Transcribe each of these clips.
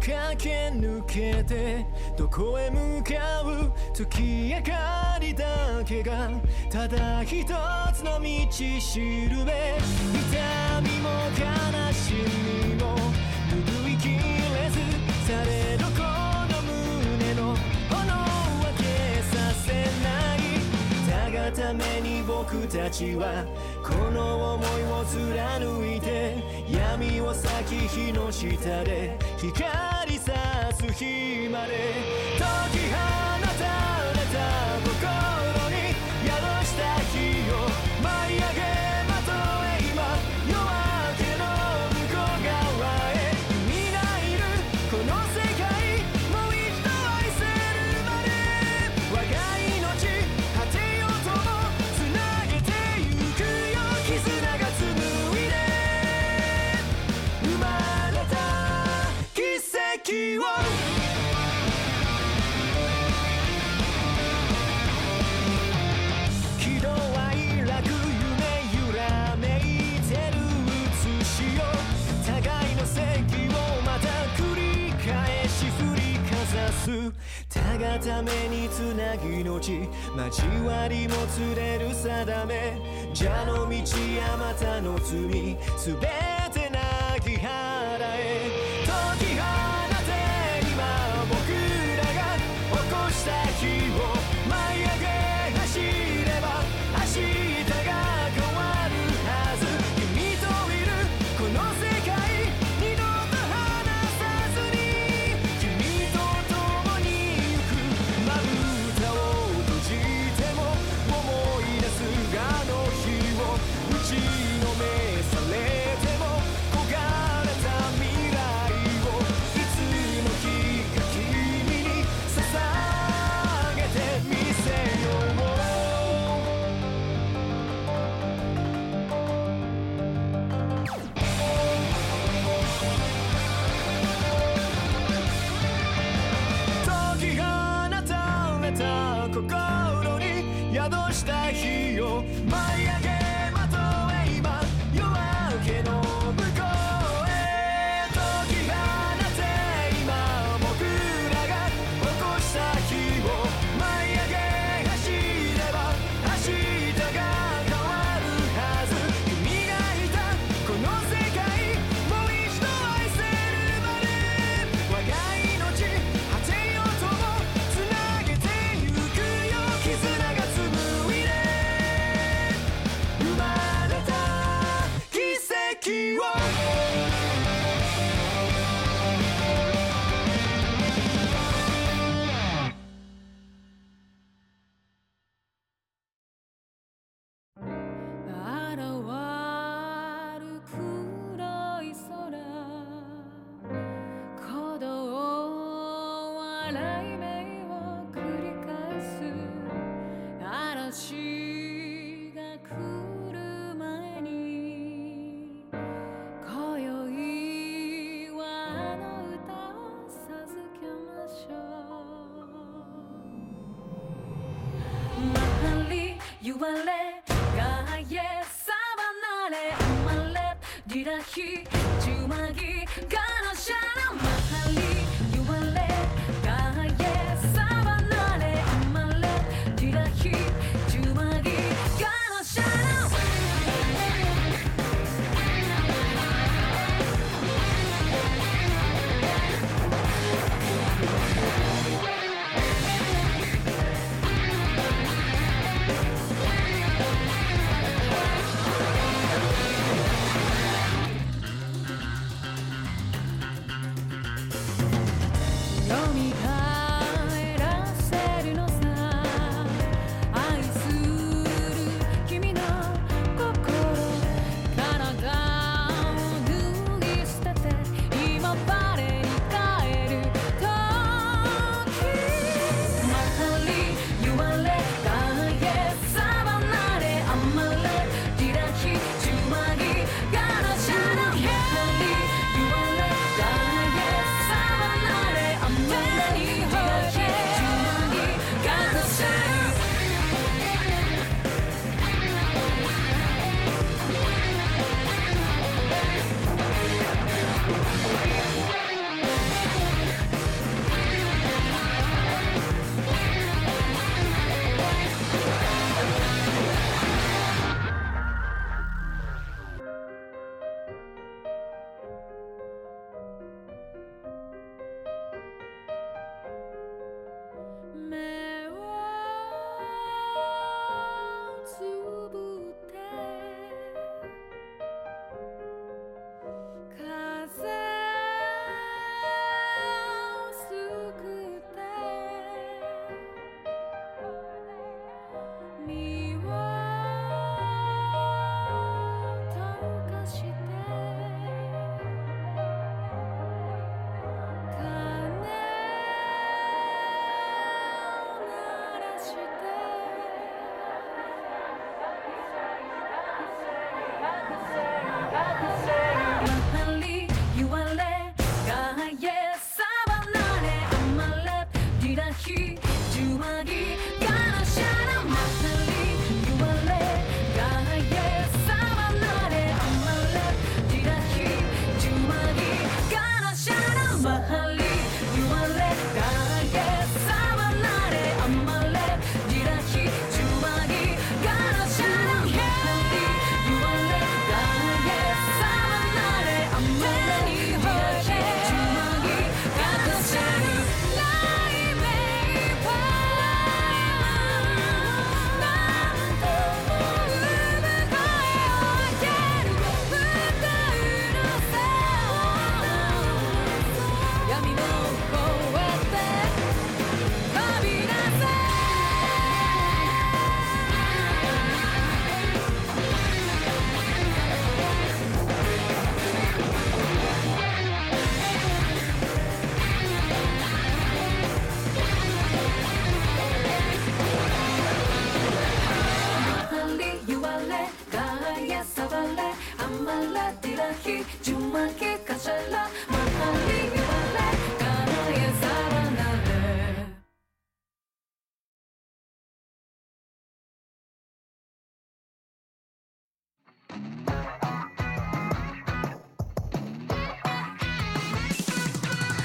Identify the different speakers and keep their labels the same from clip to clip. Speaker 1: 駆け抜けてどこへ向かう月明かりだけがただ一つの道しるべ痛みも悲しみも拭いきれずされどこの胸の炎は消させないだがために僕たちはこの想いを貫いて闇を裂き日の下で光さす日まで解き放たれた心に宿した日を舞い上げまとえ今夜明けの向こう側へ君がいるこの世界もう一度愛せるまで我が命果てようともつなげてゆくよ絆が紡いで生まれた奇跡を喜怒哀楽夢揺らめいてる写しを互いの席をまた繰り返し振りかざすたがためにつなぎのち交わりもつれる定め蛇の道やまたの罪すべてなき払え解き放て今僕らが起こした日を舞い上げ走れば明日が変わるはず君といるこの世界二度と離さずに君と共に行くまぶたを閉じても思い出すあの日を打ちのめされても焦がれた未来をいつの日か君に捧げてみせよう解き放たれた心に宿した日を舞い上げまとえ今夜明けの向こうへ解き放て今僕らが起こした日を舞い上げ走れば明日が変わるはず君がいたこの世界もう一度愛せるまで我が命果てようともつなげてゆくよ絆が紡いで生まれた奇跡を
Speaker 2: 現る黒い空鼓動笑い目を繰り返す嵐が来る前に今宵はあの歌を授けましょう Mahali, yuvale, gaye, sabanale, amalet, dirahi, jumagi, ganashana. Mahali, yuvale, gaye, sabanale, amalet, dirahi, jumagi, ganashana.「よみがえらせるのさ」「愛する君の心」「体を脱ぎ捨てて今我に帰る時」「まはり言われたえさばなれあまれリラヒジュマギガラシャラヘ」「まはり言われたえさばなれ I'm ready.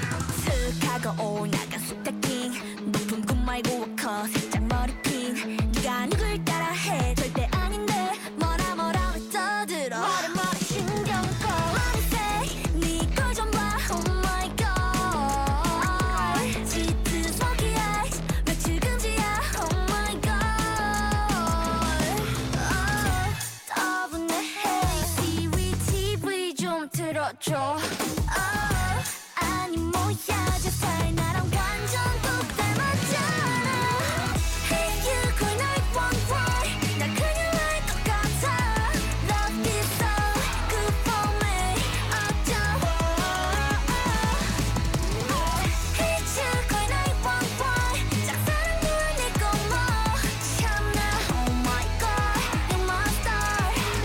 Speaker 3: 슥하고 오나간 숙다킹 높은 꿈 말고 커 살짝 머리핀 네가 누굴 따라해 절대 아닌데 뭐라 뭐라 왜 떠들어 머리 머리 신경 꺼 어느새 네꼴좀봐 Oh my god 짙은 smoky eyes 며칠 금지야 Oh my god oh. 따분해 TV TV 좀 틀어줘 어, 아니 뭐야 저살 나랑 완전 똑 닮았잖아 Hey you cool night one way 나 그냥 날것 같아 Love this song good for me 어쩌워 히치코의 나의 왕권 짝사랑 눈에 꼬모 참나 Oh my god You're my star I'm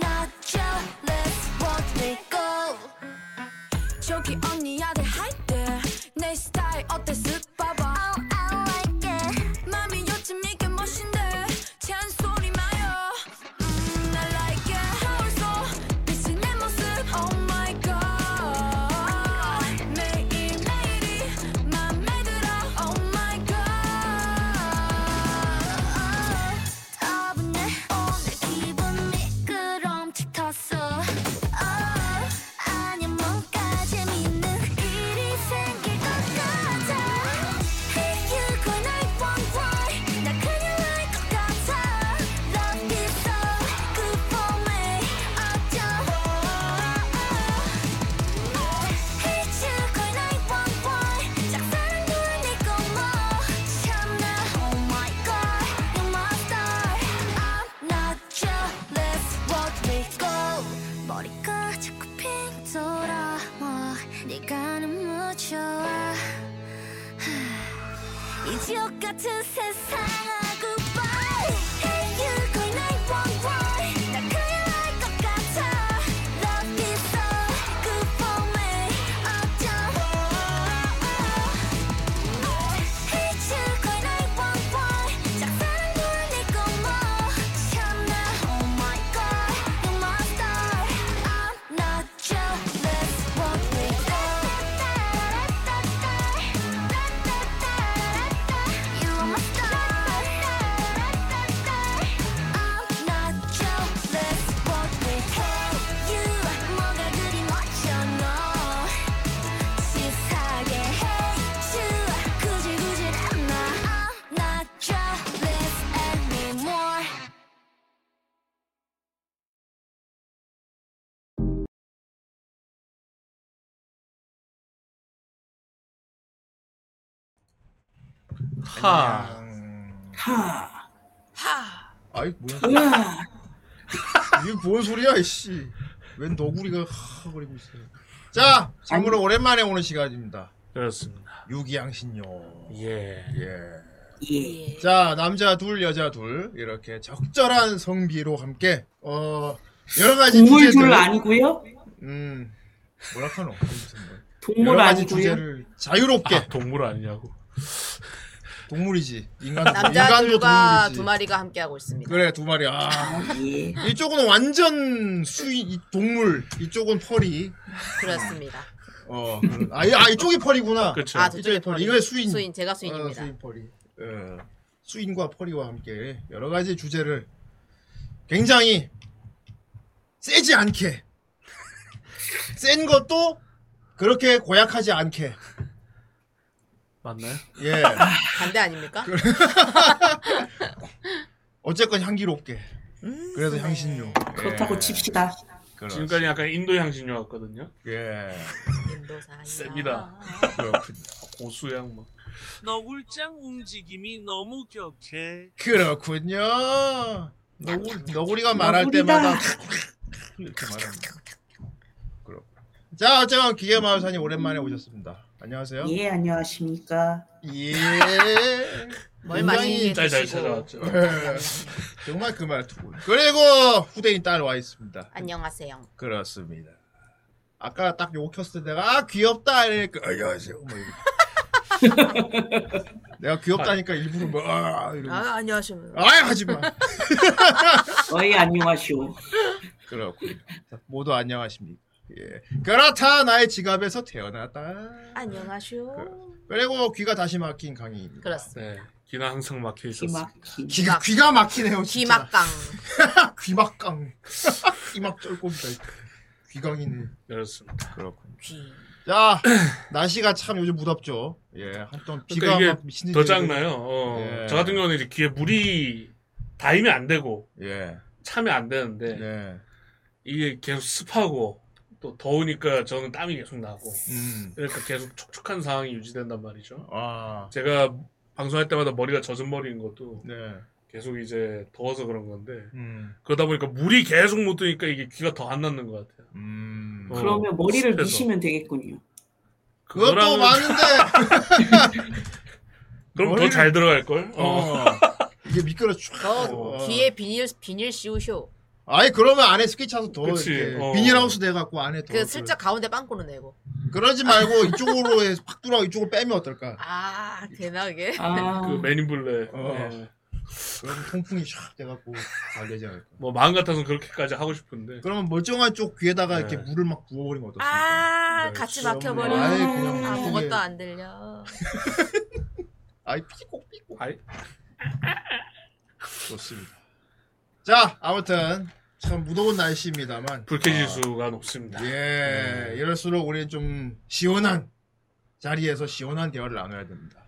Speaker 3: not jealous What we go 저기 언니한테 할때내 스타일 어때 쓱 봐봐 Oh I like it 맘이 요즘 이게 멋인데 잔소리 마요 음, I like it 하울소 빛이 내 모습 Oh my god 매일매일이 맘에 들어 Oh my god 따분해 오늘 기분 미끄럼틱었어 아니 뭔가 재밌는 일이 생길 것 같아 Hey you cool night one way 나 그냥 날것 같아 Love is so good for me 어, 어쩌워 히치코의 나의 왕권 짝사랑 눈에 꼬모 참나 Oh my god You're my star I'm not jealous What we go 머리가 자꾸 핑 돌아 와 네가 너무 좋아 이 지옥 같은 세상하고 Bye Hey you cool night one way 나 그냥 날것 같아 Love is so good for me 어쩌워 Hey you cool night one way 짝사랑 눈에 꼬모 참나 Oh my god You're my star I'm not jealous What we go you are my star. I'm not jealous. What we have, you 뭐가 그리 멋져 너. 치사하게 hate you. 구질구질 않아. I'm not jealous anymore.
Speaker 4: 하.
Speaker 5: 하.
Speaker 6: 아이 뭐야
Speaker 5: 으아.
Speaker 6: 이게 뭔 소리야 이씨 웬 너구리가 하거리고 있어요 자 참으로 오랜만에 오는 시간입니다
Speaker 4: 그렇습니다.
Speaker 6: 유기양신요
Speaker 4: 예.
Speaker 6: 예자
Speaker 5: 예.
Speaker 6: 남자 둘 여자 둘 이렇게 적절한 성비로 함께 어 여러 가지
Speaker 5: 동물 둘
Speaker 6: 주제들
Speaker 5: 아니고요.
Speaker 6: 음 뭐라카노 무슨 뭐.
Speaker 5: 동물
Speaker 6: 여러 가지
Speaker 5: 아니고요.
Speaker 6: 주제를 자유롭게
Speaker 4: 아, 동물 아니냐고.
Speaker 6: 동물이지 인간
Speaker 7: 남자
Speaker 6: 인간도
Speaker 7: 둘과
Speaker 6: 동물이지
Speaker 7: 두 마리가 함께하고 있습니다.
Speaker 6: 그래 두 마리 아
Speaker 5: 예.
Speaker 6: 이쪽은 완전 수이 이- 동물 이쪽은 펄이
Speaker 7: 그렇습니다.
Speaker 6: 어 그런- 아, 이- 아 이쪽이 펄이구나
Speaker 4: 그렇죠.
Speaker 7: 아,
Speaker 6: 이쪽에
Speaker 7: 저쪽에
Speaker 6: 펄.
Speaker 7: 펄이.
Speaker 6: 이거에 수인.
Speaker 7: 수인, 제가 수인입니다.
Speaker 6: 어, 수인 펄이 어, 수인과 펄이와 함께 여러 가지 주제를 굉장히 세지 않게 센 것도 그렇게 고약하지 않게
Speaker 4: 맞나요?
Speaker 6: 예
Speaker 7: 반대 아닙니까?
Speaker 6: 어쨌건 향기롭게 그래서 향신료
Speaker 5: 그렇다고
Speaker 6: 예,
Speaker 5: 칩시다.
Speaker 6: 그렇지.
Speaker 4: 지금까지 약간 인도 향신료 같거든요.
Speaker 6: 예
Speaker 7: 인도사이야.
Speaker 2: 아.
Speaker 4: 셉니다.
Speaker 6: 그렇군요
Speaker 4: 고수향 뭐.
Speaker 8: 너굴장 움직임이 너무 격해.
Speaker 6: 그렇군요. 너구, 너구리가 말할
Speaker 5: 너구리다.
Speaker 6: 때마다 이렇게 말합니다. 그렇고. 자, 어쨌건 기계마을사님 오랜만에 오셨습니다. 안녕하세요.
Speaker 5: 예, 안녕하십니까.
Speaker 6: 예.
Speaker 7: 뭘
Speaker 6: 굉장히-
Speaker 7: 많이
Speaker 4: 잘 잘
Speaker 7: 드시고
Speaker 4: 찾아왔죠.
Speaker 6: 정말 그 말투군. 그리고 후대인 딸 와 있습니다.
Speaker 7: 안녕하세요.
Speaker 6: 그렇습니다. 아까 딱 요거 켰을 때 내가 아 귀엽다 이러니까 안녕하세요. 뭐 이러고. 내가 귀엽다니까 일부러 뭐, 음. 뭐아 이러고.
Speaker 7: 안녕하십니까.
Speaker 6: 아 하지 마.
Speaker 5: 어이 안녕하시오.
Speaker 6: 그렇군요. 모두 안녕하십니까? 예. 그렇다 나의 지갑에서 태어났다.
Speaker 7: 안녕하쇼.
Speaker 6: 그리고 귀가 다시 막힌 강의입니다.
Speaker 7: 그렇습니다.
Speaker 4: 네. 귀는 항상 막혀 있었습니다.
Speaker 5: 기막힌
Speaker 6: 귀가 귀가 막히네요. 진짜.
Speaker 7: 기막강.
Speaker 6: 귀막강. 귀막 쫄꼽이다. 귀강이네.
Speaker 4: 그렇습니다.
Speaker 6: 그렇군.
Speaker 7: 귀.
Speaker 6: 자 날씨가 참 요즘 무덥죠. 예, 한동
Speaker 4: 그러니까
Speaker 6: 비가
Speaker 4: 이게
Speaker 6: 막 미친
Speaker 4: 더
Speaker 6: 듯이
Speaker 4: 작나요? 어,
Speaker 6: 예.
Speaker 4: 저 같은 경우는 이제 귀에 물이 닿으면 안 되고
Speaker 6: 예,
Speaker 4: 차면 안 되는데
Speaker 6: 네,
Speaker 4: 이게 계속 습하고 또 더우니까 저는 땀이 계속 나고
Speaker 6: 음,
Speaker 4: 그러니까 계속 촉촉한 상황이 유지된단 말이죠.
Speaker 6: 아,
Speaker 4: 제가 방송할 때마다 머리가 젖은 머리인 것도
Speaker 6: 네,
Speaker 4: 계속 이제 더워서 그런 건데
Speaker 6: 음,
Speaker 4: 그러다 보니까 물이 계속 못 드니까 이게 귀가 더 안 낫는 것 같아요.
Speaker 6: 음.
Speaker 4: 어.
Speaker 5: 그러면 머리를
Speaker 4: 습해서.
Speaker 5: 미시면 되겠군요.
Speaker 6: 그것도
Speaker 4: 그거랑은-
Speaker 6: 많은데.
Speaker 4: 그럼 더
Speaker 6: 머리를-
Speaker 4: 잘 들어갈 걸.
Speaker 6: 어. 이게 미끄러 쫙. 어.
Speaker 7: 귀에 비닐 비닐 씌우쇼.
Speaker 6: 아니 그러면 안에 스키 차서 더
Speaker 4: 그치.
Speaker 6: 이렇게
Speaker 4: 어.
Speaker 6: 비닐하우스 돼 갖고 안에 더.
Speaker 7: 그 슬쩍 가운데 빵꾸를 내고.
Speaker 6: 그러지 말고 이쪽으로 해서 팍 뚫어 이쪽으로 빼면 어떨까?
Speaker 7: 아 되나 그게?
Speaker 6: 네,
Speaker 5: 아,
Speaker 4: 그 매니블레.
Speaker 6: 어.
Speaker 4: 예.
Speaker 6: 그러면 통풍이 샥 돼갖고 잘 되지 않을까?
Speaker 4: 뭐 마음 같아서는 그렇게까지 하고 싶은데.
Speaker 6: 그러면 멀쩡한 쪽 귀에다가 이렇게
Speaker 4: 네.
Speaker 6: 물을 막 부어버리면 어떻습니까?
Speaker 7: 아
Speaker 4: 네,
Speaker 7: 같이
Speaker 6: 진짜
Speaker 7: 막혀버려.
Speaker 6: 뭐 아예 그냥
Speaker 7: 아,
Speaker 6: 그게-
Speaker 7: 아무것도 안 들려.
Speaker 6: 아이 피곡피곡
Speaker 4: 아이.
Speaker 6: 좋습니다. 자 아무튼 참 무더운 날씨입니다만
Speaker 4: 불쾌지수가 높습니다. 음.
Speaker 6: 아, 예 이럴수록 우리는 좀 시원한 자리에서 시원한 대화를 나눠야 됩니다.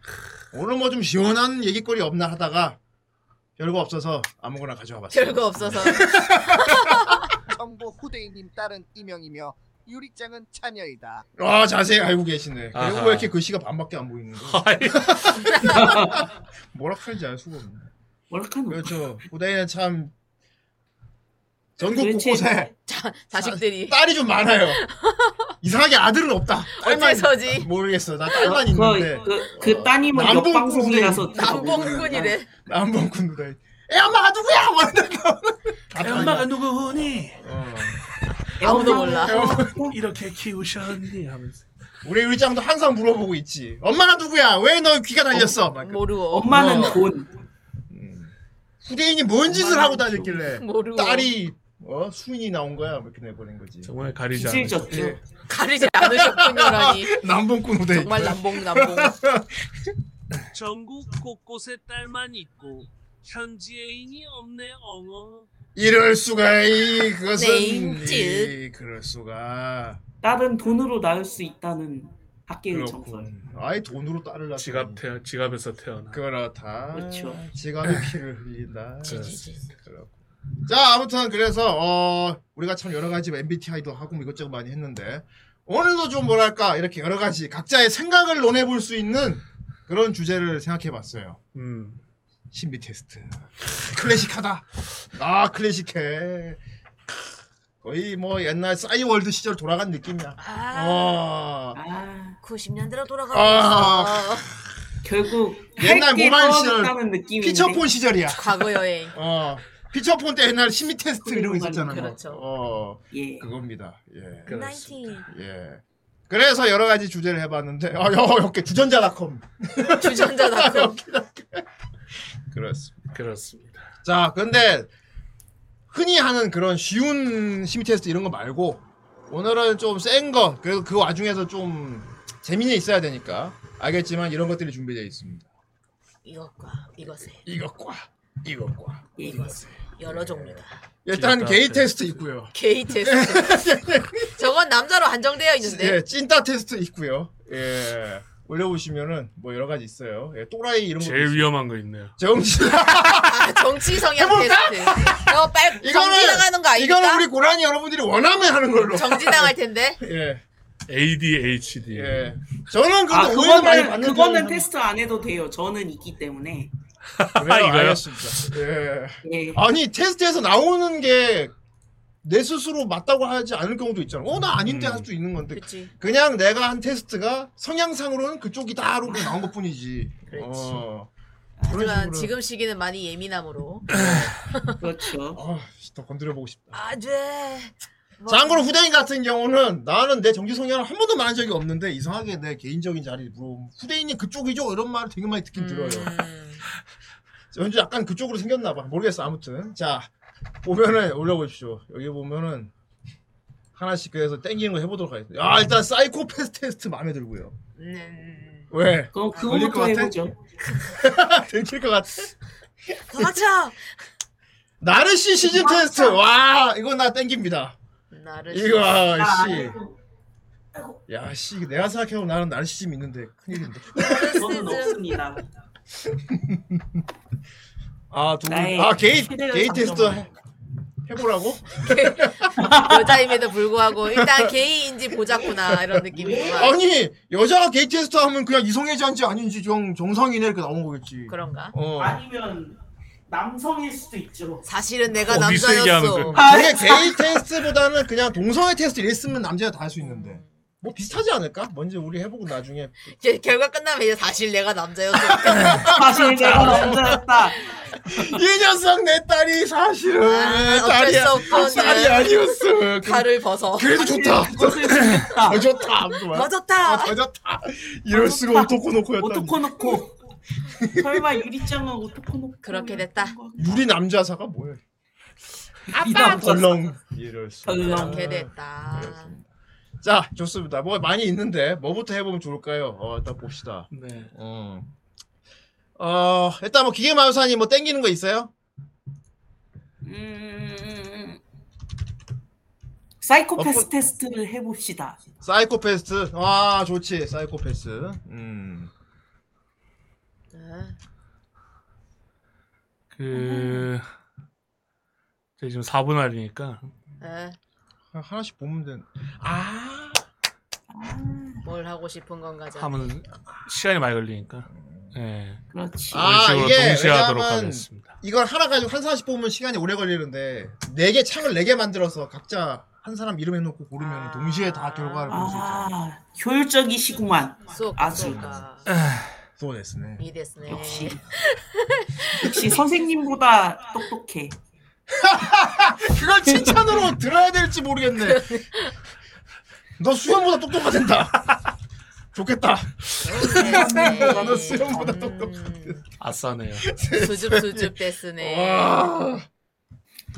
Speaker 6: 오늘 뭐 좀 시원한 얘기거리 없나 하다가 별거 없어서 아무거나 가져와 봤어요.
Speaker 7: 별거 없어서.
Speaker 9: 정보 후대인님 딸은 이명이며 유리장은 차녀이다.
Speaker 6: 아 자세히 알고 계시네. 그리고
Speaker 4: 아하.
Speaker 6: 왜 이렇게 글씨가 반밖에 안 보이는 거야?
Speaker 4: 아이,
Speaker 6: 뭐라 하는지 알 수가 없네.
Speaker 5: 뭐라카노.
Speaker 6: 그렇죠. 후대인은 참 전국
Speaker 5: 도대체-
Speaker 6: 곳곳에
Speaker 7: 자식들이
Speaker 6: 딸이 좀 많아요. 이상하게 아들은 없다. 딸만
Speaker 7: 어째서지?
Speaker 6: 모르겠어. 나 딸만 있는데
Speaker 5: 그, 그, 그 따님은
Speaker 6: 남봉꾼이-
Speaker 5: 옆방송이라서
Speaker 7: 남봉군이래.
Speaker 6: 남봉꾼 누다. 애 엄마가 누구야? 뭐 이러면서 다 딸이야.
Speaker 8: 누구니?
Speaker 6: 어.
Speaker 7: 아무도 몰라.
Speaker 8: 어, 이렇게 키우셨니? 하면서.
Speaker 6: 우리 의장도 항상 물어보고 있지. 엄마가 누구야? 왜 너 귀가 달렸어? 막 이렇게.
Speaker 7: 모르고.
Speaker 5: 엄마는
Speaker 6: 어. 음.
Speaker 5: 돈.
Speaker 6: 후대인이 뭔 짓을 하고 다녔길래
Speaker 7: 모르고.
Speaker 6: 딸이 어 수인이 나온 거야? 뭐 이렇게 내보낸 거지. 예.
Speaker 4: 정말 가리지
Speaker 5: 빚을
Speaker 4: 않아.
Speaker 5: 졌죠.
Speaker 7: 가리지 않으셨군요라니.
Speaker 6: 네. 남봉꾼 후대인.
Speaker 7: 정말 남봉 남봉.
Speaker 8: 전국 곳곳에 딸만 있고 현지 애인이 없네 엉엉.
Speaker 6: 이럴 수가 이 그것은
Speaker 7: 네임즈.
Speaker 6: 이 그럴 수가
Speaker 5: 딸은 돈으로 낳을 수 있다는 학계의 정설.
Speaker 6: 그렇군 음. 아예 돈으로 딸을 낳
Speaker 4: 지갑 태 지갑에서 태어나.
Speaker 6: 그렇다
Speaker 5: 그렇죠.
Speaker 6: 지갑이 피를 흘린다
Speaker 7: 지지지.
Speaker 6: 그렇군 자 아무튼 그래서 어 우리가 참 여러 가지 MBTI도 하고 뭐 이것저것 많이 했는데 오늘도 좀 뭐랄까 이렇게 여러 가지 각자의 생각을 논해볼 수 있는 그런 주제를 생각해봤어요
Speaker 4: 음.
Speaker 6: 신비 테스트 클래식하다 아 클래식해 거의 뭐 옛날 싸이월드 시절 돌아간 느낌이야
Speaker 7: 아,
Speaker 6: 어.
Speaker 5: 아,
Speaker 7: 90년대로
Speaker 6: 아.
Speaker 7: 돌아가고 있어.
Speaker 5: 결국
Speaker 6: 옛날
Speaker 5: 할게
Speaker 6: 모바일 시절
Speaker 5: 떨어졌다는 느낌인데.
Speaker 6: 피처폰 시절이야.
Speaker 7: 과거 여행.
Speaker 6: 어. 피처폰 때 옛날 심리 테스트 이런 거 있었잖아요.
Speaker 7: 그렇죠.
Speaker 6: 어.
Speaker 5: 예.
Speaker 6: 그겁니다. 예.
Speaker 4: 그렇습니다.
Speaker 7: 19.
Speaker 6: 예. 그래서 여러 가지 주제를 해봤는데, 아, 여, 이렇게 주전자닷컴.
Speaker 7: 주전자
Speaker 6: 아,
Speaker 7: 나고.
Speaker 6: 그렇습니다.
Speaker 4: 그렇습니다.
Speaker 6: 자, 근데 흔히 하는 그런 쉬운 심리 테스트 이런 거 말고, 오늘은 좀 센 거, 그래도 그 와중에서 좀 재미는 있어야 되니까, 알겠지만 이런 것들이 준비되어 있습니다.
Speaker 7: 이것과 이것에
Speaker 6: 이것과, 이것과.
Speaker 5: 예.
Speaker 7: 이것에 여러 종류다.
Speaker 6: 일단
Speaker 4: 진짜
Speaker 6: 게이
Speaker 4: 테스트.
Speaker 6: 테스트 있고요.
Speaker 7: 게이 테스트. 저건 남자로 한정되어 있는데.
Speaker 6: 예, 찐따 테스트 있고요. 예. 올려보시면은 뭐 여러 가지 있어요. 예, 또라이 이런 거.
Speaker 4: 제일 위험한 거 있네요.
Speaker 6: 정신.
Speaker 7: 아, 정치 성향 테스트. 이거 빨
Speaker 6: 이거는-
Speaker 7: 정지 당하는 거 아닙니까?
Speaker 6: 이거는 우리 고라니 여러분들이 원하면 하는 걸로.
Speaker 7: 정지 당할 텐데.
Speaker 6: 예.
Speaker 4: ADHD.
Speaker 6: 예. 저는 그거
Speaker 5: 아,
Speaker 6: 오해를 많이
Speaker 5: 그거는
Speaker 6: 받는
Speaker 5: 그거는
Speaker 6: 편이긴
Speaker 5: 테스트 안 해도 돼요. 저는 있기 때문에.
Speaker 6: 한데. 그래요,
Speaker 4: 이거요?
Speaker 6: 알겠습니다. 예.
Speaker 5: 예.
Speaker 6: 아니 테스트에서 나오는 게 내 스스로 맞다고 하지 않을 경우도 있잖아. 어 나 아닌데
Speaker 4: 음.
Speaker 6: 할 수 있는 건데
Speaker 7: 그렇지.
Speaker 6: 그냥 내가 한 테스트가 성향상으로는 그쪽이다로 그냥 나온 것뿐이지. 어. 그런
Speaker 7: 하지만
Speaker 6: 식으로.
Speaker 7: 지금 시기는 많이 예민함으로.
Speaker 5: 그렇죠.
Speaker 6: 아, 씨, 더 건드려보고 싶다.
Speaker 7: 아, 돼.
Speaker 6: 네. 자, 참고로 후대인 같은 경우는 나는 내 정치 성향을 한 번도 말한 적이 없는데 이상하게 내 개인적인 자리에 물어보면 후대인이 그쪽이죠? 이런 말을 되게 많이 듣긴 들어요.
Speaker 7: 네. 음.
Speaker 6: 왠지 약간 그쪽으로 생겼나 봐. 모르겠어 아무튼. 자 보면은 올려보십시오. 여기 보면은 하나씩 그래서 땡기는 거 해보도록 하겠습니다. 야 일단 사이코패스 테스트 마음에 들고요.
Speaker 7: 음.
Speaker 6: 왜?
Speaker 5: 그럼
Speaker 6: 걸릴 것
Speaker 5: 그거부터
Speaker 6: 같아?
Speaker 5: 해보죠.
Speaker 6: 들킬 것 같아.
Speaker 7: 다 맞춰.
Speaker 6: 나르시시즘 테스트. 와 이거 나 땡깁니다.
Speaker 7: 나를
Speaker 6: 이거 아, 씨.
Speaker 5: 아이고,
Speaker 6: 야 씨, 내가 생각해보면 나는 나르시즘 있는데 큰일인데.
Speaker 5: 저는 없습니다.
Speaker 6: 아 두 분.
Speaker 5: 나의
Speaker 6: 아 게이
Speaker 5: 최대한
Speaker 6: 게이 테스트
Speaker 5: 장점은.
Speaker 6: 해- 해보라고?
Speaker 7: 여자임에도 불구하고 일단 게이인지 보자꾸나 이런 느낌이구만.
Speaker 6: 아니 여자가 게이 테스트 하면 그냥 이성애자인지 아닌지 정 정상이네 이렇게 나온 거겠지.
Speaker 7: 그런가?
Speaker 6: 어.
Speaker 5: 아니면 남성일 수도 있죠.
Speaker 7: 사실은 내가
Speaker 4: 어디서
Speaker 7: 아, 남자였어.
Speaker 4: 얘기하는
Speaker 6: 그게 게이 테스트보다는 그냥 동성애 테스트 있으면 남자가 다 할 수 있는데 뭐 비슷하지 않을까? 먼저 우리 해보고 나중에
Speaker 7: 이제 결과 끝나면 이제 사실 내가 남자였어.
Speaker 5: 사실 내가 남자였다.
Speaker 6: 이 녀석 내 딸이 사실은
Speaker 7: 아,
Speaker 6: 내
Speaker 7: 어쩔
Speaker 6: 딸이
Speaker 7: 수 없군.
Speaker 6: 딸이 아니었어. 그,
Speaker 7: 칼을 벗어.
Speaker 6: 그래도 좋다.
Speaker 5: 그것을 죽였다.
Speaker 6: 더 좋다.
Speaker 7: 더
Speaker 6: 아,
Speaker 7: 좋다.
Speaker 6: 더 좋다. 이럴 수가
Speaker 5: 좋다.
Speaker 6: 오토코 노코였다.
Speaker 5: 오토코 놓고. 설마 유리짱은 오토코 놓고.
Speaker 7: 그렇게 됐다.
Speaker 6: 유리 남자사가 뭐야?
Speaker 5: 이 남자.
Speaker 6: 덜렁 아, 이럴 수.
Speaker 5: 덜렁.
Speaker 6: 어.
Speaker 7: 이렇게 됐다.
Speaker 6: 자 좋습니다. 뭐 많이 있는데 뭐부터 해보면 좋을까요? 어, 일단 봅시다.
Speaker 4: 네.
Speaker 6: 음. 어 일단 뭐 기계 마우사님 뭐 땡기는 거 있어요?
Speaker 5: 음. 사이코패스
Speaker 6: 어떤-
Speaker 5: 테스트를 해봅시다.
Speaker 6: 사이코패스. 아, 좋지. 사이코패스. 음.
Speaker 7: 아,
Speaker 4: 그
Speaker 6: 음.
Speaker 4: 저희 지금 4분 할이니까
Speaker 7: 아,
Speaker 6: 하- 하나씩 보면 된. 아.
Speaker 7: 뭘 하고 싶은 건가
Speaker 6: 네.
Speaker 7: 자.
Speaker 4: 하면 시간이 많이 걸리니까. 예. 네.
Speaker 5: 그렇지.
Speaker 6: 음. 아,
Speaker 4: 이런 식으로
Speaker 6: 이게
Speaker 4: 동시에 하도록
Speaker 6: 왜냐면-
Speaker 4: 하겠습니다.
Speaker 6: 이걸 하나 가지고 한 사람씩 보면 시간이 오래 걸리는데 네 개 창을 네 개 만들어서 각자 한 사람 이름 해놓고 고르면
Speaker 7: 아.
Speaker 6: 동시에 다 결과를 볼 수 있어.
Speaker 5: 아, 효율적이시구만.
Speaker 7: 쏙
Speaker 5: 아주.
Speaker 7: 쏙가.
Speaker 6: 어. 또 됐네.
Speaker 7: 이 됐네.
Speaker 5: 역시. 역시 선생님보다 똑똑해.
Speaker 6: 그걸 칭찬으로 들어야 될지 모르겠네. 너 수현보다 똑똑하단다. 좋겠다. 나는 수영보다 똑똑한데.
Speaker 4: 아싸네요.
Speaker 7: 음. 수줍 수줍 됐으네.
Speaker 6: 와.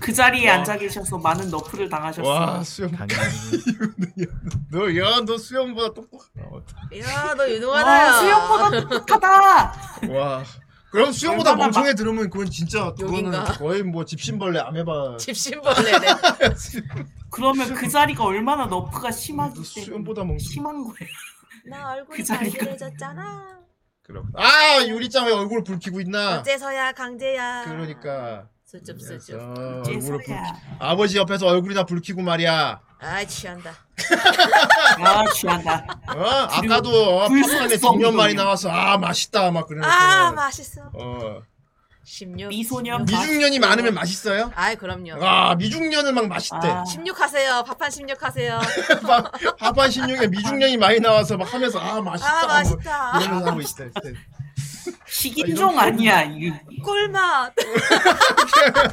Speaker 5: 그 자리에 앉아 계셔서 많은 너프를 당하셨어요.
Speaker 6: 와, 수영. 너, 야, 너 수영보다 똑똑하다.
Speaker 7: 야, 너
Speaker 5: 와,
Speaker 7: 유능하다.
Speaker 5: 아, 수영보다 똑똑하다.
Speaker 6: 와. 그럼 수영보다
Speaker 5: 얼마나
Speaker 6: 멍청해 들으면 그건 진짜 그거는
Speaker 7: 욕인가?
Speaker 6: 거의 뭐 집신벌레 아메바
Speaker 7: 집신벌레네.
Speaker 5: 그러면 그 자리가 얼마나 너프가 심하기 때문에
Speaker 6: 수영보다 멍청.
Speaker 5: 심한 거예요.
Speaker 7: 나 얼굴이
Speaker 5: 그 자리가.
Speaker 3: 아,
Speaker 7: 잘그려졌잖아
Speaker 6: 그렇군. 아 유리짱 왜 얼굴 붉히고 있나?
Speaker 7: 어째서야 강제야.
Speaker 6: 그러니까.
Speaker 7: 수줍
Speaker 6: 그래서
Speaker 7: 수줍.
Speaker 6: 얼굴을 붉...
Speaker 5: 죄송해요.
Speaker 6: 아버지 옆에서 얼굴이 다 붉히고 말이야.
Speaker 7: 아 취한다.
Speaker 5: 아, 취한다.
Speaker 6: 어? 아까도 어,
Speaker 5: 불
Speaker 6: 팝콘에
Speaker 5: 썩
Speaker 6: 뒷면 말이
Speaker 5: 썩이네.
Speaker 6: 나와서 아 맛있다 막 그러는.
Speaker 7: 아 맛있어.
Speaker 6: 어.
Speaker 7: 16.
Speaker 5: 미소년.
Speaker 6: 미중년이 많으면 맛있어요?
Speaker 7: 아이 그럼요.
Speaker 6: 아 미중년은 막 맛있대.
Speaker 5: 아.
Speaker 7: 16 하세요. 밥한 16 하세요.
Speaker 6: 막 하반 16에 미중년이 많이 나와서 막 하면서 아 맛있다.
Speaker 7: 아
Speaker 6: 뭐
Speaker 7: 맛있다.
Speaker 6: 이러면서 하고 있대.
Speaker 5: 식인종 아니야. 이
Speaker 7: 꿀맛.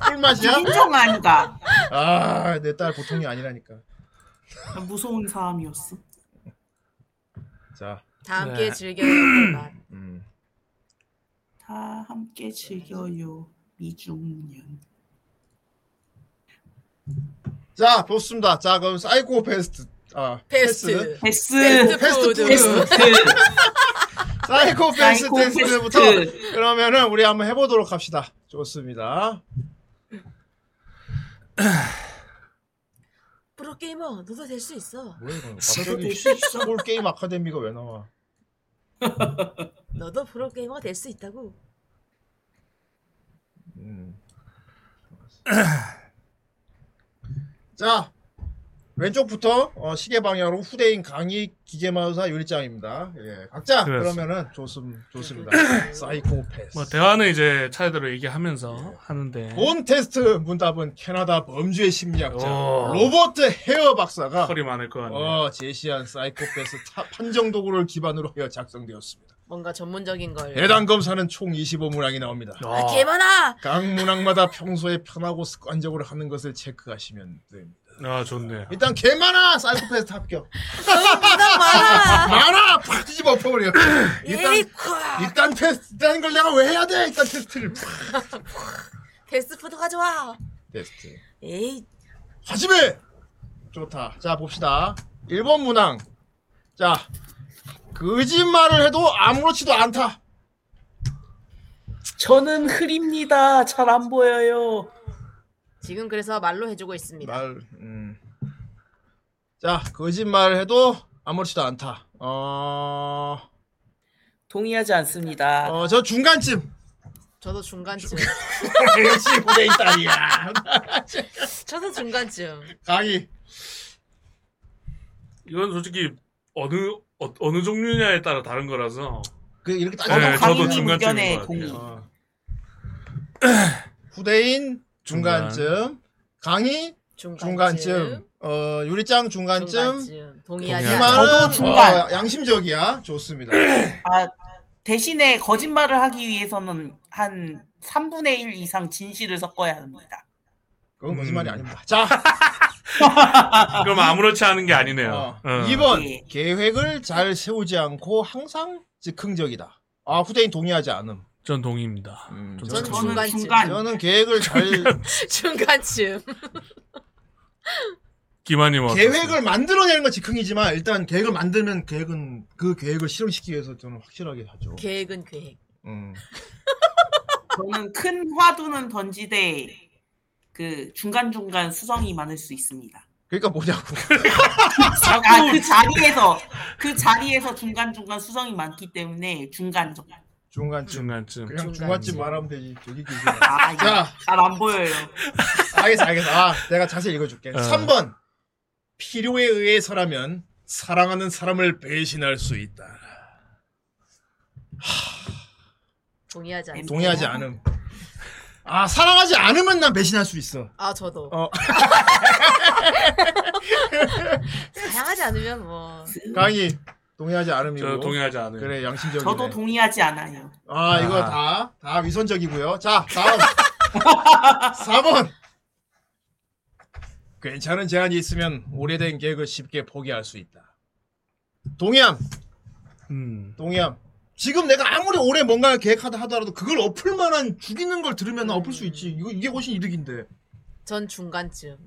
Speaker 6: 꿀맛이야?
Speaker 5: 식인종 아니다.
Speaker 6: 아 내 딸 보통이 아니라니까.
Speaker 5: 무서운 사람이었어.
Speaker 6: 자.
Speaker 7: 다 함께
Speaker 4: 네.
Speaker 7: 즐겨요. 꿀맛.
Speaker 6: 음.
Speaker 5: 다 함께 즐겨요. 미중년.
Speaker 6: 자, 좋습니다. 자, 그럼 사이코 페스트. 아,
Speaker 7: 베스트. 네,
Speaker 5: 베스.
Speaker 6: 패스트
Speaker 7: 푸드.
Speaker 6: 사이코 페스트
Speaker 5: 사이코
Speaker 6: 테스트부터
Speaker 5: 패스트.
Speaker 6: 그러면은 우리 한번 해 보도록 합시다. 좋습니다.
Speaker 7: 프로게이머 너도 될 수 있어.
Speaker 6: 뭐야 이거?
Speaker 5: 될
Speaker 6: 갑자기
Speaker 5: 수 있어.
Speaker 6: 볼 게임 아카데미가 왜 나와?
Speaker 7: 너도 프로게이머가 될 수 있다고.
Speaker 6: 음. 자, 왼쪽부터 어, 시계 방향으로 후대인 강의 기계마우사 유리짱입니다. 예, 각자 그러면은 좋습, 좋습니다. 사이코 패스.
Speaker 4: 뭐 대화는 이제 차례대로 얘기하면서 하는데
Speaker 6: 본 테스트 문답은 캐나다 범죄 심리학자
Speaker 4: 오.
Speaker 6: 로버트 헤어 박사가
Speaker 4: 털이 많을 것 같네요.
Speaker 6: 어, 제시한 사이코패스 타- 판정 도구를 기반으로 하여 작성되었습니다.
Speaker 7: 뭔가 전문적인 걸.
Speaker 6: 해당 검사는 총 25문항이 나옵니다.
Speaker 7: 아,
Speaker 4: 야.
Speaker 7: 개많아.
Speaker 6: 각 문항마다 평소에 편하고 습관적으로 하는 것을 체크하시면 됩니다.
Speaker 4: 아 좋네.
Speaker 6: 일단 개 많아 사이코패스 합격.
Speaker 7: 너무나 많아.
Speaker 6: 많아 팍 뒤집어 엎어버려. 일단
Speaker 7: 에이쿠아.
Speaker 6: 일단 테스트 일단 걸 내가 왜 해야 돼? 일단 테스트를 팍.
Speaker 7: 베스트 푸드 가져와.
Speaker 6: 테스트.
Speaker 7: 에이
Speaker 6: 하지메! 좋다. 자, 봅시다. 1번 문항. 자, 거짓말을 해도 아무렇지도 않다.
Speaker 5: 저는 흐립니다. 잘 안 보여요.
Speaker 7: 지금 그래서 말로 해주고 있습니다.
Speaker 6: 말, 음. 자, 거짓말을 해도 아무렇지도 않다. 어,
Speaker 5: 동의하지 않습니다.
Speaker 6: 어, 저 중간쯤.
Speaker 7: 저도 중간쯤.
Speaker 6: 역시 후대인 딸이야.
Speaker 7: 저도 중간쯤.
Speaker 6: 강의.
Speaker 4: 이건 솔직히 어느 어, 어느 종류냐에 따라 다른 거라서
Speaker 6: 그, 이렇게 따져
Speaker 5: 저도
Speaker 4: 네,
Speaker 6: 면
Speaker 4: 저도
Speaker 5: 강의님
Speaker 4: 중간쯤인
Speaker 5: 의견에
Speaker 4: 것 같아요. 예.
Speaker 5: 동의.
Speaker 6: 어. 후대인 중간쯤. 강의 중간쯤. 어, 유리짱 중간쯤.
Speaker 7: 중간쯤. 동의하지
Speaker 4: 동의하지
Speaker 7: 않-
Speaker 5: 저도
Speaker 6: 이만은
Speaker 5: 중간.
Speaker 6: 어, 양심적이야. 좋습니다.
Speaker 5: 아, 대신에 거짓말을 하기 위해서는 한 3분의 1 이상 진실을 섞어야 합니다.
Speaker 6: 그건
Speaker 4: 음.
Speaker 6: 거짓말이 아닙니다. 자,
Speaker 4: 그럼 아무렇지 않은 게 아니네요.
Speaker 6: 어,
Speaker 4: 어.
Speaker 6: 2번
Speaker 5: 예.
Speaker 6: 계획을 잘 세우지 않고 항상 즉흥적이다. 아 후대인 동의하지 않음.
Speaker 4: 전 동의입니다.
Speaker 6: 음,
Speaker 4: 좀
Speaker 7: 저는
Speaker 4: 잠깐만요.
Speaker 5: 저는
Speaker 7: 중간쯤.
Speaker 5: 중간.
Speaker 6: 저는 계획을 잘
Speaker 7: 중간쯤.
Speaker 4: 기만님 어떠세요?
Speaker 6: 계획을 만들어내는 건 즉흥이지만 일단 계획을 만들면 계획은 그 계획을 실행시키기 위해서 저는 확실하게 하죠.
Speaker 7: 계획은 계획.
Speaker 6: 음.
Speaker 5: 저는 큰 화두는 던지되 그 중간중간 수정이 많을 수 있습니다.
Speaker 6: 그러니까 뭐냐고.
Speaker 5: 아, 그 자리에서 그 자리에서 중간중간 수정이 많기 때문에 중간 정도.
Speaker 6: 중간쯤.
Speaker 4: 중간쯤
Speaker 6: 그냥
Speaker 7: 중간쯤.
Speaker 6: 중간쯤 말하면 되지. 저기 기준.
Speaker 5: 아,
Speaker 6: 자,
Speaker 5: 잘안 보여요.
Speaker 6: 알겠어, 알겠어. 아, 내가 자세히 읽어줄게. 3번. 필요에 의해서라면 사랑하는 사람을 배신할 수 있다.
Speaker 7: 동의하지 않습니다.
Speaker 5: 어?
Speaker 6: 동의하지 않음. 아, 사랑하지 않으면 난 배신할 수 있어.
Speaker 7: 아 저도.
Speaker 6: 어.
Speaker 7: 사랑하지 않으면 뭐.
Speaker 6: 강의 동의하지 않음이고.
Speaker 4: 저 동의하지 않아요.
Speaker 6: 그래, 양심적이네.
Speaker 5: 저도 동의하지 않아요.
Speaker 6: 아, 이거
Speaker 4: 아.
Speaker 6: 다, 다 위선적이고요. 자, 다음. 4번. 괜찮은 제안이 있으면 오래된 계획을 쉽게 포기할 수 있다. 동의함.
Speaker 4: 음.
Speaker 6: 동의함. 지금 내가 아무리 오래 뭔가를 계획하다 하더라도 그걸 엎을 만한 죽이는 걸 들으면 엎을 수 있지. 이거 이게 훨씬 이득인데.
Speaker 7: 전 중간쯤.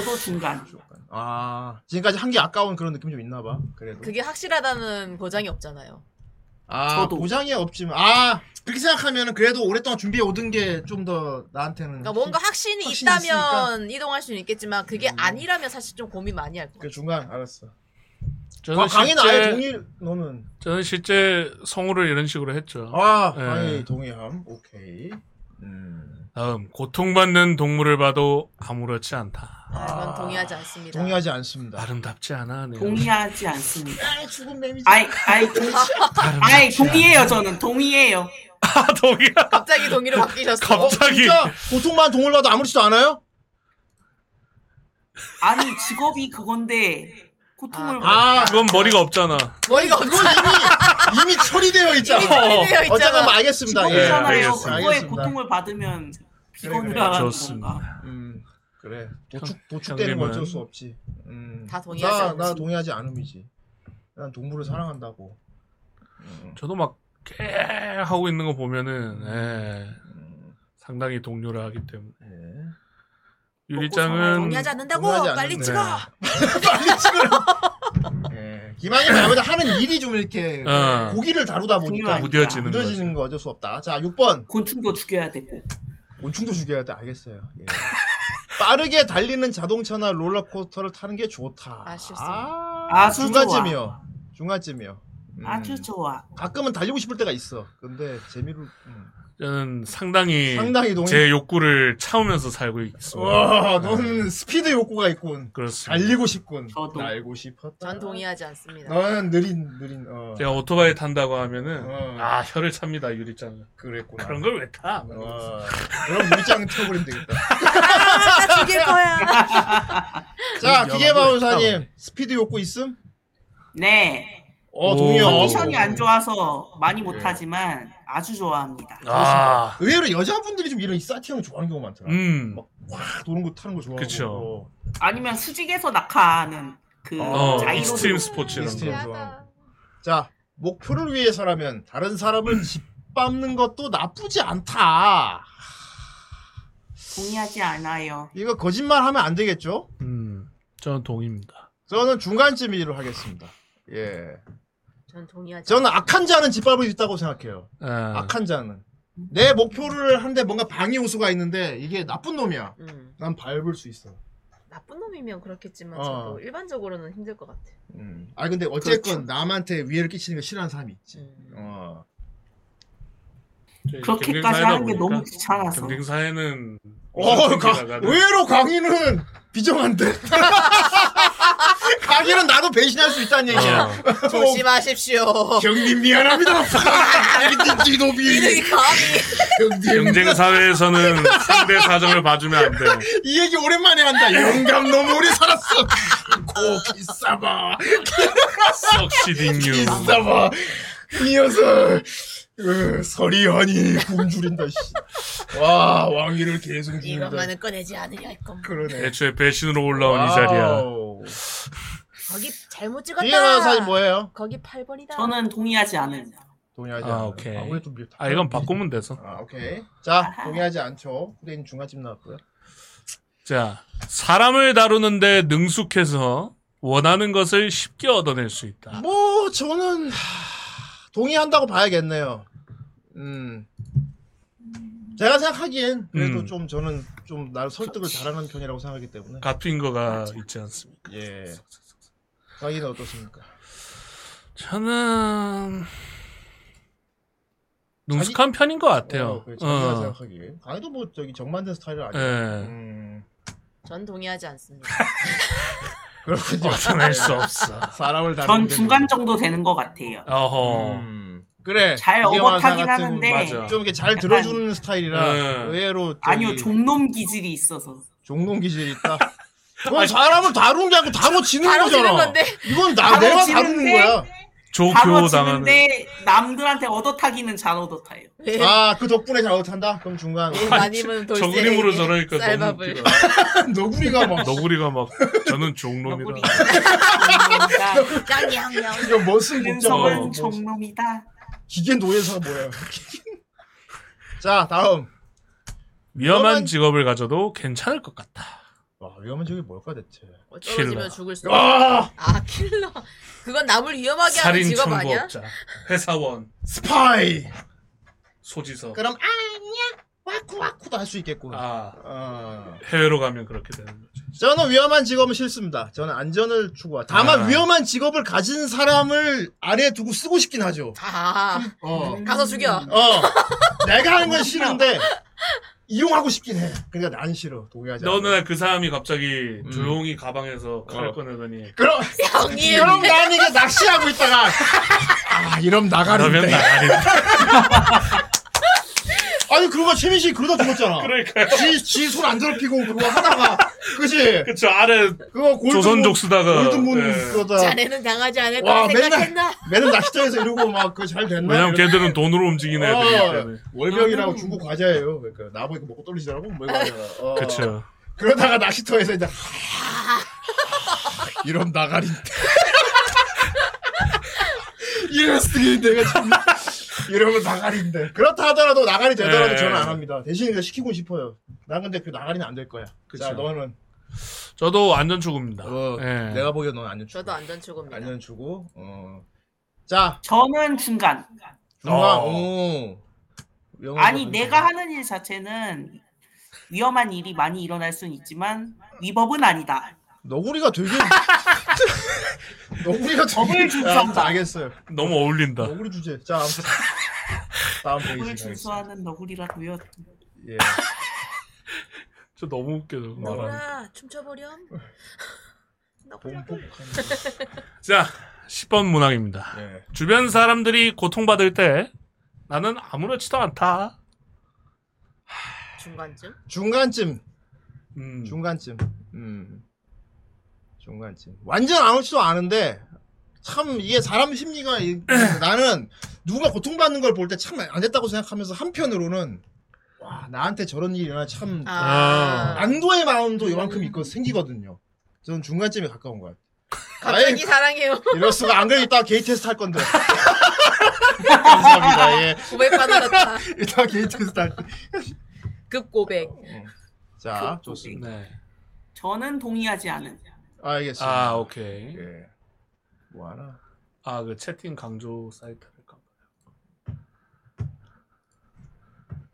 Speaker 5: 저도 중간.
Speaker 6: 아 지금까지 한 게 아까운 그런 느낌 좀 있나 봐. 그래도.
Speaker 7: 그게 확실하다는 보장이 없잖아요.
Speaker 6: 아
Speaker 5: 저도.
Speaker 6: 보장이 없지만 아 그렇게 생각하면 그래도 오랫동안 준비해 오던 게 좀 더 나한테는.
Speaker 7: 그러니까 뭔가 확신이
Speaker 6: 확신이 음.
Speaker 7: 있다면 이동할 수는 있겠지만 그게 아니라면 사실 좀 고민 많이 할 것
Speaker 6: 그
Speaker 7: 같아요.
Speaker 6: 중간 알았어.
Speaker 4: 저는
Speaker 6: 아, 강인 아예
Speaker 4: 실제-
Speaker 6: 동의 너는.
Speaker 4: 저는 실제 성우를 이런 식으로 했죠.
Speaker 6: 아
Speaker 4: 예.
Speaker 6: 강인 동의함. 오케이. 음.
Speaker 4: 다음 고통받는 동물을 봐도 아무렇지 않다.
Speaker 7: 아, 이건 동의하지 않습니다.
Speaker 6: 동의하지 않습니다.
Speaker 4: 아름답지 않아. 네. 내가.
Speaker 5: 동의하지 않습니다.
Speaker 6: 아 죽은 뱀이.
Speaker 5: 아이 아이 동, 아이 동의해요 저는 동의해요.
Speaker 4: 아 동의.
Speaker 7: 갑자기 동의로 바뀌셨어.
Speaker 4: 갑자기.
Speaker 6: 진짜 보통만 동물 봐도 아무렇지도 않아요?
Speaker 5: 아니 직업이 그건데 고통을
Speaker 6: 아
Speaker 4: 그건 머리가 없잖아.
Speaker 7: 머리가 없
Speaker 6: 그건 이미 이미 처리되어 있잖아.
Speaker 7: 이미 처리되어 있잖아.
Speaker 6: 어쨌든 알겠습니다. 예,
Speaker 4: 지금이잖아.
Speaker 5: 직업이잖아요.
Speaker 4: 알겠습니다.
Speaker 5: 그거에 고통을 받으면 비건을
Speaker 6: 그래.
Speaker 5: 하라는
Speaker 4: 좋습니다.
Speaker 5: 건가?
Speaker 6: 음, 그래. 도축
Speaker 4: 형,
Speaker 6: 도축되는 건
Speaker 4: 형님은-
Speaker 6: 어쩔 수 없지. 음.
Speaker 7: 다 동의하지
Speaker 6: 나,
Speaker 7: 않지.
Speaker 6: 나 동의하지 않음이지. 난 동물을 사랑한다고.
Speaker 4: 저도 막깨 하고 있는 거 보면은 예, 상당히 동료를 하기 때문에
Speaker 6: 예.
Speaker 4: 유리짱은 어,
Speaker 7: 동의하지 않는다고
Speaker 6: 동의하지 네.
Speaker 7: 빨리
Speaker 6: 않는데.
Speaker 7: 찍어.
Speaker 6: 빨리 찍으라. 예. 기만이 말보다 하는 일이 좀 이렇게
Speaker 4: 어.
Speaker 6: 고기를 다루다 보니까
Speaker 5: 중요하니까.
Speaker 4: 무뎌지는 거지.
Speaker 6: 무뎌지는 거 어쩔 수 없다. 자, 6번.
Speaker 5: 곤충도 죽여야 되고
Speaker 4: 음.
Speaker 6: 곤충도 죽여야 돼. 알겠어요. 예. 빠르게 달리는 자동차나 롤러코스터를 타는 게 좋다.
Speaker 7: 아쉽소.
Speaker 6: 아,
Speaker 5: 아주
Speaker 6: 중간쯤이요. 중간쯤이요. 음.
Speaker 5: 아주 좋아.
Speaker 6: 가끔은 달리고 싶을 때가 있어. 근데 재미로 음.
Speaker 4: 저는 상당히
Speaker 6: 상당히 동의.
Speaker 4: 예, 제 욕구를 참으면서 살고 있습니다.
Speaker 6: 와, 넌 스피드 욕구가 있군.
Speaker 4: 그렇습니다.
Speaker 6: 달리고 싶군.
Speaker 5: 저도.
Speaker 6: 날고 싶었다.
Speaker 7: 전 동의하지 않습니다.
Speaker 6: 너는 느린 느린 어.
Speaker 4: 제가 오토바이 탄다고 하면은
Speaker 6: 어.
Speaker 4: 아 혀를 찹니다 유리짱은.
Speaker 6: 그랬구나.
Speaker 4: 그런 걸 왜 타?
Speaker 6: 어. 그럼 물장 태워버리면 되겠다.
Speaker 7: 아, 나 죽일 거야.
Speaker 6: 자,
Speaker 4: 미안하다.
Speaker 6: 기계바운사님 스피드 욕구 있음?
Speaker 5: 네
Speaker 6: 어,
Speaker 4: 오.
Speaker 6: 동의요.
Speaker 5: 컨디션이
Speaker 4: 뭐.
Speaker 5: 안 좋아서
Speaker 4: 예.
Speaker 5: 많이 못하지만 아주 좋아합니다.
Speaker 4: 아,
Speaker 6: 의외로 여자분들이 좀 이런 사티형 좋아하는 경우가 많더라.
Speaker 4: 음,
Speaker 5: 어,
Speaker 6: 막 도는 거 타는 거 좋아하고.
Speaker 4: 그쵸.
Speaker 5: 아니면 수직에서 낙하하는 그
Speaker 4: 어,
Speaker 5: 자이로
Speaker 4: 익스트림 스포츠 이런
Speaker 6: 미스테리
Speaker 4: 거.
Speaker 6: 좋아하고. 자, 목표를 위해서라면 다른 사람을 짓밟는 것도 나쁘지 않다.
Speaker 5: 동의하지 않아요.
Speaker 6: 이거 거짓말 하면 안 되겠죠?
Speaker 4: 음, 저는 동입니다.
Speaker 6: 저는 중간쯤으로 하겠습니다. 예.
Speaker 7: 전 동의하지.
Speaker 6: 저는 악한 자는 짓밟을 수 있다고 생각해요.
Speaker 4: 아,
Speaker 6: 악한 자는. 내 목표를 하는데 뭔가 방해 호수가 있는데 이게 나쁜 놈이야.
Speaker 7: 음.
Speaker 6: 난 밟을 수 있어.
Speaker 7: 나쁜 놈이면 그렇겠지만
Speaker 6: 어.
Speaker 7: 저도 일반적으로는 힘들 것 같아.
Speaker 6: 음. 아 근데 어쨌건
Speaker 7: 그렇죠.
Speaker 6: 남한테 위해를 끼치는 거 싫어하는 사람이 있지.
Speaker 7: 음.
Speaker 6: 어.
Speaker 4: 저희
Speaker 5: 그렇게까지
Speaker 4: 경쟁사회다
Speaker 5: 하는 게
Speaker 4: 보니까
Speaker 5: 너무 귀찮아서.
Speaker 4: 경쟁사회는
Speaker 6: 어, 가,
Speaker 4: 나가는-
Speaker 6: 의외로 강의는 비정한데. 강의는 나도 배신할 수 있다는 얘기야.
Speaker 4: 어,
Speaker 7: 조심하십시오.
Speaker 6: 경님 미안합니다.
Speaker 7: 이들이
Speaker 6: 지도비
Speaker 7: 감히
Speaker 6: 경님.
Speaker 4: 경쟁사회에서는 상대 사정을 봐주면 안 돼.
Speaker 6: 이 얘기 오랜만에 한다. 영감 너무 오래 살았어. 고 기싸봐.
Speaker 4: 석시딩 뉴.
Speaker 6: 기싸봐. 이 녀석. 으, 서리하니 굶주린다. 씨. 와 왕위를 계속 죽인다.
Speaker 7: 이것만은 꺼내지 않으려 했건
Speaker 6: 그러네.
Speaker 4: 애초에 배신으로 올라온 이 자리야.
Speaker 6: 와우.
Speaker 7: 거기 잘못 찍었다.
Speaker 6: 이거 사진 뭐예요?
Speaker 7: 거기 8번이다.
Speaker 5: 저는 동의하지 않을래요.
Speaker 6: 동의하지
Speaker 4: 아,
Speaker 6: 않아요.
Speaker 4: 오케이.
Speaker 6: 아무래도 미-
Speaker 4: 아 이건 바꾸면 돼서.
Speaker 6: 아 오케이. 자 동의하지 않죠. 후대인 중간쯤 나왔고요.
Speaker 4: 자 사람을 다루는데 능숙해서 원하는 것을 쉽게 얻어낼 수 있다.
Speaker 6: 뭐 저는 하, 동의한다고 봐야겠네요. 음. 제가 생각하기엔 그래도
Speaker 4: 음.
Speaker 6: 좀 저는 좀 나를 설득을 잘하는 편이라고 생각하기 때문에
Speaker 4: 가핑거가 있지 않습니까?
Speaker 6: 예. 강의는 어떻습니까?
Speaker 4: 저는 능숙한 편인 것
Speaker 6: 어,
Speaker 4: 같아요.
Speaker 6: 그 자기가
Speaker 4: 어.
Speaker 6: 생각하기에 강의도 뭐 저기 정반대 스타일은 아니에요.
Speaker 4: 예.
Speaker 6: 음.
Speaker 7: 전 동의하지 않습니다.
Speaker 6: 그렇군요.
Speaker 4: 얻어낼 수 없어.
Speaker 6: 사람을
Speaker 4: 아,
Speaker 6: 다루는
Speaker 5: 전
Speaker 6: 게
Speaker 5: 중간 정도 되는 것 같아요.
Speaker 4: 어허.
Speaker 6: 음. 그래.
Speaker 5: 잘
Speaker 6: 이경화
Speaker 5: 업어타긴
Speaker 6: 같은
Speaker 5: 하는데
Speaker 4: 맞아.
Speaker 6: 좀 이렇게 잘
Speaker 5: 약간-
Speaker 6: 들어주는 스타일이라
Speaker 4: 예.
Speaker 6: 의외로 저기
Speaker 5: 아니요 종놈 기질이 있어서
Speaker 6: 종농 기질이 있다. 그건 사람을 다루는 게 아니고 다뤄지는
Speaker 7: 바로 지는
Speaker 6: 거잖아.
Speaker 7: 건데
Speaker 6: 이건 나 내가
Speaker 5: 다뤄지는데
Speaker 6: 다루는 거야.
Speaker 4: 조교 뭐 당하는.
Speaker 5: 다뤄지는데 남들한테 얻어타기는 잘 얻어타요.
Speaker 7: 왜
Speaker 6: 아 그 덕분에 잘못한다. 그럼 중간
Speaker 5: 네.
Speaker 7: 아니면 돌쇠
Speaker 4: 저그림으로 저러니까 너무
Speaker 7: 쌀밥을
Speaker 4: 웃기다.
Speaker 6: 너구리가 막
Speaker 4: 너구리가 막 저는 종놈이다.
Speaker 5: 너구리가 종놈이다.
Speaker 7: 짱양양.
Speaker 6: 이거 멋은
Speaker 5: 윤석은
Speaker 6: 못잡아
Speaker 5: 종놈이다.
Speaker 6: 기계 노예사가 뭐야? 자 다음.
Speaker 4: 위험한 직업을 가져도 괜찮을 것 같다.
Speaker 6: 와 위험한 적이 뭘까 대체?
Speaker 4: 킬러.
Speaker 7: 뭐 떨어지면 죽을 수. 있어.
Speaker 6: 와
Speaker 7: 아 킬러. 그건 남을 위험하게 하는
Speaker 4: 살인
Speaker 7: 직업 아니야?
Speaker 4: 청부업자, 회사원,
Speaker 6: 스파이.
Speaker 4: 소지서.
Speaker 6: 그럼 아니야 와쿠 와쿠도 할 수 있겠군.
Speaker 4: 아
Speaker 6: 어.
Speaker 4: 해외로 가면 그렇게 되는 거지.
Speaker 6: 저는 위험한 직업은 싫습니다. 저는 안전을 추구하. 다만
Speaker 4: 아.
Speaker 6: 위험한 직업을 가진 사람을 아래 두고 쓰고 싶긴 하죠.
Speaker 7: 아
Speaker 6: 어.
Speaker 7: 가서 죽여.
Speaker 6: 어. 내가 하는 건 싫은데 이용하고 싶긴 해. 그러니까 난 싫어. 동의하지. 않아.
Speaker 4: 어느 날 그 사람이 갑자기
Speaker 6: 음.
Speaker 4: 조용히 가방에서 칼을
Speaker 6: 어.
Speaker 4: 꺼내더니
Speaker 6: 그럼
Speaker 7: 형님.
Speaker 6: 그럼 난 이게 낚시하고 있다가 아 이러면
Speaker 4: 그러면
Speaker 6: 나가는데.
Speaker 4: 나가리.
Speaker 6: 아니 그러고 최민 씨 그러다 죽었잖아.
Speaker 4: 그러니까요.
Speaker 6: 지지손안 더럽히고 그거 하다가 그지
Speaker 4: 그쵸 아래
Speaker 6: 그거 골드문
Speaker 4: 조선족 쓰다가.
Speaker 6: 골드문
Speaker 4: 네.
Speaker 6: 그거다.
Speaker 7: 자네는 당하지 않을
Speaker 6: 와,
Speaker 7: 거라
Speaker 6: 맨날-
Speaker 7: 생각했나?
Speaker 6: 매는 낚시터에서 이러고 막 그거 잘 됐나?
Speaker 4: 왜냐면
Speaker 6: 이러고.
Speaker 4: 걔들은 돈으로 움직이는 애들이기 네, 때문에.
Speaker 6: 어, 월병이라고 중국 과자예요. 그러니까 나보고 이거 먹고 떨어지더라고. 뭐 이거 하잖아. 어.
Speaker 4: 그쵸.
Speaker 6: 그러다가 낚시터에서 이제 이런 나가리 이런 쓰기 내가 참 이러면 나가리인데 그렇다 하더라도 나가리 되더라도
Speaker 4: 네.
Speaker 6: 저는 안 합니다 대신 이거 시키고 싶어요 난 근데 그 나가리는 안 될 거야
Speaker 4: 그쵸.
Speaker 6: 자 너는
Speaker 4: 저도 완전 죽음입니다.
Speaker 6: 어,
Speaker 4: 예.
Speaker 6: 내가 보기엔 넌 안전 주고
Speaker 7: 저도 안전 추구입니다.
Speaker 6: 안전 주고 어. 어자
Speaker 5: 저는 중간.
Speaker 6: 중간
Speaker 4: 어.
Speaker 6: 오. 영어 그러니까.
Speaker 5: 아니
Speaker 6: 잘하네.
Speaker 5: 내가 하는 일 자체는 위험한 일이 많이 일어날 수는 있지만 위법은 아니다.
Speaker 6: 너구리가 되게 너구리가 되게
Speaker 5: 법을 준수한다.
Speaker 6: 아, 알겠어요
Speaker 4: 너무 어울린다.
Speaker 6: 너구리 주제 자 아무튼 다음 페이지
Speaker 5: 법을
Speaker 6: 가겠습니다.
Speaker 5: 준수하는 너구리라고요.
Speaker 6: 예.
Speaker 4: 저 너무 웃겨 저거 말하는. 거.
Speaker 7: 너구라 아, 춤춰버렴. 너구라.
Speaker 6: 본폭한.
Speaker 4: 자 10번 문항입니다.
Speaker 6: 예.
Speaker 4: 주변 사람들이 고통받을 때 나는 아무렇지도 않다.
Speaker 7: 중간쯤?
Speaker 6: 중간쯤,
Speaker 4: 음.
Speaker 6: 중간쯤, 음, 중간쯤. 완전 아무렇지도 않은데 참 이게 사람 심리가 이- 음, 나는 누가 고통받는 걸 볼 때 참 안 됐다고 생각하면서 한편으로는 와 나한테 저런 일이 일어나 참
Speaker 7: 아.
Speaker 6: 안도의 마음도 이만큼 있거 생기거든요. 저는 중간쯤에 가까운 것 같아요.
Speaker 7: 갑자기 사랑해요.
Speaker 6: 이럴 수가 안 그래 이따 게이 테스트 할 건데. 감사합니다. 예.
Speaker 7: 고백 받아놨다.
Speaker 6: 이따 게이 테스트 할. 때.
Speaker 7: 급 고백.
Speaker 6: 어. 자, 좋습니다.
Speaker 4: 네.
Speaker 5: 저는 동의하지 않은.
Speaker 6: 알겠습니다.
Speaker 4: 아 오케이.
Speaker 6: 예. 뭐 하나?
Speaker 4: 아 그 채팅 강조 사이트를 간 거예요.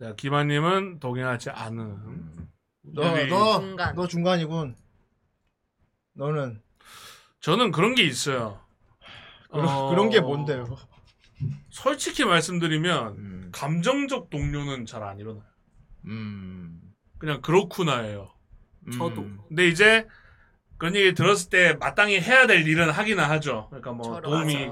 Speaker 4: 자 기만님은 동행하지 않은.
Speaker 6: 음. 너,
Speaker 4: 우리-
Speaker 6: 너,
Speaker 7: 중간.
Speaker 6: 너 중간이군. 너는
Speaker 4: 저는 그런 게 있어요.
Speaker 6: 그런,
Speaker 4: 어,
Speaker 6: 그런 게 뭔데요?
Speaker 4: 솔직히 말씀드리면
Speaker 6: 음.
Speaker 4: 감정적 동료는 잘 안 일어나요.
Speaker 6: 음.
Speaker 4: 그냥 그렇구나예요.
Speaker 5: 저도.
Speaker 6: 음.
Speaker 4: 근데 이제 그런 얘기 들었을 때 마땅히 해야 될 일은 하기는 하죠. 그러니까 뭐
Speaker 7: 저런.
Speaker 4: 도움이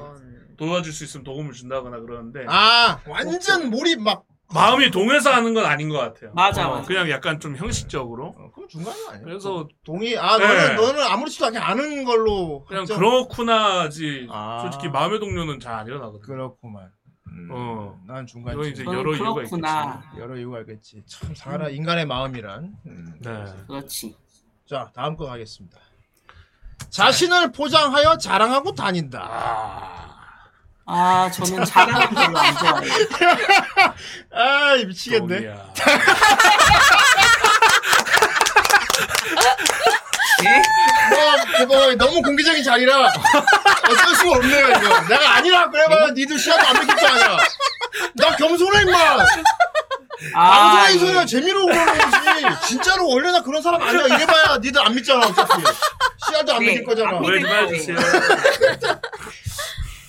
Speaker 4: 도와줄 수 있으면 도움을 준다거나 그러는데
Speaker 6: 아, 완전 몰입 막.
Speaker 4: 마음이 동해서 하는 건 아닌 것 같아요.
Speaker 5: 맞아,
Speaker 4: 어,
Speaker 5: 맞아.
Speaker 4: 그냥 약간 좀 형식적으로.
Speaker 6: 어, 그럼 중간이 아니야.
Speaker 4: 그래서
Speaker 6: 동의. 아,
Speaker 4: 네.
Speaker 6: 너는 너는 아무렇지도 않게 아는 걸로.
Speaker 4: 그냥
Speaker 6: 확정-
Speaker 4: 그렇구나지.
Speaker 6: 아.
Speaker 4: 솔직히 마음의 동료는 잘 안 일어나거든요.
Speaker 6: 그렇구만. 음,
Speaker 4: 어.
Speaker 6: 난 중간.
Speaker 4: 이건 이제
Speaker 5: 그건
Speaker 4: 여러 이유가 있겠죠.
Speaker 5: 그렇구나.
Speaker 6: 여러 이유가 있겠지. 참 사라 인간의 마음이란. 음.
Speaker 4: 네.
Speaker 5: 그렇지.
Speaker 6: 자, 다음 거 가겠습니다. 자신을 포장하여 자랑하고 다닌다.
Speaker 4: 아,
Speaker 5: 아, 저는 자랑은 별로 안 좋아해요.
Speaker 6: 아, 미치겠네.
Speaker 4: 동의야.
Speaker 5: 예?
Speaker 6: 너, 뭐, 너무 공개적인 자리라 어쩔 수가 없네요, 이거. 내가 아니라
Speaker 5: 뭐?
Speaker 6: 그래봐야 니들 시야도 안 믿길 줄 알아. 나 겸손해, 임마.
Speaker 5: 아,
Speaker 6: 방송에
Speaker 5: 예.
Speaker 6: 있어야 재미로 그러는 거지. 진짜로 원래 나 그런 사람 아니야. 이래봐야 니들 안 믿잖아, 어차피. 시야도 안
Speaker 5: 네,
Speaker 6: 믿길 거잖아.
Speaker 5: 안 믿-
Speaker 4: 오해지 말아주세요.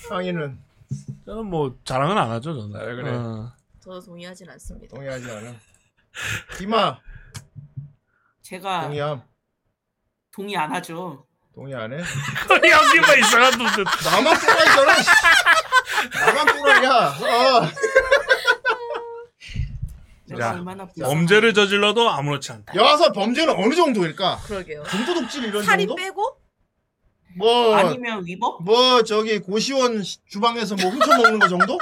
Speaker 6: 상의는
Speaker 4: 저는 뭐 자랑은 안 하죠, 저는.
Speaker 6: 아, 그래.
Speaker 4: 어.
Speaker 7: 저도 동의하진 않습니다.
Speaker 6: 동의하지 않아. 이마,
Speaker 5: 제가
Speaker 6: 동의함.
Speaker 5: 동의 안 하죠.
Speaker 6: 동의 안 해?
Speaker 4: 거의 여기만 이상한 놈들.
Speaker 6: 나만 꼬라이잖아. 씨. 나만 꼬라이야. 어.
Speaker 5: 내가
Speaker 4: 자,
Speaker 5: 얼마나 불쌍-
Speaker 4: 범죄를 저질러도 아무렇지 않다.
Speaker 6: 여기서 범죄는 어느 정도일까?
Speaker 7: 그러게요.
Speaker 6: 중도독질 이런
Speaker 7: 살이
Speaker 6: 정도?
Speaker 7: 빼고?
Speaker 6: 뭐,
Speaker 5: 아니면 위법?
Speaker 6: 뭐 저기 고시원 시- 주방에서 뭐 훔쳐 먹는 거 정도?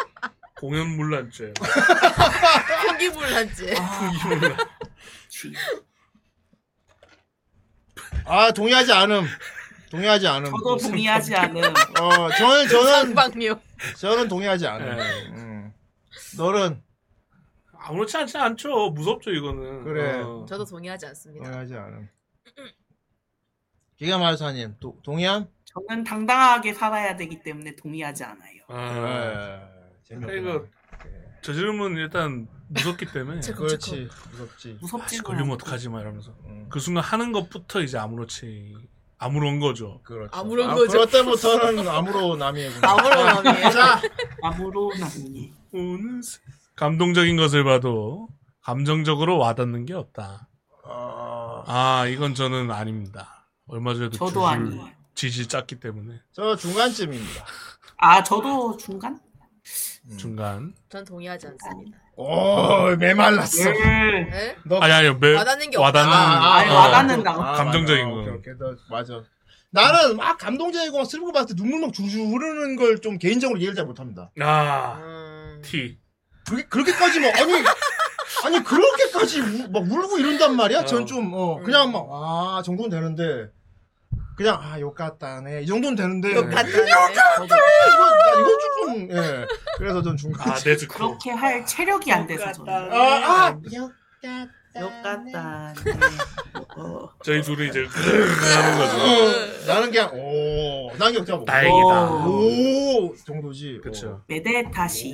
Speaker 4: 공연물란죄.
Speaker 7: 경기불난지.
Speaker 4: 공연물란.
Speaker 5: 쥐.
Speaker 6: 아 동의하지 않음. 동의하지 않음.
Speaker 5: 저도 뭐 동의하지 않은
Speaker 6: 어 저는 저는
Speaker 7: 방류.
Speaker 6: 저는 동의하지 않음.
Speaker 4: 네.
Speaker 6: 음. 너는
Speaker 4: 아무렇지 않지 않죠. 무섭죠, 이거는.
Speaker 6: 그래.
Speaker 4: 어.
Speaker 7: 저도 동의하지 않습니다.
Speaker 6: 동의하지 않음. 기가 마사님 도- 동의함?
Speaker 5: 저는 당당하게 살아야 되기 때문에 동의하지 않아요.
Speaker 4: 아,
Speaker 6: 네. 재미없구나.
Speaker 4: 이거- 저지르면 일단 무섭기 때문에
Speaker 6: 그렇지 무섭지.
Speaker 5: 무섭지.
Speaker 4: 아씨 걸리면 어떡하지 마 이러면서
Speaker 6: 음.
Speaker 4: 그 순간 하는 것부터 이제 아무렇지 아무런 거죠.
Speaker 6: 그렇죠.
Speaker 7: 아무런
Speaker 6: 아,
Speaker 7: 거죠.
Speaker 6: 그럴 때부터는 아무로 남이에구나.
Speaker 7: 아무런 마음이에요.
Speaker 6: 자,
Speaker 5: 아무로 남니.
Speaker 4: 어느새 감동적인 것을 봐도 감정적으로 와닿는 게 없다.
Speaker 6: 어,
Speaker 4: 아 이건 저는 아닙니다. 얼마 전에도
Speaker 5: 저도
Speaker 4: 주술
Speaker 5: 아니에요.
Speaker 4: 지지 짰기 때문에
Speaker 6: 저 중간쯤입니다.
Speaker 5: 아, 저도 중간?
Speaker 4: 중간
Speaker 7: 전 동의하지 않습니다.
Speaker 6: 오, 메말랐어.
Speaker 5: 예.
Speaker 7: 네?
Speaker 4: 아니 아니요 매,
Speaker 7: 와닿는 게
Speaker 4: 와닿는
Speaker 5: 아, 아니,
Speaker 4: 어,
Speaker 5: 와닿는 나-
Speaker 4: 감정적인
Speaker 6: 거.
Speaker 4: 거.
Speaker 6: 오케이, 오케이. 너, 맞아. 나는 막 감동적이고 막 슬프고 봤을 때 눈물 막 줄줄 흐르는 걸 좀 개인적으로 이해를 잘 못합니다.
Speaker 4: 아
Speaker 7: 음.
Speaker 4: 티.
Speaker 6: 그게 그렇게까지 막 아니 아니 그렇게까지 우- 막 울고 이런단 말이야.
Speaker 4: 어.
Speaker 6: 전 좀 어, 그냥 막 아 정도는 되는데 그냥 아 욕같다네 이 정도는 되는데
Speaker 7: 욕
Speaker 6: 이거
Speaker 7: 같다네.
Speaker 6: 나 이거 조금 예 그래서 전 중간
Speaker 4: 아 네즈코.
Speaker 5: 그렇게 할 체력이 안 돼서 저는.
Speaker 6: 아아
Speaker 5: 똑같다.
Speaker 4: 저희 둘이 이제 하는
Speaker 6: 어.
Speaker 4: 거죠.
Speaker 6: 나는 그냥 오난 기억 잡고
Speaker 4: 다행이다.
Speaker 6: 뭐, 어. 오 정도지. 어.
Speaker 4: 그쵸
Speaker 5: 메데타시.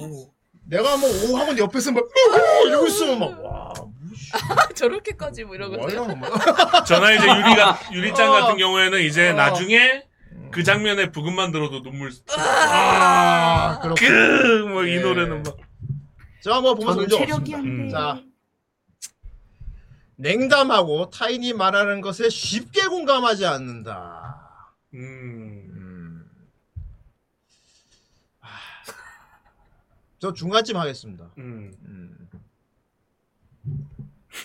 Speaker 6: 내가 뭐 오 하고 있는데 옆에서 막 오! 이러고 있으면 막와
Speaker 7: 저렇게까지 뭐 이런 것들.
Speaker 6: 이런 거
Speaker 4: 저나 이제 유리가 유리짱
Speaker 6: 어.
Speaker 4: 같은 경우에는 이제
Speaker 6: 어.
Speaker 4: 나중에 그 장면에 부금만 들어도 눈물.
Speaker 6: 아 그렇군.
Speaker 4: 그막이
Speaker 6: 예.
Speaker 4: 노래는 막.
Speaker 6: 자뭐 보면서
Speaker 5: 저는
Speaker 6: 문제
Speaker 5: 체력이
Speaker 6: 없습니다.
Speaker 5: 안
Speaker 4: 음.
Speaker 5: 돼.
Speaker 6: 자 냉담하고 타인이 말하는 것에 쉽게 공감하지 않는다.
Speaker 4: 음.
Speaker 6: 음. 아, 저 중간쯤 하겠습니다.
Speaker 4: 음.
Speaker 6: 음.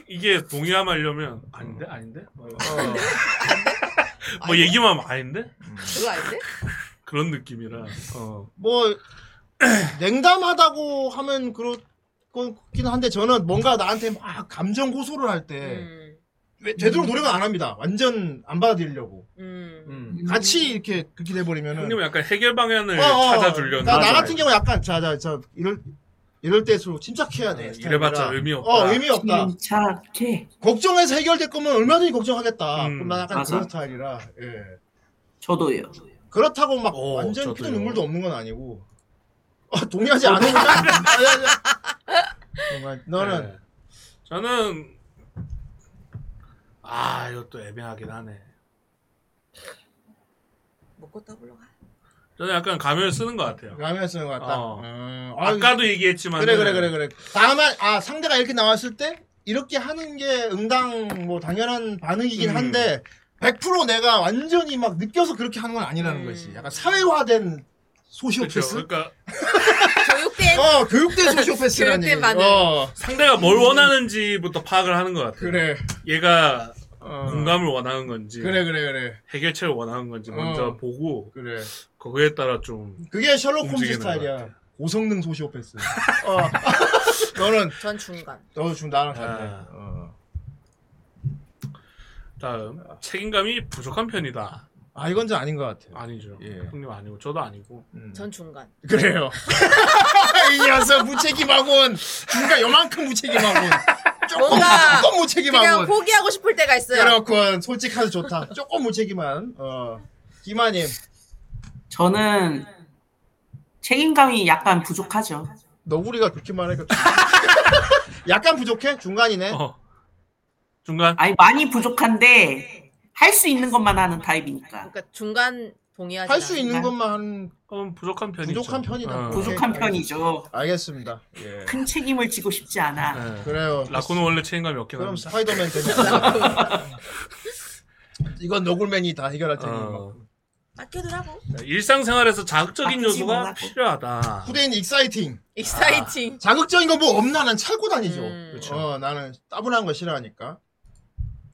Speaker 4: 이게 동의하려면 아닌데 아닌데 뭐
Speaker 6: 어,
Speaker 4: 얘기만 하면 아닌데
Speaker 7: 그거 아닌데?
Speaker 4: 그런 느낌이라 어.
Speaker 6: 뭐 냉담하다고 하면 그렇긴 한데 저는 뭔가 나한테 막 감정 고소를 할때
Speaker 7: 음.
Speaker 6: 왜- 되도록 노력을 안 합니다. 완전 안 받아들이려고.
Speaker 7: 음.
Speaker 6: 같이 이렇게 그렇게 돼버리면은.
Speaker 4: 형님 은 약간 해결 방향을
Speaker 6: 어, 어.
Speaker 4: 찾아주려는
Speaker 6: 나, 나
Speaker 4: 거잖아요.
Speaker 6: 같은 경우 약간 자자자 이럴 이럴 때일수록 침착해야 돼.
Speaker 4: 아, 이래봤자
Speaker 6: 스타일이라.
Speaker 4: 의미 없다.
Speaker 6: 어, 의미 없다.
Speaker 5: 음. 침착해.
Speaker 6: 걱정해서 해결될 거면 얼마든지 걱정하겠다.
Speaker 4: 음,
Speaker 6: 그럼 나 약간
Speaker 5: 맞아.
Speaker 6: 그런 스타일이라. 예.
Speaker 5: 저도요.
Speaker 6: 그렇다고 막
Speaker 4: 오,
Speaker 6: 완전 피도
Speaker 4: 어, 저도요. 어,
Speaker 6: 눈물도 없는 건 아니고. 아, 동의하지 않으니까. 아니, 아니, 아니. 정말 너는
Speaker 4: 네. 저는 아 이것도 애매하긴 하네.
Speaker 7: 먹고 떠블러 가.
Speaker 4: 저는 약간 가면을 쓰는 것 같아요.
Speaker 6: 라면 쓰는 것 같다.
Speaker 4: 어.
Speaker 6: 음, 아,
Speaker 4: 아까도 얘기했지만
Speaker 6: 그래 그래 그래 그래. 다만 아 상대가 이렇게 나왔을 때 이렇게 하는 게 응당 뭐 당연한 반응이긴
Speaker 4: 음.
Speaker 6: 한데 100% 내가 완전히 막 느껴서 그렇게 하는 건 아니라는
Speaker 7: 음.
Speaker 6: 거지. 약간 사회화된 소시오패스.
Speaker 4: 그렇죠. 그러니까
Speaker 7: 교육된
Speaker 6: 어 교육된 소시오패스라는
Speaker 7: 교육된
Speaker 6: 얘기.
Speaker 7: 반응.
Speaker 6: 어
Speaker 4: 상대가 뭘 원하는지부터 파악을 하는 것 같아요.
Speaker 6: 그래.
Speaker 4: 얘가
Speaker 6: 어.
Speaker 4: 공감을 원하는 건지
Speaker 6: 그래 그래 그래
Speaker 4: 해결책을 원하는 건지 먼저
Speaker 6: 어.
Speaker 4: 보고
Speaker 6: 그래.
Speaker 4: 거기에 따라 좀
Speaker 6: 그게 셜록 홈즈
Speaker 4: 움직이는 것
Speaker 6: 스타일이야. 고성능 소시오패스. 어. 너는
Speaker 7: 전 중간.
Speaker 6: 너 지금 나랑 같네.
Speaker 4: 아.
Speaker 6: 어.
Speaker 4: 다음 책임감이 부족한 편이다.
Speaker 6: 아 이건 좀 아닌 것 같아요.
Speaker 4: 아니죠.
Speaker 6: 예.
Speaker 4: 형님 아니고 저도 아니고
Speaker 6: 음.
Speaker 7: 전 중간.
Speaker 6: 그래요. 이 녀석 무책임하군. 그러니까 요만큼 무책임하군. 조금
Speaker 7: 뭔가
Speaker 6: 조금
Speaker 7: 그냥
Speaker 6: 무책임하군.
Speaker 7: 포기하고 싶을 때가 있어요.
Speaker 6: 그렇군. 솔직해서 좋다. 조금 무책임한. 어. 김아님,
Speaker 5: 저는 책임감이 약간 부족하죠.
Speaker 6: 너구리가 그렇게 말하니까 좀- 약간 부족해? 중간이네.
Speaker 4: 어. 중간
Speaker 5: 아니 많이 부족한데 할 수 있는 것만 하는 타입이니까.
Speaker 7: 그러니까 중간 동의하지.
Speaker 6: 할 수
Speaker 7: 않아요.
Speaker 6: 있는 것만 하는
Speaker 4: 그럼 부족한 편이죠.
Speaker 6: 부족한 편이다.
Speaker 4: 어.
Speaker 5: 부족한
Speaker 6: 오케이,
Speaker 5: 편이죠.
Speaker 6: 알겠습니다. 예.
Speaker 5: 큰 책임을 지고 싶지 않아.
Speaker 4: 예.
Speaker 6: 그래요.
Speaker 4: 라쿠는 원래 책임감이 없긴
Speaker 6: 그럼
Speaker 4: 합니다.
Speaker 6: 스파이더맨 되냐? 이건 너굴맨이 다 해결할 테니
Speaker 4: 어.
Speaker 7: 아껴도 하고.
Speaker 4: 일상생활에서 자극적인
Speaker 5: 바뀌지
Speaker 4: 요소가
Speaker 5: 말라고.
Speaker 4: 필요하다.
Speaker 6: 후대인 익사이팅.
Speaker 7: 익사이팅.
Speaker 6: 자극적인 거 뭐 없나? 난 찰고 다니죠.
Speaker 7: 음.
Speaker 4: 그렇죠.
Speaker 6: 어, 나는 따분한 거 싫어하니까.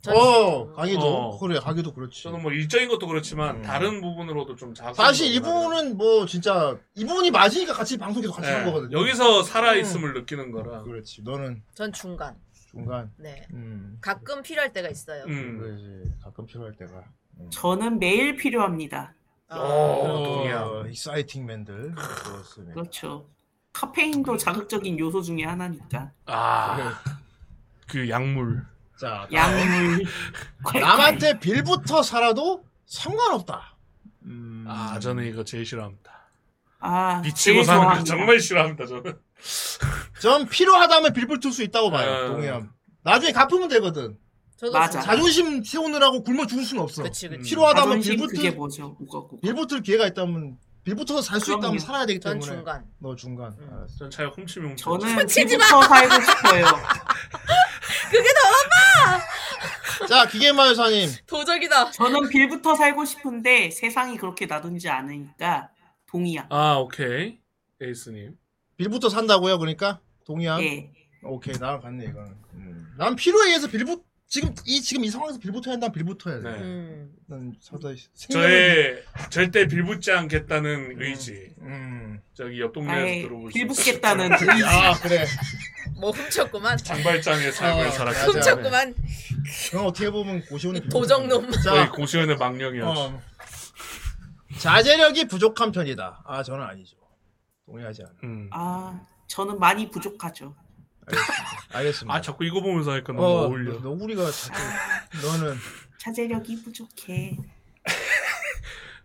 Speaker 7: 전
Speaker 6: 어, 강의도
Speaker 4: 어.
Speaker 6: 그래, 강의도 그렇지.
Speaker 4: 저는 뭐 일적인 것도 그렇지만
Speaker 6: 음.
Speaker 4: 다른 부분으로도 좀 자극.
Speaker 6: 사실 이 부분은 뭐 진짜 이 부분이 맞으니까 같이 방송 계속 같이 한 거거든.
Speaker 4: 네. 여기서 살아 있음을 느끼는 거라.
Speaker 6: 그렇지. 너는
Speaker 7: 전 중간.
Speaker 6: 중간.
Speaker 7: 네.
Speaker 6: 음.
Speaker 7: 가끔 필요할 때가 있어요.
Speaker 4: 음.
Speaker 6: 그렇지. 가끔 필요할 때가. 음.
Speaker 5: 저는 매일 필요합니다.
Speaker 7: 아,
Speaker 4: 어, 동의야.
Speaker 6: 익사이팅 맨들.
Speaker 4: 네.
Speaker 6: 그렇습니다.
Speaker 5: 그렇죠.
Speaker 4: 음.
Speaker 5: 카페인도 자극적인 요소 중에 하나니까.
Speaker 4: 아,
Speaker 6: 그래.
Speaker 4: 그 약물.
Speaker 6: 네. 자,
Speaker 4: 아.
Speaker 5: 약물.
Speaker 6: 남한테 빌부터 살아도 상관없다. 음.
Speaker 4: 아, 저는 이거 제일 싫어합니다.
Speaker 5: 아,
Speaker 4: 미치고
Speaker 5: 제일
Speaker 4: 사는 거
Speaker 5: 좋아합니다.
Speaker 4: 정말 싫어합니다, 저는.
Speaker 6: 전 필요하다면 빌불 틀 수 있다고 봐요.
Speaker 4: 어.
Speaker 6: 동의함. 나중에 갚으면 되거든.
Speaker 7: 저도
Speaker 5: 맞아.
Speaker 7: 중간.
Speaker 6: 자존심 세우느라고 굶어 죽을 수는 없어.
Speaker 7: 그치 그치.
Speaker 6: 필요하다면
Speaker 5: 자존심 그게
Speaker 6: 빌붙을
Speaker 5: 뭐죠? 무겁고.
Speaker 6: 빌붙을 기회가 있다면 빌붙어서 살 수 있다면
Speaker 5: 그럼요.
Speaker 6: 살아야 되기
Speaker 7: 전
Speaker 6: 때문에
Speaker 7: 중간.
Speaker 6: 너 중간.
Speaker 7: 음.
Speaker 6: 알았어.
Speaker 4: 전 차라리 아, 훔치면 훔쳐.
Speaker 5: 저는
Speaker 7: 치지 마.
Speaker 5: 피부터 살고 싶어요.
Speaker 7: 그게 더
Speaker 6: 자 기계마 여사님
Speaker 7: 도적이다.
Speaker 5: 저는 빌부터 살고 싶은데 세상이 그렇게 나둔지 않으니까 동의야.
Speaker 4: 아, 오케이. 에이스님.
Speaker 6: 빌붙어 산다고요? 그러니까
Speaker 4: 아,
Speaker 6: 동의함.
Speaker 5: 예.
Speaker 6: 오케이 나랑 같네 이거는. 음. 난 필요에 의해서 빌붙 지금 이 지금 이 상황에서 빌붙어야 한다면 빌붙어야 돼.
Speaker 4: 네.
Speaker 7: 음.
Speaker 6: 난 사다 생명을-
Speaker 4: 저의 절대 빌붙지 않겠다는 의지.
Speaker 6: 음.
Speaker 4: 저기 옆 동네에서
Speaker 5: 나의
Speaker 4: 들어볼 수
Speaker 5: 빌붙겠다는
Speaker 4: 있어요.
Speaker 5: 의지.
Speaker 6: 아 그래.
Speaker 7: 뭐 훔쳤구만.
Speaker 4: 장발장의 삶을
Speaker 6: 어,
Speaker 4: 살았기
Speaker 7: 네.
Speaker 4: 때문에.
Speaker 6: 맞아.
Speaker 7: 훔쳤구만.
Speaker 6: 그럼 어떻게 보면 고시원이 빌붙어.
Speaker 7: 도적놈.
Speaker 4: 거의
Speaker 6: 자
Speaker 4: 고시원의 망령이야.
Speaker 6: 어. 자제력이 부족한 편이다. 아 저는 아니죠. 동의하지 않아.
Speaker 4: 음.
Speaker 5: 아, 저는 많이 부족하죠.
Speaker 6: 알겠습니다. 알겠습니다.
Speaker 4: 아 자꾸 이거 보면서 하니까 너무
Speaker 7: 뭐
Speaker 6: 어,
Speaker 4: 어, 울려
Speaker 6: 너, 너구리가 자꾸 너는
Speaker 5: 자제력이 부족해.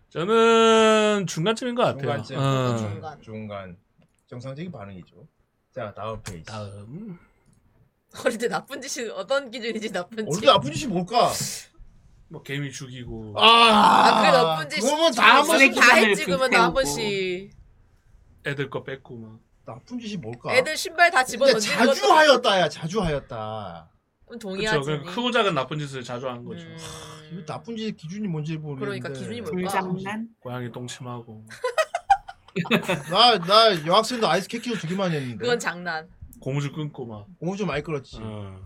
Speaker 4: 저는 중간쯤인 것 같아요.
Speaker 6: 중간쯤
Speaker 4: 어.
Speaker 7: 중간.
Speaker 6: 중간 정상적인 반응이죠. 자 다음 페이지.
Speaker 4: 다음.
Speaker 7: 어릴 때 나쁜 짓이 어떤 기준이지 나쁜 짓.
Speaker 6: 어디 아픈 짓이 뭘까?
Speaker 4: 뭐 개미 죽이고.
Speaker 6: 아,
Speaker 7: 아, 그게 나쁜 짓.
Speaker 6: 그러면 다 한 번씩
Speaker 5: 쓰레기.
Speaker 7: 다
Speaker 5: 쓰레기장을
Speaker 7: 했지 그러면
Speaker 5: 불태우고.
Speaker 7: 나한 번씩.
Speaker 4: 애들 거 뺏고 막.
Speaker 6: 나쁜 짓이 뭘까?
Speaker 7: 애들 신발 다 집어
Speaker 6: 아. 근데
Speaker 7: 던지는
Speaker 6: 자주
Speaker 7: 거.
Speaker 6: 하였다야, 자주 하였다.
Speaker 4: 그렇죠.
Speaker 7: 동의하지.
Speaker 4: 그냥 크고 작은 나쁜 짓을 자주 한 거죠.
Speaker 7: 음.
Speaker 6: 이거 나쁜 짓 기준이 뭔지 모르겠는데.
Speaker 7: 그러니까 기준이 뭘까?
Speaker 5: 불장난?
Speaker 4: 고양이 똥침하고
Speaker 6: 나, 나 여학생도 아이스 캐키로 두 개만 했는데.
Speaker 7: 그건 장난.
Speaker 4: 고무줄 끊고 막.
Speaker 6: 공부 좀 많이 끌었지.
Speaker 4: 어.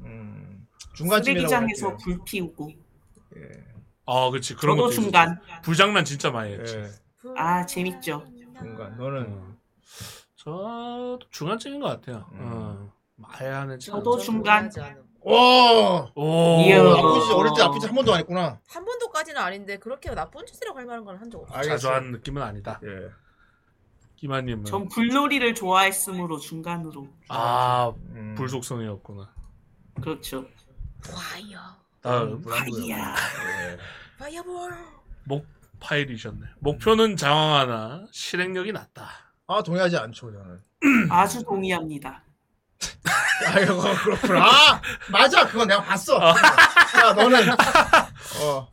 Speaker 6: 음. 중간쯤이라고
Speaker 5: 쓰레기장에서
Speaker 6: 할게요.
Speaker 5: 불 피우고.
Speaker 4: 아, 그렇지. 그런
Speaker 5: 저도
Speaker 4: 것도
Speaker 5: 중간.
Speaker 4: 있었어. 불장난 진짜 많이
Speaker 6: 예,
Speaker 4: 했지.
Speaker 5: 아, 재밌죠.
Speaker 6: 중간. 너는
Speaker 4: 어. 저도 중간쯤인 것 같아요.
Speaker 6: 음.
Speaker 4: 어. 마야는
Speaker 5: 저도 중간.
Speaker 7: 동의하지 않아.
Speaker 4: 어.
Speaker 6: 오,
Speaker 4: 오.
Speaker 5: 이어.
Speaker 6: 나쁜 짓 어, 어릴 때 나쁜 짓 한 번도 안 했구나.
Speaker 7: 한 번도까지는 아닌데 그렇게 나쁜 짓이라고 할 만한 건 한 적 없어.
Speaker 6: 알겠어.
Speaker 4: 자주 한 느낌은 아니다.
Speaker 6: 예.
Speaker 4: 끼마님은
Speaker 5: 전 불놀이를 좋아했으므로 중간으로
Speaker 4: 아
Speaker 6: 음.
Speaker 4: 불속성이었구나.
Speaker 5: 그렇죠.
Speaker 7: 와이어.
Speaker 5: 음.
Speaker 6: 아,
Speaker 4: 나
Speaker 5: 파이야.
Speaker 6: 예.
Speaker 7: 파이어볼.
Speaker 4: 파일이셨네. 목표는 장황하나 실행력이 낮다.
Speaker 6: 아 동의하지 않죠 저는.
Speaker 5: 아주 동의합니다.
Speaker 6: 아 이거 그렇구나. 아 맞아 그거 내가 봤어. 야 너는 어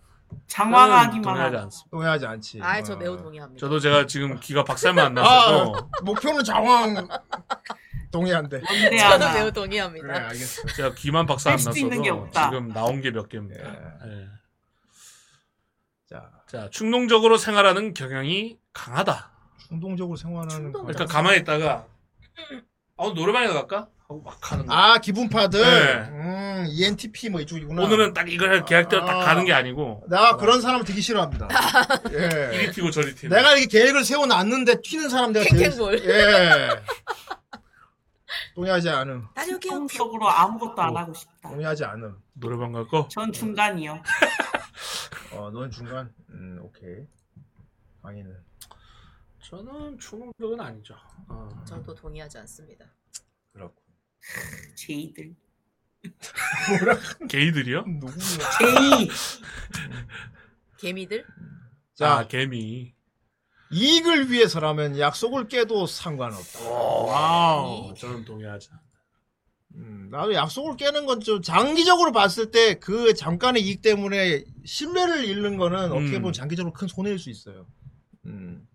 Speaker 5: 장황하기만
Speaker 4: 동의하지
Speaker 5: 하고.
Speaker 4: 않습니다.
Speaker 6: 동의하지 않지.
Speaker 7: 아, 저
Speaker 6: 어.
Speaker 7: 매우 동의합니다.
Speaker 4: 저도 제가 지금 귀가 박살만 안
Speaker 6: 아
Speaker 4: 나서
Speaker 6: 목표는 장황 동의한대.
Speaker 5: 근데
Speaker 7: 저도 매우
Speaker 5: 하나
Speaker 6: 그래
Speaker 7: 동의합니다.
Speaker 6: 알겠어.
Speaker 4: 제가 귀만 박살 안
Speaker 5: 뺄 수도
Speaker 4: 났어도
Speaker 5: 있는 게 없다.
Speaker 4: 지금 나온 게 몇 개입니다. 예.
Speaker 6: 자
Speaker 4: 자 충동적으로 생활하는 경향이 강하다.
Speaker 6: 충동적으로 생활하는
Speaker 7: 충동.
Speaker 6: 거.
Speaker 4: 그러니까 가만히 있다가 아 오늘 노래방에 갈까? 하고 막 하는 거.
Speaker 6: 아 기분 파들.
Speaker 4: 네.
Speaker 6: 음 ENTP 뭐 이쪽이구나.
Speaker 4: 오늘은 딱 이걸 할 계획대로 딱
Speaker 6: 아.
Speaker 4: 가는 게 아니고
Speaker 6: 나 그런 사람 되게 싫어합니다. 예.
Speaker 4: 이리 튀고 저리 튀고
Speaker 6: 내가 이렇게 계획을 세워놨는데 튀는 사람 내가 제일
Speaker 7: 캥캥볼.
Speaker 6: 예. 동의하지 않음.
Speaker 7: 다녀올게요.
Speaker 5: 성격으로 아무것도 안 하고 싶다.
Speaker 6: 동의하지 않음.
Speaker 4: 노래방 갈 거?
Speaker 5: 전 중간이요.
Speaker 6: 어, 넌 중간. 음, 오케이. 강의는.
Speaker 4: 저는 충동적은 아니죠. 어.
Speaker 7: 저도 동의하지 않습니다.
Speaker 6: 그렇고.
Speaker 5: 제이들.
Speaker 4: 게이들이요?
Speaker 6: 누구야?
Speaker 5: 제이.
Speaker 7: 개미들?
Speaker 4: 자
Speaker 6: 자,
Speaker 4: 개미.
Speaker 6: 이익을 위해서라면 약속을 깨도 상관없다.
Speaker 4: 와우. 저는 동의하지. 않아요.
Speaker 6: 음, 나도 약속을 깨는 건 좀 장기적으로 봤을 때 그 잠깐의 이익 때문에 신뢰를 잃는 거는 어떻게 보면
Speaker 4: 음.
Speaker 6: 장기적으로 큰 손해일 수 있어요. 음,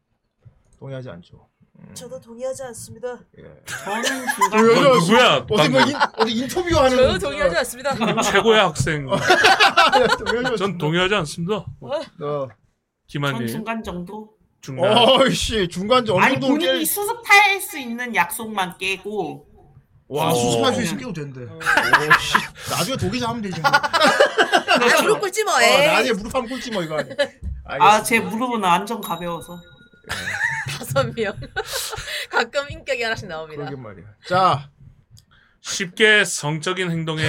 Speaker 6: 동의하지 않죠.
Speaker 10: 저도 동의하지 않습니다.
Speaker 6: 예.
Speaker 5: 저는
Speaker 4: 너
Speaker 5: 중간.
Speaker 6: 왜요?
Speaker 4: 누구야?
Speaker 6: 어디 뭐
Speaker 4: 방금
Speaker 6: 인, 어디 인터뷰하는
Speaker 7: 저도 동의하지 않습니다.
Speaker 4: 최고의 학생.
Speaker 6: 동의하지
Speaker 4: 전
Speaker 6: 않습니다.
Speaker 4: 동의하지 않습니다.
Speaker 6: 어.
Speaker 5: 전
Speaker 4: 김한님
Speaker 5: 중간 정도.
Speaker 6: 네.
Speaker 4: 중간.
Speaker 6: 어이씨 중간 어느
Speaker 5: 아니
Speaker 6: 정도
Speaker 5: 본인이 수습할 수 있는 약속만 깨고
Speaker 6: 와
Speaker 4: 어.
Speaker 6: 수습할 수 있으면 깨도 된대. 오씨 나중에 독일자 하면 되지. 뭐.
Speaker 7: 아, 무릎 꿇지 뭐,
Speaker 6: 어,
Speaker 7: 에이.
Speaker 6: 나중에 무릎 한번 꿇지 뭐 이거 아니.
Speaker 5: 아 제 무릎은 완전 가벼워서
Speaker 7: 다섯 명. 가끔 인격이 하나씩 나옵니다.
Speaker 6: 그러게 말이야. 자
Speaker 4: 쉽게 성적인 행동에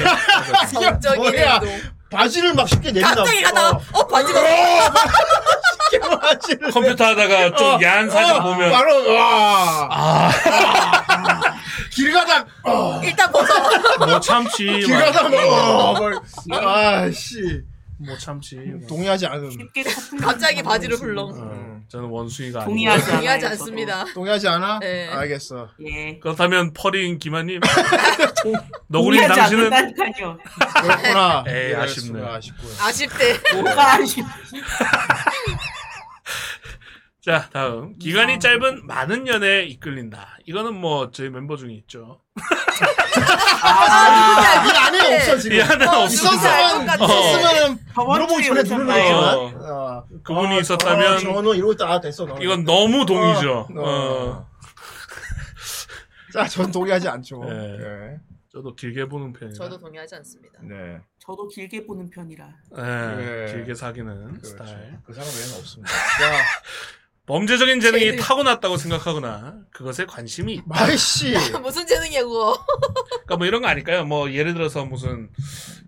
Speaker 7: 성적인
Speaker 6: 뭐야.
Speaker 7: 행동.
Speaker 6: 바지를 막 쉽게 내린다.
Speaker 7: 갑자기 가다가, 어, 반지가.
Speaker 6: 쉽게 바지를.
Speaker 4: 컴퓨터 하다가 좀 야한 사진
Speaker 6: 어,
Speaker 4: 보면
Speaker 6: 바로 와.
Speaker 4: 아 뭐
Speaker 6: 길 가다 어,
Speaker 7: 일단 벗어.
Speaker 4: 뭐 참지.
Speaker 6: 길
Speaker 4: 막.
Speaker 6: 가다 어, 뭘. 아씨
Speaker 4: 뭐 참지. 막.
Speaker 6: 동의하지
Speaker 4: 네.
Speaker 6: 않음.
Speaker 5: 쉽게 커플
Speaker 7: 갑자기 바지를 훌렁.
Speaker 6: 음.
Speaker 4: 어, 저는 원숭이가 아니고.
Speaker 5: 동의하지 않아요.
Speaker 7: 동의하지
Speaker 5: 저도.
Speaker 7: 않습니다.
Speaker 6: 동의하지 않아?
Speaker 7: 네.
Speaker 6: 알겠어.
Speaker 5: 예.
Speaker 4: 그렇다면 퍼링 김한님 어, 너구리
Speaker 5: 동의하지
Speaker 4: 당신은
Speaker 5: 않는다니까요.
Speaker 6: 그렇구나.
Speaker 4: 에이,
Speaker 6: 이럴
Speaker 4: 아쉽네.
Speaker 6: 수가 아쉽고요.
Speaker 7: 아쉽대.
Speaker 5: 뭐가 아쉽.
Speaker 4: 자 다음
Speaker 5: 아.
Speaker 4: 기간이 짧은 많은 연애에 이끌린다 이거는 뭐 저희 멤버 중에 있죠
Speaker 6: 어,
Speaker 7: 아,
Speaker 6: 아, 이 안에 없어 지금.
Speaker 4: 이 안에
Speaker 7: 어,
Speaker 4: 없어
Speaker 7: 누군지 알
Speaker 6: 있었으면
Speaker 7: 것 같아.
Speaker 6: 있었으면
Speaker 5: 저번
Speaker 6: 물어보기
Speaker 5: 주에
Speaker 6: 전에 누르는
Speaker 5: 오셨나요?
Speaker 6: 거지만. 어.
Speaker 4: 그분이
Speaker 6: 아,
Speaker 4: 있었다면
Speaker 6: 어, 저는 이러고 있다 아, 됐어. 너는.
Speaker 4: 이건 너무 동의죠
Speaker 7: 아,
Speaker 6: 어,
Speaker 4: 어,
Speaker 6: 어. 자, 전 동의하지 않죠.
Speaker 4: 예.
Speaker 6: 네.
Speaker 4: 저도 길게 보는 편이에요
Speaker 7: 저도 동의하지 않습니다.
Speaker 6: 네.
Speaker 5: 저도 길게 보는 편이라.
Speaker 4: 예,
Speaker 6: 예.
Speaker 4: 길게 사귀는
Speaker 6: 그렇죠.
Speaker 4: 스타일
Speaker 6: 그 사람 외에는 없습니다. 자,
Speaker 4: 범죄적인 재능이
Speaker 7: 제일-
Speaker 4: 타고났다고 생각하거나 그것에 관심이 있다
Speaker 6: 마이씨.
Speaker 7: 무슨 재능이야, 그거.
Speaker 4: 그러니까 뭐 이런 거 아닐까요 뭐 예를 들어서 무슨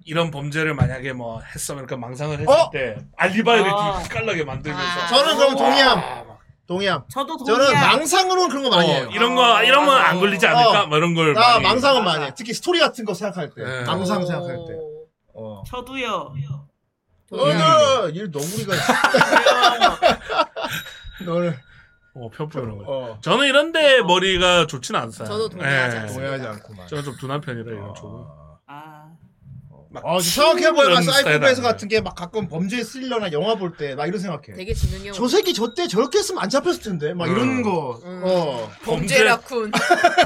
Speaker 4: 이런 범죄를 만약에 뭐 했어 그러니까 망상을 했을
Speaker 6: 어?
Speaker 4: 때 알리바이를
Speaker 5: 아.
Speaker 4: 이렇게 깔라게 만들면서
Speaker 7: 아.
Speaker 6: 저는 그럼
Speaker 4: 와,
Speaker 6: 동의함. 동의함.
Speaker 5: 저도
Speaker 6: 저는
Speaker 5: 동의야.
Speaker 6: 망상으로는 그런 거 많이 해요.
Speaker 4: 어, 이런 거 이런 건 안 걸리지 않을까?
Speaker 7: 어.
Speaker 4: 뭐 이런 걸
Speaker 6: 나
Speaker 4: 많이
Speaker 6: 망상은 많이 해. 특히 스토리 같은 거 생각할 때.
Speaker 4: 네.
Speaker 6: 망상 생각할 때.
Speaker 7: 오. 음.
Speaker 6: 어.
Speaker 5: 저도요.
Speaker 6: 어, 일 너구리가 너는
Speaker 4: 어, 편부 이런 거.
Speaker 6: 어,
Speaker 4: 저는 이런데 머리가 좋진 않아요.
Speaker 7: 저도 동의하지
Speaker 4: 예. 어.
Speaker 7: 않습니다.
Speaker 6: 동의하지 않구만.
Speaker 4: 저는 좀 둔한 편이라 이런 쪽은.
Speaker 6: 아.
Speaker 5: 아
Speaker 6: 아, 생각해보니까
Speaker 4: 이런
Speaker 6: 사이버베이스
Speaker 4: 스타일
Speaker 6: 같은 게 막 가끔 범죄 스릴러나 영화 볼 때 막 이런 생각해.
Speaker 7: 되게 지능형.
Speaker 6: 저 새끼 저 때 저렇게 했으면 안 잡혔을 텐데 막 이런
Speaker 4: 음.
Speaker 6: 거.
Speaker 7: 음.
Speaker 6: 어.
Speaker 7: 범죄 라쿤.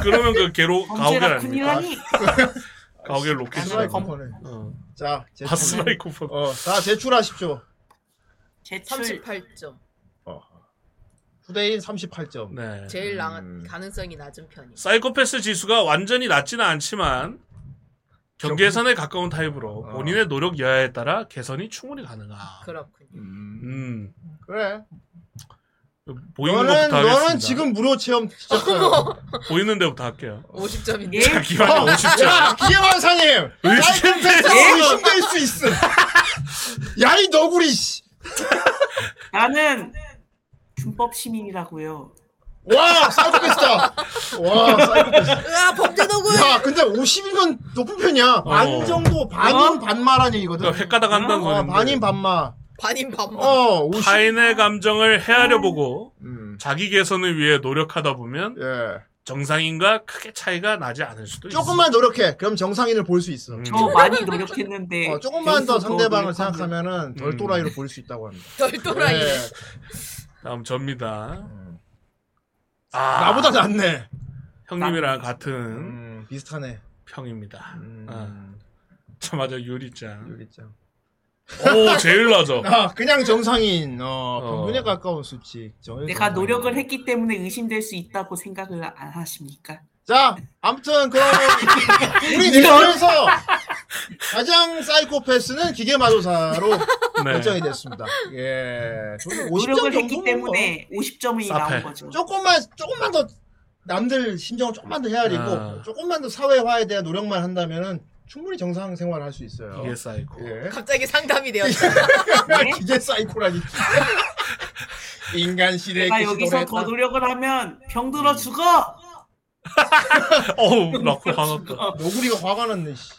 Speaker 4: 그러면 그 개로 가오갤
Speaker 5: 범죄라
Speaker 4: 아닙니까?
Speaker 5: 군이라니.
Speaker 4: 가오갤 로켓.
Speaker 6: 스라이 쿠폰을.
Speaker 4: 어.
Speaker 6: 자, 제출.
Speaker 4: 바스라이 쿠폰.
Speaker 6: 어, 다 제출하십시오.
Speaker 5: 제출.
Speaker 7: 38점.
Speaker 6: 후대인 38점.
Speaker 4: 네.
Speaker 7: 제일 나,
Speaker 6: 음.
Speaker 7: 가능성이 낮은 편이.
Speaker 4: 사이코패스 지수가 완전히 낮지는 않지만 경계 예산에 가까운 타입으로
Speaker 6: 어.
Speaker 4: 본인의 노력 여하에 따라 개선이 충분히 가능하.
Speaker 7: 그렇군요.
Speaker 6: 음.
Speaker 4: 음.
Speaker 6: 그래.
Speaker 4: 보이는
Speaker 6: 너는
Speaker 4: 것부터 하겠습니다.
Speaker 6: 너는 지금 무료 체험 시작해요.
Speaker 4: 보이는 데부터 할게요.
Speaker 6: 어.
Speaker 5: 예,
Speaker 7: 50점인데.
Speaker 4: 자,
Speaker 6: 아.
Speaker 4: 기관이 50점.
Speaker 6: 야, 기회만상님.
Speaker 4: 의심돼.
Speaker 6: 사이코패스 의심될 수 있어. 야, 이 너구리 씨.
Speaker 5: 나는 준법 시민이라고요.
Speaker 6: 와 사이코패스다. 와 사이코패스.
Speaker 7: 으아 범죄 도구.
Speaker 6: 야 근데 50이면 높은 편이야. 반 정도
Speaker 7: 어?
Speaker 6: 반인 반마란 얘기거든.
Speaker 4: 어. 헷가다 간다는
Speaker 6: 어,
Speaker 4: 거였는데.
Speaker 6: 반인 반마.
Speaker 7: 반인 반마.
Speaker 6: 어 50.
Speaker 4: 타인의 감정을 헤아려 보고
Speaker 6: 음.
Speaker 4: 자기 개선을 위해 노력하다 보면
Speaker 6: 예.
Speaker 4: 정상인과 크게 차이가 나지 않을 수도 있어.
Speaker 6: 조금만 노력해. 그럼 정상인을 볼 수
Speaker 4: 음.
Speaker 6: 있어.
Speaker 5: 저 많이 노력했는데
Speaker 6: 음. 어, 조금만 더
Speaker 5: 여기서
Speaker 6: 상대방을
Speaker 5: 노력하면-
Speaker 6: 생각하면은 덜
Speaker 4: 음.
Speaker 6: 또라이로 보일 수 있다고 합니다.
Speaker 7: 덜 또라이.
Speaker 6: 예.
Speaker 4: 다음 접니다. 아,
Speaker 6: 나보다 낫네.
Speaker 4: 형님이랑 같은
Speaker 6: 음, 비슷하네.
Speaker 4: 평입니다.
Speaker 6: 음.
Speaker 4: 아, 자마자 유리짱.
Speaker 6: 요리짱.
Speaker 4: 오, 제일 낮아.
Speaker 6: 아, 그냥 정상인. 어,
Speaker 4: 어.
Speaker 6: 평균에 가까운 수치. 저의
Speaker 5: 내가
Speaker 6: 정상인.
Speaker 5: 노력을 했기 때문에 의심될 수 있다고 생각을 안 하십니까?
Speaker 6: 자, 아무튼 그럼 우리 내에서 가장 사이코패스는 기계 마도사로 결정이 됐습니다. 예. 저는 50점
Speaker 5: 노력을 했기
Speaker 6: 정도는
Speaker 5: 때문에 50점이
Speaker 4: 쌉해.
Speaker 5: 나온 거죠.
Speaker 6: 뭐 조금만 조금만 더 남들 심정을 조금만 더 헤아리고
Speaker 4: 아.
Speaker 6: 조금만 더 사회화에 대한 노력만 한다면은 충분히 정상 생활을 할 수 있어요.
Speaker 4: 이게 사이코.
Speaker 6: 예.
Speaker 7: 갑자기 상담이 되었다.
Speaker 5: 네?
Speaker 6: 기계 사이코라니. 인간 시대의
Speaker 5: 내가 여기서 더 노력을 하면
Speaker 6: 음.
Speaker 5: 병들어 죽어.
Speaker 4: 어우, 라쿠 화났다.
Speaker 5: 죽어.
Speaker 6: 노구리가 화가 났네. 씨.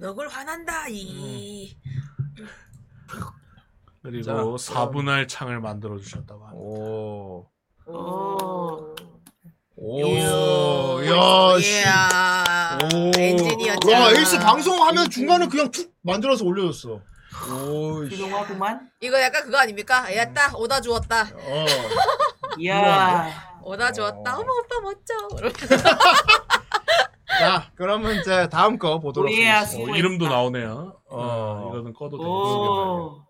Speaker 7: 너굴 화난다 이.
Speaker 6: 자,
Speaker 4: 그리고
Speaker 6: 그럼.
Speaker 4: 4분할 창을 만들어 주셨다고 합니다.
Speaker 6: 오.
Speaker 5: 오.
Speaker 6: 음. 오. 야. 씨.
Speaker 7: 이야.
Speaker 6: 오.
Speaker 7: 엔지니어
Speaker 6: 와,
Speaker 7: 짱.
Speaker 6: 에이스 방송하면 중간에 그냥 툭 만들어서 올려줬어. 오. 씨.
Speaker 5: 조용하구만.
Speaker 7: 이거 약간 그거 아닙니까? 야, 따 오다 주었다.
Speaker 6: 어.
Speaker 5: 이야.
Speaker 7: 오다 주었다. 어머 오빠 멋져.
Speaker 6: 자, 그러면 이제 다음 거 보도록
Speaker 5: 오예야,
Speaker 6: 하겠습니다.
Speaker 5: 수-
Speaker 4: 어, 이름도 나오네요. 어,
Speaker 6: 어.
Speaker 4: 이거는 꺼도 돼.
Speaker 5: 오.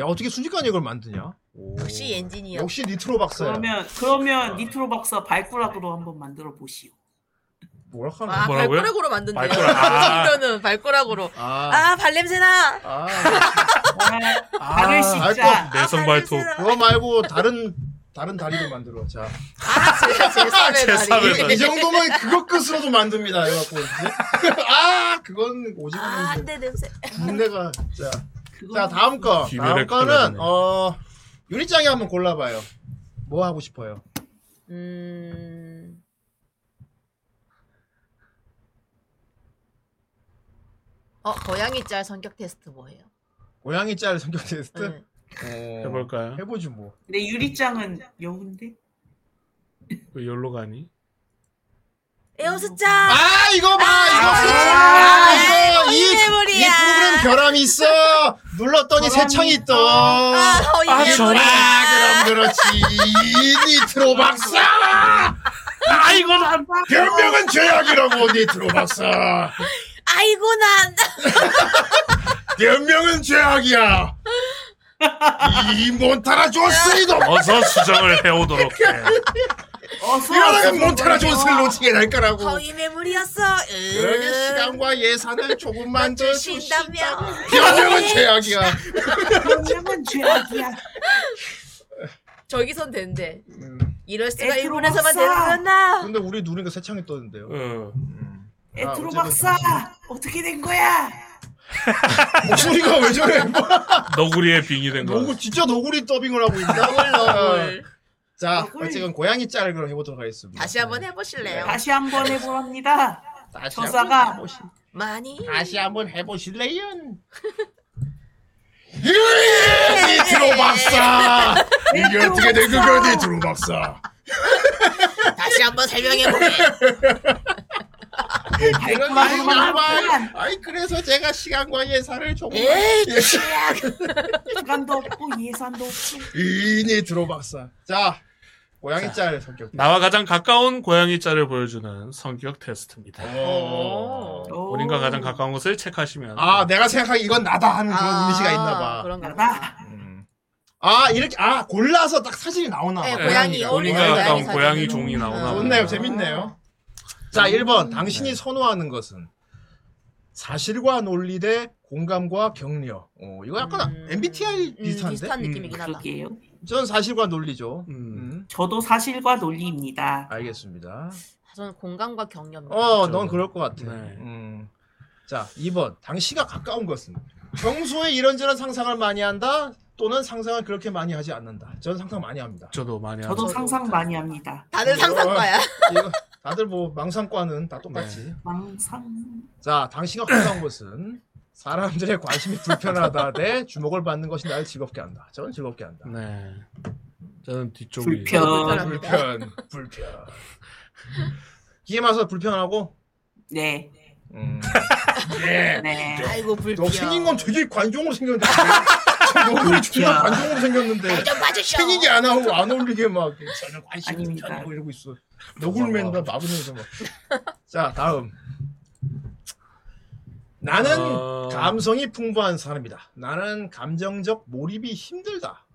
Speaker 6: 야, 어떻게 순식간에 이걸 만드냐? 오.
Speaker 7: 역시 엔지니어.
Speaker 6: 역시 니트로 박사야.
Speaker 5: 그러면 그러면 니트로 박사 발가락으로 한번 만들어 보시오.
Speaker 6: 뭐라 하나?
Speaker 7: 아
Speaker 4: 뭐라고요?
Speaker 7: 발가락으로 만든대요.
Speaker 4: 발가락. 아.
Speaker 7: 이 정도는 발가락으로.
Speaker 6: 아.
Speaker 7: 아 발냄새나.
Speaker 6: 아.
Speaker 5: 아, 발을
Speaker 6: 알
Speaker 5: 씻자.
Speaker 4: 아, 내 손발톱.
Speaker 6: 그거 말고 다른 다른 다리를 만들어. 자.
Speaker 7: 아, 아제제
Speaker 4: 제
Speaker 7: 다리.
Speaker 4: 쌈의
Speaker 6: 이 정도면 그거 끝으로도 만듭니다. 이거 갖고. 아, 그건 오징어
Speaker 7: 아,
Speaker 6: 냄새.
Speaker 7: 내 냄새.
Speaker 6: 군대가 자.
Speaker 5: 그건-
Speaker 6: 자 다음 거
Speaker 4: 기별의
Speaker 6: 다음 거는
Speaker 4: 컬러잖아요.
Speaker 6: 어 유리짱이 한번 골라봐요. 뭐 하고 싶어요?
Speaker 7: 음. 어, 고양이 짤 성격 테스트 뭐예요?
Speaker 6: 고양이 짤 성격 테스트
Speaker 7: 응.
Speaker 6: 어,
Speaker 4: 해볼까요?
Speaker 6: 해보지 뭐.
Speaker 5: 근데 유리짱은 여운데?
Speaker 4: 왜 열로 가니?
Speaker 7: 에어스 짤!
Speaker 6: 아 이거 봐 이거
Speaker 7: 아,
Speaker 6: 아,
Speaker 7: 아,
Speaker 6: 이거 이,
Speaker 7: 인쇄물이야.
Speaker 6: 이 프로그램 결함이 있어. 눌렀더니 새
Speaker 5: 결함이
Speaker 6: 창이 떠.
Speaker 7: 아,
Speaker 6: 아,
Speaker 7: 어, 이게
Speaker 4: 저래.
Speaker 6: 그럼 그렇지 니트로 박사.
Speaker 4: 아, 이거 안 봐!
Speaker 6: 변명은 죄악이라고 니트로 박사.
Speaker 7: 아이고, 난!
Speaker 6: 변명은 죄악이야. 이 몬타라 조스리도
Speaker 4: 어서 수정을 해오도록 해.
Speaker 5: 어서 어,
Speaker 6: 이러다가 몬타라 존스를 놓치게 될 거라고.
Speaker 7: 거의 매물이었어!
Speaker 6: 그러게 시간과 예산을 조금만 더 주신다면
Speaker 7: 주신다며.
Speaker 6: 변명은 죄악이야.
Speaker 5: 변명은 죄악이야.
Speaker 7: 저기선 된대.
Speaker 6: 음,
Speaker 7: 이럴 수가
Speaker 5: 애플
Speaker 7: 일본에서만
Speaker 5: 박사.
Speaker 7: 되는구나!
Speaker 6: 근데 우리 누리가 새창이 떴는데요.
Speaker 4: 어.
Speaker 5: 에트로
Speaker 6: 어쨌든
Speaker 5: 박사 어떻게 된 거야?
Speaker 6: 목소리가 어, 왜 저래?
Speaker 4: 너구리의 빙이 된 거.
Speaker 6: 노구 진짜 노구리 더빙을 하고
Speaker 7: 너굴,
Speaker 6: 있다.
Speaker 7: 너굴.
Speaker 6: 자,
Speaker 5: 너굴.
Speaker 6: 어쨌든 고양이 짤을 그럼 해보도록 하겠습니다.
Speaker 7: 다시 한번 해보실래요?
Speaker 5: 다시 한번 해보랍니다.
Speaker 6: 다시
Speaker 5: 저사가.
Speaker 6: 한번 해보시-
Speaker 7: 많이.
Speaker 6: 다시 한번 해보실래요? 유리 니트로 박사
Speaker 5: 네,
Speaker 6: 이게 어떻게 된 거야 니트로 박사
Speaker 7: 다시 한번 설명해보게.
Speaker 5: 발가락으로 만들면
Speaker 6: 아이 그래서 제가 시간과 예산을 조금
Speaker 7: 에이, 취약.
Speaker 5: 시간도 없고 예산도 없고
Speaker 6: 이니 들어봤어. 자, 고양이 짤 성격.
Speaker 4: 나와 가장 가까운 고양이 짤을 보여주는 성격 테스트입니다.
Speaker 6: 어.
Speaker 5: 오.
Speaker 4: 본인과 가장 가까운 곳을 체크하시면
Speaker 6: 아, 내가 생각하기 이건 나다 하는 그런 이미지가 있나봐.
Speaker 7: 아, 그런가 봐.
Speaker 5: 나
Speaker 6: 아, 이렇게 아 골라서 딱 사진이 나오나 봐.
Speaker 7: 네,
Speaker 4: 아, 고양이
Speaker 7: 고양이
Speaker 4: 본인과
Speaker 7: 어울리는
Speaker 4: 가까운
Speaker 7: 고양이
Speaker 4: 고양이
Speaker 7: 사진으로.
Speaker 4: 종이 나오나
Speaker 7: 음.
Speaker 4: 보네요.
Speaker 6: 아, 좋네요, 재밌네요. 자, 1번 당신이 선호하는 것은 사실과 논리 대 공감과 격려. 어, 이거 약간
Speaker 7: 음.
Speaker 6: MBTI
Speaker 7: 음,
Speaker 6: 비슷한데?
Speaker 7: 비슷한 느낌이긴 하다.
Speaker 5: 그러게요.
Speaker 6: 전 사실과 논리죠.
Speaker 4: 음.
Speaker 6: 음,
Speaker 5: 저도 사실과 논리입니다.
Speaker 6: 알겠습니다.
Speaker 7: 아, 저는 공감과 격려입니다.
Speaker 6: 어,
Speaker 4: 그렇죠.
Speaker 6: 넌 그럴 것 같아.
Speaker 4: 네.
Speaker 6: 음. 자, 2번. 당신과 가까운 것은 평소에 이런저런 상상을 많이 한다. 또는 상상은 그렇게 많이 하지 않는다. 저는 상상 많이 합니다.
Speaker 4: 아, 저도 많이
Speaker 5: 저도 상상 많이 합니다.
Speaker 6: 어,
Speaker 7: 음.
Speaker 6: 이거 다들 뭐 망상과는 다 똑같이.
Speaker 5: 망상.
Speaker 6: 자, 당신과 가까운 것은 사람들의 관심이 불편하다 대 주목을 받는 것이 나를 즐겁게 한다. 저는 즐겁게 한다.
Speaker 4: 네. 저는 뒤쪽이
Speaker 6: 아,
Speaker 4: 아,
Speaker 6: 불편, 불편, 불편. 기에 맞서 불편하고.
Speaker 5: 네.
Speaker 6: 음. 예.
Speaker 5: 네. 네.
Speaker 7: 아이고 불편.
Speaker 6: 너 생긴 건 되게 관종으로 생겼는데. 참 얼굴이 존나 관종으로 생겼는데.
Speaker 7: 좀 봐주쇼.
Speaker 6: 생기게 안 하고 안 어울리게 막 저는 관심
Speaker 5: 아닙니다.
Speaker 6: 불편하고 이러고 있어. 너굴 맨날 마부면서 막. 자, 다음. 나는
Speaker 4: 어.
Speaker 6: 감성이 풍부한 사람이다. 나는 감정적 몰입이 힘들다.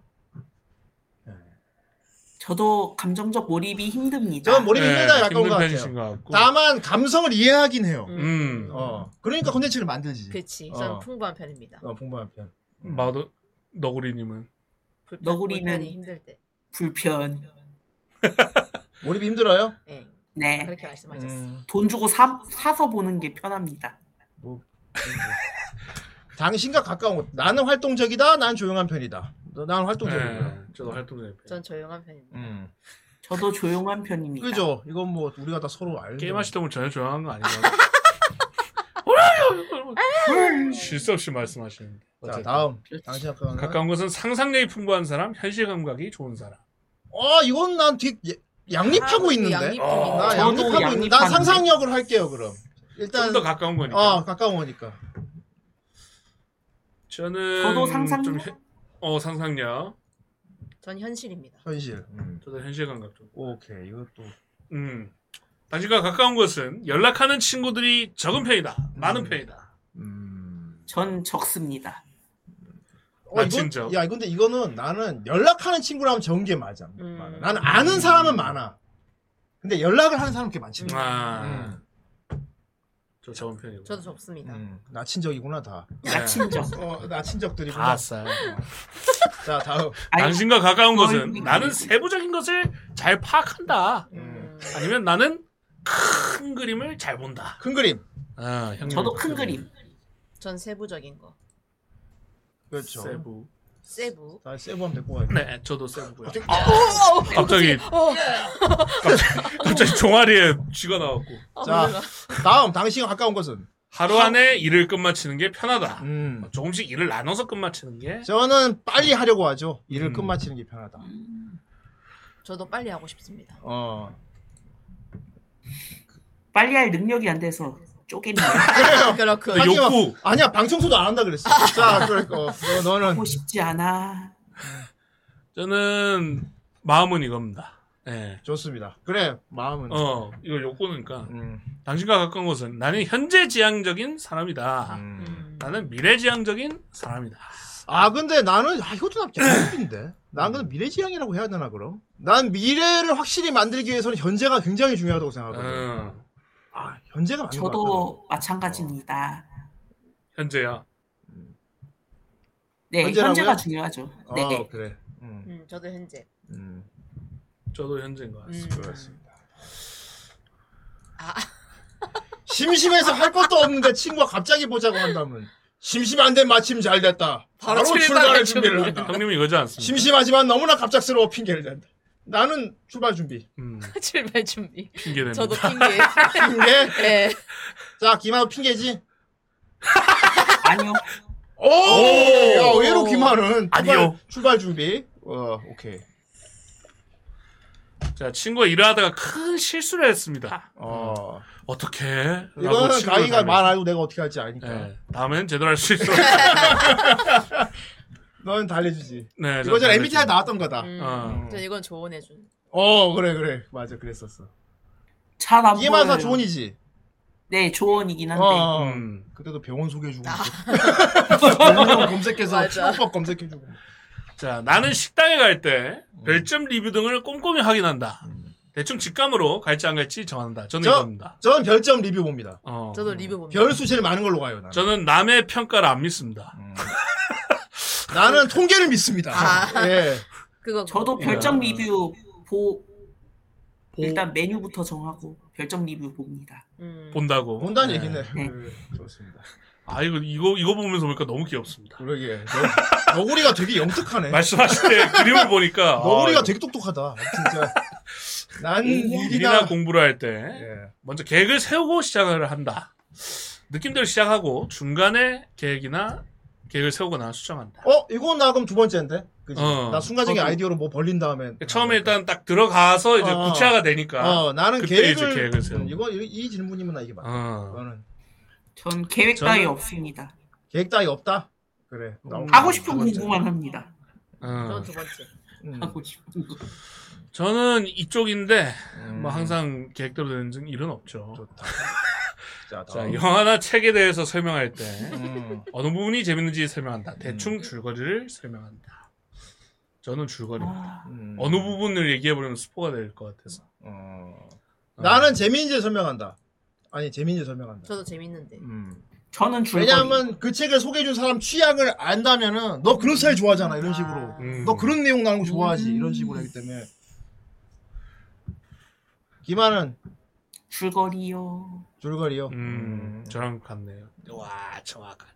Speaker 5: 저도 감정적 몰입이 힘듭니다.
Speaker 6: 저는 뭐- 몰입 힘들다 약간
Speaker 4: 아, 네, 힘든
Speaker 6: 것
Speaker 4: 편이신
Speaker 6: 같아요.
Speaker 4: 것 같고.
Speaker 6: 다만 감성을 이해하긴 해요.
Speaker 4: 음.
Speaker 6: 어, 그러니까 콘텐츠를 만들지.
Speaker 7: 그렇지.
Speaker 6: 어.
Speaker 7: 저는 풍부한 편입니다.
Speaker 6: 어, 풍부한 편.
Speaker 4: 마도 너구리님은
Speaker 7: 불편,
Speaker 5: 너구리는-
Speaker 7: 불편이 힘들 때.
Speaker 5: 불편.
Speaker 6: 몰입이 힘들어요?
Speaker 7: 네.
Speaker 5: 네.
Speaker 7: 그렇게
Speaker 6: 음.
Speaker 7: 말씀하셨어.
Speaker 5: 돈 주고 사, 사서 보는 게 편합니다.
Speaker 6: 당신과 가까운 곳. 나는 활동적이다. 난 조용한 편이다. 너- 나는 활동적이고요.
Speaker 4: 네. 저도 활동적인 편.
Speaker 7: 전 조용한 편입니다.
Speaker 6: 음.
Speaker 5: 저도 조용한 편입니다.
Speaker 6: 그죠? 이건 뭐 우리가 다 서로 알죠.
Speaker 4: 게임 하시다 보면 전혀 조용한 거 아니에요? 쉴 수 없이 말씀하시는데.
Speaker 6: 자,
Speaker 4: 어쨌든.
Speaker 6: 다음. 당신 아까
Speaker 4: 가까운 곳은 상상력이 풍부한 사람, 현실 감각이 좋은 사람.
Speaker 6: 어, 이건 난 뒤, 예- 양립하고
Speaker 7: 아,
Speaker 6: 있는데.
Speaker 7: 양립
Speaker 4: 어,
Speaker 7: 중이다.
Speaker 6: 나 양립하고
Speaker 5: 저도
Speaker 6: 있는데. 난
Speaker 5: 양립하는데.
Speaker 6: 상상력을 할게요, 그럼.
Speaker 4: 좀
Speaker 6: 일단
Speaker 4: 더 가까운 거니까.
Speaker 6: 어, 가까운 거니까.
Speaker 4: 저는
Speaker 6: 음,
Speaker 5: 저도 상상력?
Speaker 4: 좀 현- 어 상상력.
Speaker 7: 전 현실입니다.
Speaker 6: 현실. 음.
Speaker 4: 저도 현실 감각 좀.
Speaker 6: 오케이. 이것도
Speaker 4: 음. 당신과 가까운 것은 연락하는 친구들이 적은 편이다. 많은
Speaker 6: 음.
Speaker 4: 편이다.
Speaker 6: 음.
Speaker 5: 전 적습니다.
Speaker 6: 어, 이건,
Speaker 4: 아, 진짜.
Speaker 6: 야, 근데 이거는 나는 연락하는 친구라면 적은 게 맞아.
Speaker 7: 음.
Speaker 6: 많아. 나는 아는 사람은 많아. 근데 연락을 하는 사람은 그렇게 많지 않아.
Speaker 4: 아. 저 적은 편이고.
Speaker 7: 저도 좋습니다.
Speaker 6: 음, 나 친적이구나 다.
Speaker 5: 나 친적.
Speaker 6: 어, 나 친적들이구나.
Speaker 4: 네. 다 싸요.
Speaker 6: 자, 다음.
Speaker 5: 아니,
Speaker 4: 당신과 가까운 것은
Speaker 5: 아이고.
Speaker 4: 나는 세부적인 것을 잘 파악한다.
Speaker 6: 음.
Speaker 4: 아니면 나는 큰 그림을 잘 본다.
Speaker 6: 큰 그림.
Speaker 4: 아,
Speaker 6: 음,
Speaker 4: 형님.
Speaker 5: 저도 큰 그림.
Speaker 7: 전 세부적인 거.
Speaker 6: 그렇죠.
Speaker 4: 세부.
Speaker 7: 세부.
Speaker 6: 나 세부하면 데리고 가야
Speaker 4: 네, 저도 세부고요.
Speaker 7: 어, 어,
Speaker 4: 갑자기
Speaker 7: 어.
Speaker 4: 갑자기 종아리에 쥐가 나왔고
Speaker 6: 자, 다음. 당신과 가까운 것은?
Speaker 4: 하루 안에 일을 끝마치는 게 편하다.
Speaker 6: 음.
Speaker 4: 조금씩 일을 나눠서 끝마치는 게
Speaker 6: 저는 빨리 하려고 하죠. 일을
Speaker 4: 음.
Speaker 6: 끝마치는 게 편하다.
Speaker 7: 저도 빨리 하고 싶습니다.
Speaker 6: 어.
Speaker 5: 빨리 할 능력이 안 돼서 쪼갭니다.
Speaker 6: 그래요.
Speaker 7: 그렇군.
Speaker 4: 근데
Speaker 6: 하기만-
Speaker 4: 욕구.
Speaker 6: 아니야, 방청소도 안 한다 그랬어. 자, 그러니까. 어, 너, 너는.
Speaker 5: 하고 싶지 않아.
Speaker 4: 저는 마음은 이겁니다. 예.
Speaker 6: 좋습니다. 그래, 마음은.
Speaker 4: 어, 이거 욕구니까.
Speaker 6: 음.
Speaker 4: 당신과 가까운 것은 나는 현재 지향적인 사람이다.
Speaker 6: 음.
Speaker 4: 나는 미래 지향적인 사람이다.
Speaker 6: 아, 근데 나는, 아, 이것도 나쁘지 않은데. 난 근데 미래지향이라고 해야 되나, 그럼? 난 미래를 확실히 만들기 위해서는 현재가 굉장히 중요하다고 생각하거든.
Speaker 4: 음,
Speaker 6: 아, 현재가 맞는 것 어.
Speaker 5: 저도 마찬가지입니다.
Speaker 4: 현재야.
Speaker 5: 네,
Speaker 6: 현재라고요?
Speaker 5: 현재가 중요하죠.
Speaker 6: 같아.
Speaker 5: 네,
Speaker 6: 어,
Speaker 5: 네.
Speaker 6: 그래. 음,
Speaker 7: 음, 저도 현재.
Speaker 6: 음,
Speaker 4: 저도 현재인 것 같습니다.
Speaker 7: 음.
Speaker 6: 그렇습니다.
Speaker 7: 아.
Speaker 6: 심심해서 할 것도 없는데 친구가 갑자기 보자고 한다면 심심한데 마침 잘 됐다. 바로,
Speaker 7: 바로
Speaker 6: 출발할
Speaker 7: 출발할
Speaker 6: 준비를
Speaker 7: 준비.
Speaker 6: 한다.
Speaker 4: 형님은 이거지 않습니까?
Speaker 6: 심심하지만 너무나 갑작스러워 핑계를 댄다. 나는 출발 준비.
Speaker 4: 음,
Speaker 7: 출발 준비.
Speaker 4: 핑계대는.
Speaker 7: 저도
Speaker 6: 음.
Speaker 7: 핑계.
Speaker 6: 핑계.
Speaker 7: 네.
Speaker 6: 자, 김하우 핑계지.
Speaker 5: 아니요.
Speaker 6: 오! 야, 의외로 기만은
Speaker 4: 아니요.
Speaker 6: 출발 준비. 어, 오케이.
Speaker 4: 자, 친구가 일을 하다가 큰 실수를 했습니다.
Speaker 6: 어.
Speaker 4: 어떻게? 음.
Speaker 6: 이거는 가희가 말 알고 내가 어떻게 할지 아니까.
Speaker 4: 네, 다음엔 제대로 할 수 있어.
Speaker 6: 너는 달래주지.
Speaker 4: 네,
Speaker 6: 이거 전 MBTI
Speaker 4: 다
Speaker 6: 나왔던 거다.
Speaker 7: 음,
Speaker 4: 어.
Speaker 7: 전 이건 조언해준.
Speaker 6: 어, 그래, 그래. 맞아, 그랬었어.
Speaker 5: 잘안
Speaker 6: 이게 맞아,
Speaker 5: 보여요.
Speaker 6: 조언이지.
Speaker 5: 네, 조언이긴 한데.
Speaker 6: 어, 어.
Speaker 4: 음.
Speaker 6: 그때도 병원 소개해주고. 병원 검색해서
Speaker 7: 아. 맞아.
Speaker 6: 치료법 검색해주고.
Speaker 4: 자, 나는 식당에 갈 때
Speaker 6: 음.
Speaker 4: 별점 리뷰 등을 꼼꼼히 확인한다. 대충 직감으로 갈지 안 갈지 정한다. 저는
Speaker 6: 저-
Speaker 4: 이겁니다.
Speaker 6: 전 별점 리뷰 봅니다.
Speaker 4: 어.
Speaker 7: 저도 리뷰 봅니다.
Speaker 6: 별수 제일 많은 걸로 가요, 나는.
Speaker 4: 저는 남의 평가를 안 믿습니다.
Speaker 6: 나는 통계를 믿습니다.
Speaker 7: 아.
Speaker 6: 예.
Speaker 7: 그거.
Speaker 5: 저도
Speaker 6: 네.
Speaker 7: 그거.
Speaker 5: 별점 리뷰 보 일단 메뉴부터 정하고 별점 리뷰 봅니다.
Speaker 7: 음.
Speaker 4: 본다고.
Speaker 6: 본다는
Speaker 4: 네.
Speaker 6: 얘기네.
Speaker 5: 네.
Speaker 6: 그, 좋습니다.
Speaker 4: 아 이거 이거 이거 보면서 보니까 너무 귀엽습니다.
Speaker 6: 그러게. 너구리가 되게 영특하네.
Speaker 4: 말씀하실 때 그림을 보니까
Speaker 6: 너구리가
Speaker 4: 아,
Speaker 6: 되게 똑똑하다. 진짜. 난
Speaker 4: 음, 일이나
Speaker 6: 일이나 네. 예.
Speaker 4: 공부를 할 때 먼저 계획을 세우고 시작을 한다. 느낌대로 시작하고 중간에 계획이나 계획을 세우거나 수정한다.
Speaker 6: 어 이건 나 그럼 두 번째인데. 그지?
Speaker 4: 어.
Speaker 6: 나 순간적인
Speaker 4: 어, 그-
Speaker 6: 아이디어로 뭐 벌린 다음에.
Speaker 4: 처음에 일단 딱 들어가서 이제
Speaker 6: 어.
Speaker 4: 구체화가 되니까
Speaker 6: 어 나는
Speaker 4: 그때
Speaker 6: 계획을,
Speaker 4: 이제 계획을 세우고.
Speaker 6: 음, 이거 이, 이 질문이면 나 이게 맞다.
Speaker 4: 어.
Speaker 6: 이거는
Speaker 5: 전 계획 따위
Speaker 6: 저는-
Speaker 5: 없습니다.
Speaker 6: 계획 따위 없다. 그래.
Speaker 4: 음.
Speaker 6: 나오고
Speaker 5: 하고 싶은
Speaker 6: 두 번째.
Speaker 5: 공부만 합니다.
Speaker 4: 어.
Speaker 7: 두 번째.
Speaker 6: 음.
Speaker 5: 하고 싶은 거.
Speaker 4: 저는 이쪽인데
Speaker 6: 음.
Speaker 4: 뭐 항상 계획대로 되는 일은 없죠.
Speaker 6: 좋다. 자,
Speaker 4: 자,
Speaker 6: 다음.
Speaker 4: 영화나 책에 대해서 설명할 때
Speaker 6: 음.
Speaker 4: 어느 부분이 재밌는지 설명한다. 대충 줄거리를 설명한다. 저는 줄거리입니다.
Speaker 6: 음.
Speaker 4: 어느 부분을 얘기해버리면 스포가 될 것 같아서.
Speaker 6: 어. 나는 재민이를 설명한다. 아니 재민이를 설명한다.
Speaker 7: 저도 재밌는데.
Speaker 6: 음.
Speaker 5: 저는 줄거리.
Speaker 6: 왜냐하면 그 책을 소개해준 사람 취향을 안다면은 너 그런 스타일 좋아하잖아 이런 식으로.
Speaker 4: 음.
Speaker 6: 너 그런 내용 나오는 거 좋아하지 이런 식으로 하기 때문에. 기만은
Speaker 5: 줄거리요.
Speaker 6: 줄거리요.
Speaker 4: 음, 저랑 같네요. 와, 정확한.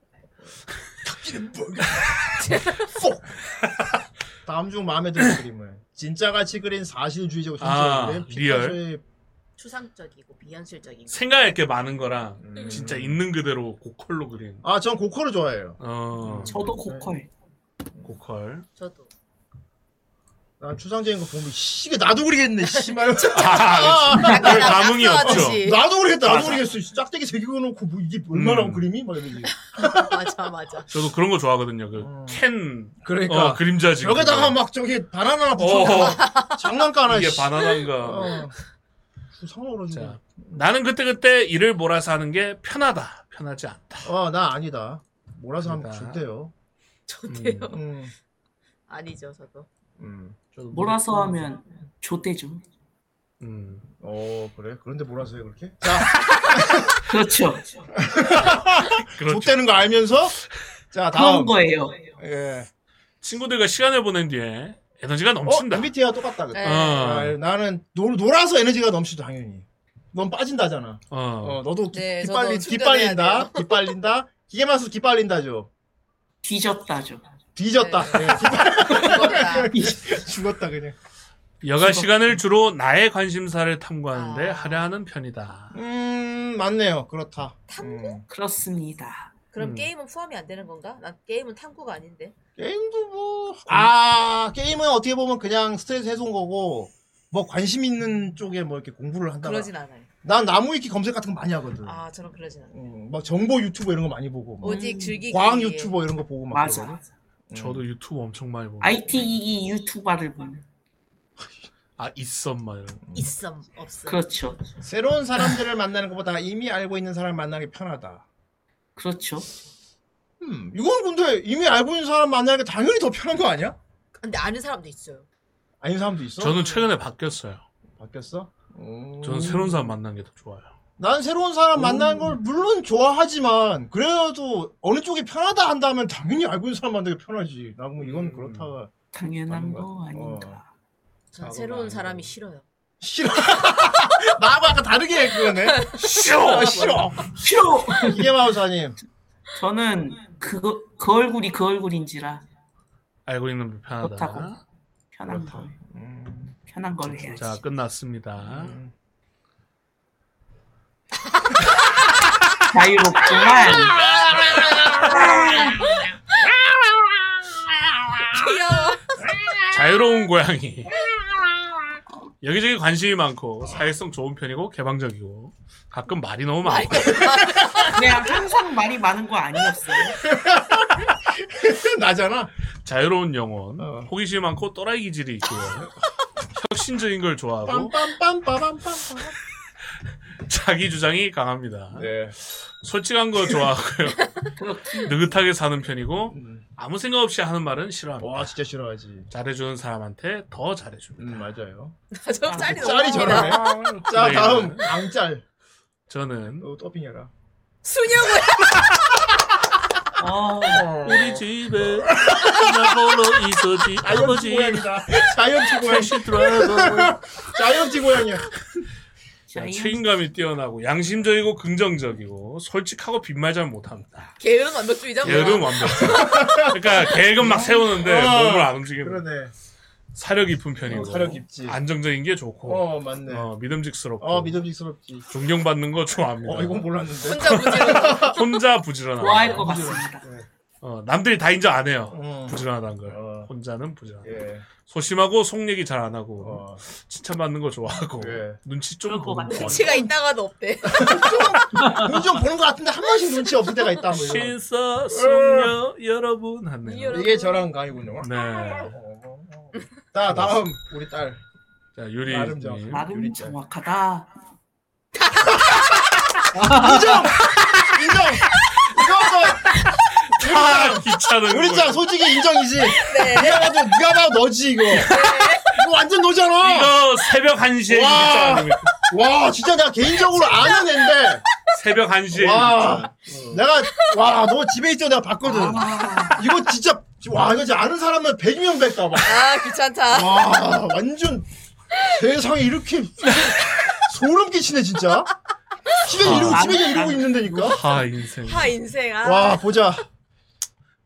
Speaker 6: 다음 중 마음에 드는 그림을 진짜 같이 그린 사실주의적
Speaker 4: 아,
Speaker 6: 현실적인
Speaker 4: 리얼.
Speaker 6: 피카소의
Speaker 7: 추상적이고 비현실적이고.
Speaker 4: 생각할 게 많은 거랑
Speaker 6: 음.
Speaker 4: 진짜 있는 그대로 고컬로 그린.
Speaker 6: 아전 고컬을 좋아해요. 음.
Speaker 4: 어,
Speaker 5: 저도 고컬.
Speaker 4: 고컬.
Speaker 7: 저도.
Speaker 6: 난 추상적인 거 보면 씨 이게 나도 그리겠네 씨발.
Speaker 4: 아, 별 감흥이 없죠.
Speaker 7: 낙서하듯이.
Speaker 6: 나도 그랬다. 나도
Speaker 4: 맞아.
Speaker 6: 그랬어. 씨, 짝대기 새겨놓고 뭐 이게 얼마나
Speaker 4: 음.
Speaker 6: 그림이? 막 이러지.
Speaker 7: 맞아 맞아.
Speaker 4: 저도 그런 거 좋아하거든요. 그
Speaker 6: 어.
Speaker 4: 캔
Speaker 6: 그러니까.
Speaker 4: 어, 그림자 지금.
Speaker 6: 여기다가 막 저기 바나나 하나 붙여.
Speaker 4: 어,
Speaker 6: 장난감 하나.
Speaker 4: 이게
Speaker 6: 씨.
Speaker 4: 바나나인가.
Speaker 6: 어. 상으로
Speaker 4: 자,
Speaker 6: 자.
Speaker 4: 나는 그때그때 일을 몰아서 하는 게 편하다. 편하지 않다.
Speaker 6: 어, 나 아니다. 몰아서 하면
Speaker 4: 아니다.
Speaker 6: 좋대요.
Speaker 7: 좋대요.
Speaker 6: 음.
Speaker 7: 아니죠 저도.
Speaker 6: 음. 저도
Speaker 5: 몰아서 하면 좋대죠.
Speaker 4: 음.
Speaker 6: 어, 그래. 그런데 몰아서 해 그렇게?
Speaker 5: 그렇죠.
Speaker 4: 그렇죠.
Speaker 6: 좋대는 거 알면서
Speaker 5: 그런
Speaker 6: 자, 다음.
Speaker 5: 거예요.
Speaker 6: 예.
Speaker 4: 친구들과 시간을 보낸 뒤에 에너지가
Speaker 6: 어,
Speaker 4: 넘친다.
Speaker 6: MBTI와 똑같다. 그때.
Speaker 7: 네.
Speaker 6: 아,
Speaker 4: 어,
Speaker 6: 나는 놀, 놀아서 에너지가 넘치죠, 당연히. 넌 빠진다잖아.
Speaker 4: 어.
Speaker 6: 어, 너도 기,
Speaker 7: 네,
Speaker 6: 기빨리,
Speaker 7: 저도 충전해야
Speaker 6: 기빨린다. 기빨린다. 기계마스 기빨린다죠.
Speaker 5: 뒤졌다죠.
Speaker 6: 뒤졌다. 예,
Speaker 7: 그거다.
Speaker 6: 기빨- 죽었다, 그냥.
Speaker 4: 여가 시간을 주로 나의 관심사를 탐구하는데
Speaker 7: 아.
Speaker 4: 하려 하는 편이다.
Speaker 6: 음, 맞네요. 그렇다. 음.
Speaker 5: 그렇습니다.
Speaker 7: 그럼
Speaker 4: 음.
Speaker 7: 게임은 포함이 안 되는 건가? 난 게임은 탐구가 아닌데.
Speaker 6: 게임도 뭐. 아, 게임은 어떻게 보면 그냥 스트레스 해소인 거고, 뭐 관심 있는 쪽에 뭐 이렇게 공부를 한다.
Speaker 7: 그러진 않아요.
Speaker 6: 난 나무위키 검색 같은 거 많이 하거든.
Speaker 7: 아 어, 저는 그러진 않아요.
Speaker 6: 음, 막 정보 유튜버 이런 거 많이 보고, 막
Speaker 7: 오직 즐기기.
Speaker 6: 과학 유튜버 이런 거 보고 막.
Speaker 5: 맞아.
Speaker 6: 그러거든.
Speaker 4: 저도 유튜브 엄청 많이 보고.
Speaker 5: IT 유튜버를 보면.
Speaker 4: 아, 있어, 막 이런.
Speaker 7: 있음 없음.
Speaker 5: 그렇죠.
Speaker 6: 새로운 사람들을 만나는 것보다 이미 알고 있는 사람 만나기 편하다.
Speaker 5: 그렇죠.
Speaker 6: 음, 이건 근데 이미 알고 있는 사람 만나는 게 당연히 더 편한 거 아니야?
Speaker 7: 근데 아는 사람도 있어요.
Speaker 6: 아닌 사람도 있어?
Speaker 4: 저는 최근에 바뀌었어요.
Speaker 6: 바뀌었어? 음.
Speaker 4: 저는 새로운 사람 만나는 게 더 좋아요.
Speaker 6: 난 새로운 사람 만나는 걸 물론 좋아하지만 그래도 어느 쪽이 편하다 한다면 당연히 알고 있는 사람 만나는 게 편하지. 난뭐 이건
Speaker 4: 음.
Speaker 6: 그렇다가
Speaker 5: 당연한
Speaker 6: 맞는 거야.
Speaker 5: 거 아닌가.
Speaker 7: 전
Speaker 6: 아,
Speaker 7: 새로운
Speaker 6: 그건
Speaker 7: 사람이
Speaker 6: 아니고.
Speaker 7: 싫어요.
Speaker 6: 싫어. 나하고 아까 다르게 그거네. 아, 싫어. 싫어.
Speaker 5: 싫어.
Speaker 6: 이게 마우사님.
Speaker 5: 저는 그거 그 얼굴이 그 얼굴인지라
Speaker 4: 알고 있는 불편하다.
Speaker 5: 그렇다고. 편한
Speaker 4: 그렇다.
Speaker 5: 걸 편한 걸 해야지.
Speaker 4: 자, 끝났습니다.
Speaker 5: 자유롭구만.
Speaker 7: 아, 귀여워.
Speaker 4: 자유로운 고양이. 여기저기 관심이 많고 사회성 좋은 편이고 개방적이고 가끔 말이 너무 많고
Speaker 5: 그냥 항상 말이 많은 거 아니었어요.
Speaker 6: 나잖아.
Speaker 4: 자유로운 영혼,
Speaker 6: 어.
Speaker 4: 호기심이 많고 또라이 기질이 있고 혁신적인 걸
Speaker 6: 어.
Speaker 4: 좋아하고
Speaker 6: 빰빰빰빰빰빰.
Speaker 4: 자기 주장이 강합니다.
Speaker 6: 네.
Speaker 4: 솔직한 거 좋아하고요. 느긋하게 사는 편이고
Speaker 6: 음.
Speaker 4: 아무 생각 없이 하는 말은 싫어합니다.
Speaker 6: 와 진짜 싫어하지.
Speaker 4: 잘해주는 사람한테 더 잘해줍니다.
Speaker 6: 음 맞아요.
Speaker 7: 저 짤이 너무
Speaker 6: 짤이
Speaker 7: 웃기다.
Speaker 6: 저러네. 자 다음 앙짤.
Speaker 4: 저는
Speaker 6: 어, 더빙해라.
Speaker 7: 수녀고요.
Speaker 5: 어,
Speaker 4: 우리 집에 나 홀로 있었지
Speaker 6: 아, 자이언티
Speaker 4: 아버지
Speaker 6: 고양이다. 자이언티 고양이.
Speaker 4: 택시 드라이버
Speaker 6: 자이언티 고양이야.
Speaker 4: 자, 아, 책임감이 뛰어나고 양심적이고 긍정적이고 솔직하고 빈말 잘 못합니다.
Speaker 7: 게으른 완벽주의자 뭐야.
Speaker 4: 게으름 완벽. 그러니까 계획은 막 세우는데
Speaker 6: 어.
Speaker 4: 몸을 안 움직이는.
Speaker 6: 그러네.
Speaker 4: 사려 깊은 편이고.
Speaker 6: 어, 사려 깊지.
Speaker 4: 안정적인 게 좋고.
Speaker 6: 어, 맞네.
Speaker 4: 어, 믿음직스럽고.
Speaker 6: 어 믿음직스럽지.
Speaker 4: 존경받는 거 좋아합니다.
Speaker 6: 어 이건 몰랐는데.
Speaker 4: 혼자 부지런하다.
Speaker 5: 좋아할 것
Speaker 6: 그렇죠.
Speaker 5: 같습니다.
Speaker 6: 네.
Speaker 4: 어, 남들이 다 인정 안 해요.
Speaker 6: 음.
Speaker 4: 부지런하다는 걸. 혼자는 부지런하다.
Speaker 6: 예. 어.
Speaker 4: 소심하고 속 얘기 잘 안 하고 칭찬받는 거 좋아하고
Speaker 6: 예.
Speaker 4: 눈치 좀 보는 거.
Speaker 7: 눈치가 있다가도 없대.
Speaker 6: 눈 좀 보는 것 같은데 한 번씩 눈치 없을 때가 있다. 뭐 이런.
Speaker 4: 신사
Speaker 6: 어.
Speaker 4: 숙녀 여러분 하네요.
Speaker 6: 이게 저랑 가이군요. 어,
Speaker 4: 네.
Speaker 5: 아, 예.
Speaker 6: 자 다음 우리 딸.
Speaker 4: 자 유리
Speaker 6: 나름
Speaker 4: 님.
Speaker 5: 나름 정확하다.
Speaker 6: 인정. 인정. 이거
Speaker 4: 다 아, 귀찮은
Speaker 6: 아, 우리
Speaker 4: 거예요.
Speaker 6: 짱 솔직히 인정이지. 네가 봐도 네가 봐도 너지 이거. 이거 완전 너잖아.
Speaker 4: 이거 새벽 1시에
Speaker 6: 와.
Speaker 4: 진짜
Speaker 6: 와 진짜 내가 개인적으로 아는 애인데
Speaker 4: 새벽 1시에
Speaker 6: 와 내가 와 너 집에 있어 내가 봤거든 이거 진짜 와 이거 진짜 아는 사람은 100명 뺐다 봐.
Speaker 7: 아 귀찮다.
Speaker 6: 와 완전 세상에 이렇게 소름 끼치네 진짜 집에 이러고 집에 그냥 이러고 있는다니까
Speaker 4: 하 인생.
Speaker 7: 하 인생. 아.
Speaker 6: 와 보자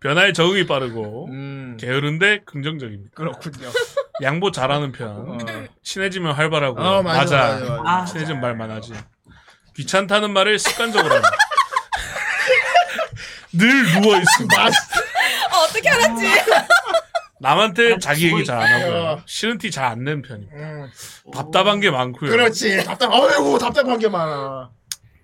Speaker 4: 변화에 적응이 빠르고
Speaker 6: 음
Speaker 4: 게으른데 긍정적입니다.
Speaker 6: 그렇군요
Speaker 4: 양보 잘하는 편. 친해지면 활발하고
Speaker 6: 어, 맞아,
Speaker 4: 맞아.
Speaker 6: 맞아, 맞아.
Speaker 5: 아.
Speaker 4: 친해지면 말 많아지. 귀찮다는 말을 습관적으로 한다. 늘 누워 있습니다.
Speaker 7: 어, 어떻게 알았지?
Speaker 6: 아,
Speaker 4: 남한테 자기 얘기
Speaker 5: 죽어있-
Speaker 4: 잘 안 하고요.
Speaker 6: 어.
Speaker 4: 싫은 티 잘 안 내는 편입니다.
Speaker 6: 음,
Speaker 4: 답답한 게 많고요.
Speaker 6: 그렇지 답답 아이고 답답한 게 많아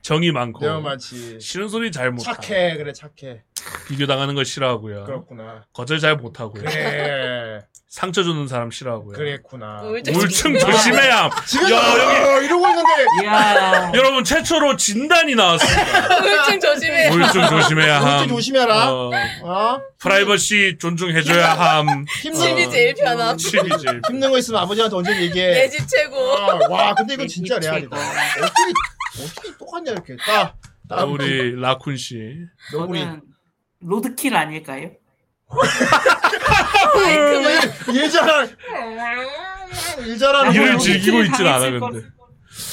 Speaker 4: 정이 많고
Speaker 6: 내가 많지
Speaker 4: 싫은 소리 잘 못하고
Speaker 6: 어, 착해 그래 착해
Speaker 4: 비교당하는 걸 싫어하고요.
Speaker 6: 그렇구나
Speaker 4: 거절 잘 못하고요.
Speaker 6: 그래
Speaker 4: 상처 주는 사람 싫어하고요.
Speaker 6: 그랬구나
Speaker 7: 우울증.
Speaker 6: 아.
Speaker 4: 우울증 조심해야.
Speaker 6: 지금
Speaker 4: 야, 여기
Speaker 6: 어, 이러고 있는데
Speaker 5: 이야.
Speaker 4: 여러분 최초로 진단이
Speaker 7: 아,
Speaker 4: 나왔습니다.
Speaker 7: 우울증 조심해.
Speaker 4: 우울증 조심해야 함.
Speaker 6: 우울증 조심해라.
Speaker 4: 어,
Speaker 6: 어?
Speaker 4: 프라이버시 존중해줘야 함.
Speaker 7: 집이 제일 편함.
Speaker 4: 칩이지.
Speaker 6: 힘든 거 있으면 아버지한테 언제 얘기해
Speaker 7: 내 집 최고.
Speaker 6: 아, 와 근데 이건 진짜
Speaker 5: 이게
Speaker 6: 레알이다.
Speaker 5: 최고.
Speaker 6: 어떻게 어떻게 똑같냐 이렇게 딱. 딱
Speaker 4: 아, 어, 우리 라쿤 씨.
Speaker 6: 너구리.
Speaker 5: 저는 로드킬 아닐까요?
Speaker 6: 예, 일자랑
Speaker 5: 음.
Speaker 6: 일자라는
Speaker 4: 일을
Speaker 6: 고양이.
Speaker 5: 질-
Speaker 4: 즐기고 있진 않아
Speaker 5: 당했을
Speaker 4: 근데.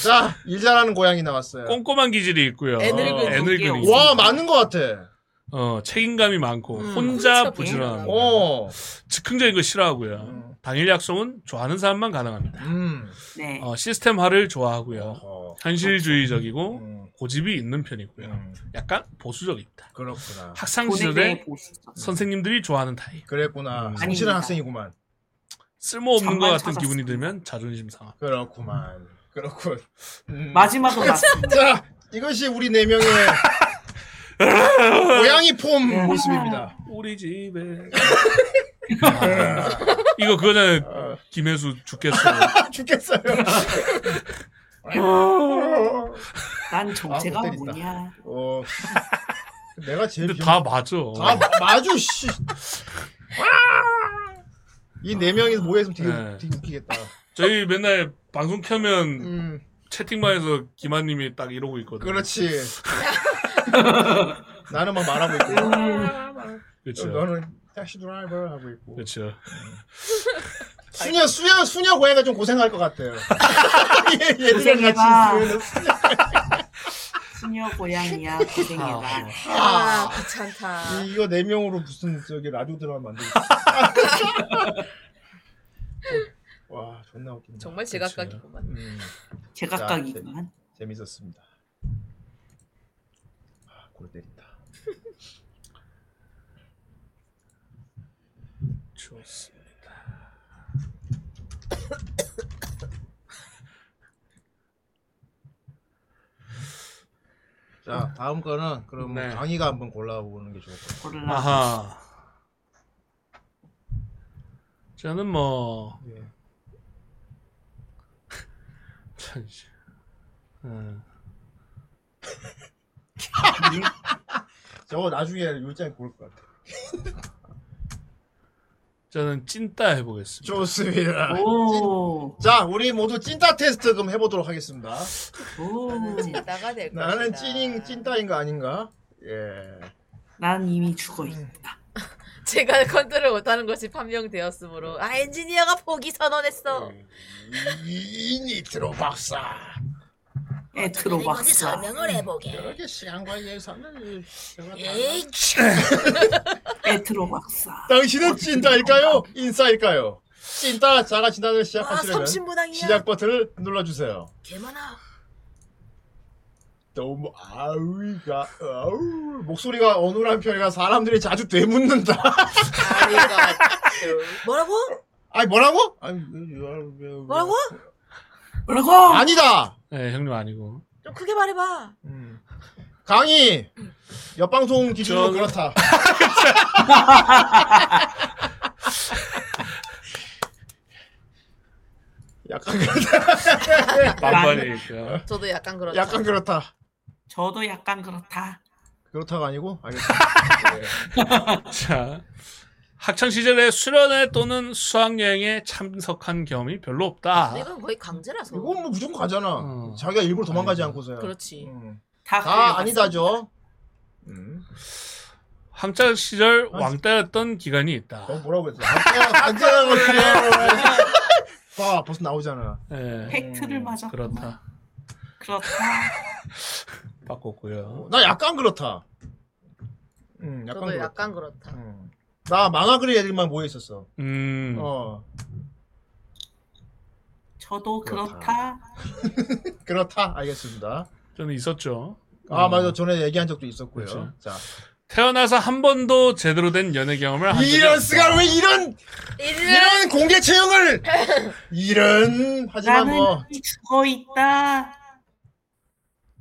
Speaker 6: 자 일자라는 고양이 나왔어요.
Speaker 4: 꼼꼼한 기질이 있고요. 어,
Speaker 7: 애늙은
Speaker 4: 애늙은
Speaker 5: 성격.
Speaker 4: 있고.
Speaker 6: 와 맞는 것 같아.
Speaker 4: 어 책임감이 많고
Speaker 7: 음,
Speaker 4: 혼자
Speaker 7: 혼자
Speaker 4: 부지런합니다.
Speaker 6: 어.
Speaker 4: 즉흥적인 거 싫어하고요. 당일 약속은 좋아하는 사람만 가능합니다.
Speaker 6: 음.
Speaker 5: 네.
Speaker 4: 어, 시스템화를 좋아하고요.
Speaker 6: 어.
Speaker 4: 현실주의적이고
Speaker 5: 어?
Speaker 6: 음.
Speaker 4: 고집이 있는 편이고요.
Speaker 6: 음.
Speaker 4: 약간 보수적입니다.
Speaker 6: 그렇구나.
Speaker 4: 학창
Speaker 5: 고뇌대
Speaker 4: 시절에
Speaker 5: 보시죠.
Speaker 4: 선생님들이 좋아하는 타입.
Speaker 6: 그랬구나.
Speaker 4: 음.
Speaker 6: 성실한
Speaker 5: 아닙니다.
Speaker 6: 학생이구만.
Speaker 4: 쓸모없는 것
Speaker 5: 정말
Speaker 4: 같은
Speaker 5: 찾았습니다.
Speaker 4: 기분이 들면 자존심 상하.
Speaker 6: 그렇구만. 그렇군. 음.
Speaker 5: 마지막으로 맞습니다.
Speaker 6: 자 이것이 우리 네 명의 고양이 폼 모습입니다.
Speaker 4: 우리 집에 아, 이거 그거잖아요. 김혜수 죽겠어.
Speaker 6: 아, 죽겠어요.
Speaker 5: 난 정체가
Speaker 6: 아, 못 때린다.
Speaker 5: 뭐냐.
Speaker 6: 어. 내가 제일
Speaker 4: 근데 다
Speaker 6: 귀여운
Speaker 4: 맞아.
Speaker 6: 아 마- 마주 씨. 아! 이 네 명이 모여있으면 되게,
Speaker 4: 네.
Speaker 6: 되게 웃기겠다.
Speaker 4: 저희 맨날 방송 켜면
Speaker 6: 음,
Speaker 4: 채팅방에서 김한님이 딱 이러고 있거든.
Speaker 6: 그렇지. 나는 막 말하고 있고,
Speaker 4: 그렇죠.
Speaker 6: 너는 택시 드라이버 하고 있고.
Speaker 4: 그렇죠.
Speaker 6: 수녀 수녀 수녀 고양이가 좀 고생할 것 같아요. 얘- 얘들이랑 같이
Speaker 5: 고생해봐.
Speaker 6: 있으면 수녀-
Speaker 5: 수녀 고양이야 고생해라.
Speaker 7: 아 귀찮다.
Speaker 6: 이- 이거 네 명으로 무슨 저기 라디오 드라마 만들고. 와 존나 웃긴다.
Speaker 7: 정말 제각각이구만.
Speaker 6: 음,
Speaker 5: 제각각이구만.
Speaker 6: 재밌었습니다. 아, 골 때린다.
Speaker 4: 좋습니다.
Speaker 6: 자 다음 거는 그럼
Speaker 4: 네.
Speaker 6: 강희가 한번 골라보는 게 좋을 것 같아요.
Speaker 5: 고를라.
Speaker 4: 아하. 저는 뭐.
Speaker 6: 예.
Speaker 4: 참, 씨. 음.
Speaker 6: 저거 나중에 율장이 고를 것 같아.
Speaker 4: 저는 찐따 해보겠습니다.
Speaker 6: 좋습니다.
Speaker 5: 오.
Speaker 6: 자 우리 모두 찐따 테스트 그럼 해보도록 하겠습니다.
Speaker 5: 오.
Speaker 7: 음. 나가 될 거야.
Speaker 6: 나는 찐인 찐따인가 아닌가? 예.
Speaker 5: 난 이미 죽어 있다.
Speaker 7: 제가 컨트롤 못하는 것이 판명되었으므로 아 네.
Speaker 6: 그,
Speaker 7: 엔지니어가 포기 선언했어.
Speaker 6: 이- 이니트로 박사.
Speaker 5: 에트로박사.
Speaker 11: 설명을 해보게.
Speaker 7: 음.
Speaker 6: 여러 시간과 예산을
Speaker 11: 에이
Speaker 5: 에트로 박사.
Speaker 6: 당신은 찐따일까요? 인싸일까요? 찐따 자가 진단을 시작하시려면
Speaker 10: 아, 삼신분당이야.
Speaker 6: 시작 버튼을 눌러주세요.
Speaker 11: 개만아.
Speaker 6: 너무 아우가 아우 목소리가 어눌한 편이라 사람들이 자주 되묻는다.
Speaker 10: 뭐라고?
Speaker 6: 아니 뭐라고? 아니
Speaker 10: 뭐라고?
Speaker 7: 음.
Speaker 5: 뭐라고?
Speaker 6: 아니다.
Speaker 4: 네, 형님 아니고.
Speaker 10: 좀 크게 말해봐.
Speaker 6: 강의 옆 방송 기준으로
Speaker 4: 저는-
Speaker 6: 그렇다. 약간 그렇다.
Speaker 4: 반반이
Speaker 7: 저도 약간 그렇다.
Speaker 6: 약간 그렇다.
Speaker 5: 저도 약간 그렇다.
Speaker 6: 그렇다가 아니고 네. 알겠습니다.
Speaker 4: 자, 학창 시절에 수련회 또는 수학 여행에 참석한 경험이 별로 없다.
Speaker 7: 아, 이건 거의 강제라서.
Speaker 6: 이건 뭐 무조건 가잖아. 자기가 일부러 도망가지 않고서야. 음.
Speaker 7: 그렇지.
Speaker 6: 다, 아니다죠.
Speaker 4: 학창 시절 왕따였던 기간이 있다.
Speaker 6: 너 뭐라고 했어? 안전한 걸 봐, 벌써 나오잖아.
Speaker 4: 예.
Speaker 5: 팩트를 맞아.
Speaker 4: 그렇다.
Speaker 5: 그렇다.
Speaker 4: 바꿨고요.
Speaker 6: 나 약간 그렇다. 음, 약간
Speaker 7: 저도
Speaker 6: 그렇다. 음.
Speaker 7: 약간 그렇다.
Speaker 6: 나 만화 그릴 애들만 모여 있었어.
Speaker 4: 음.
Speaker 6: 어,
Speaker 5: 저도 그렇다.
Speaker 6: 그렇다. 알겠습니다.
Speaker 4: 저는 있었죠.
Speaker 6: 아,
Speaker 4: 음.
Speaker 6: 맞아. 전에 얘기한 적도 있었고요.
Speaker 4: 그렇죠.
Speaker 6: 자,
Speaker 4: 태어나서 한 번도 제대로 된 연애 경험을 한 적이
Speaker 6: 이런
Speaker 4: 없다.
Speaker 6: 스가 왜 이런 이런 공개 채용을 이런 하지만
Speaker 5: 나는
Speaker 6: 뭐
Speaker 5: 죽어 있다.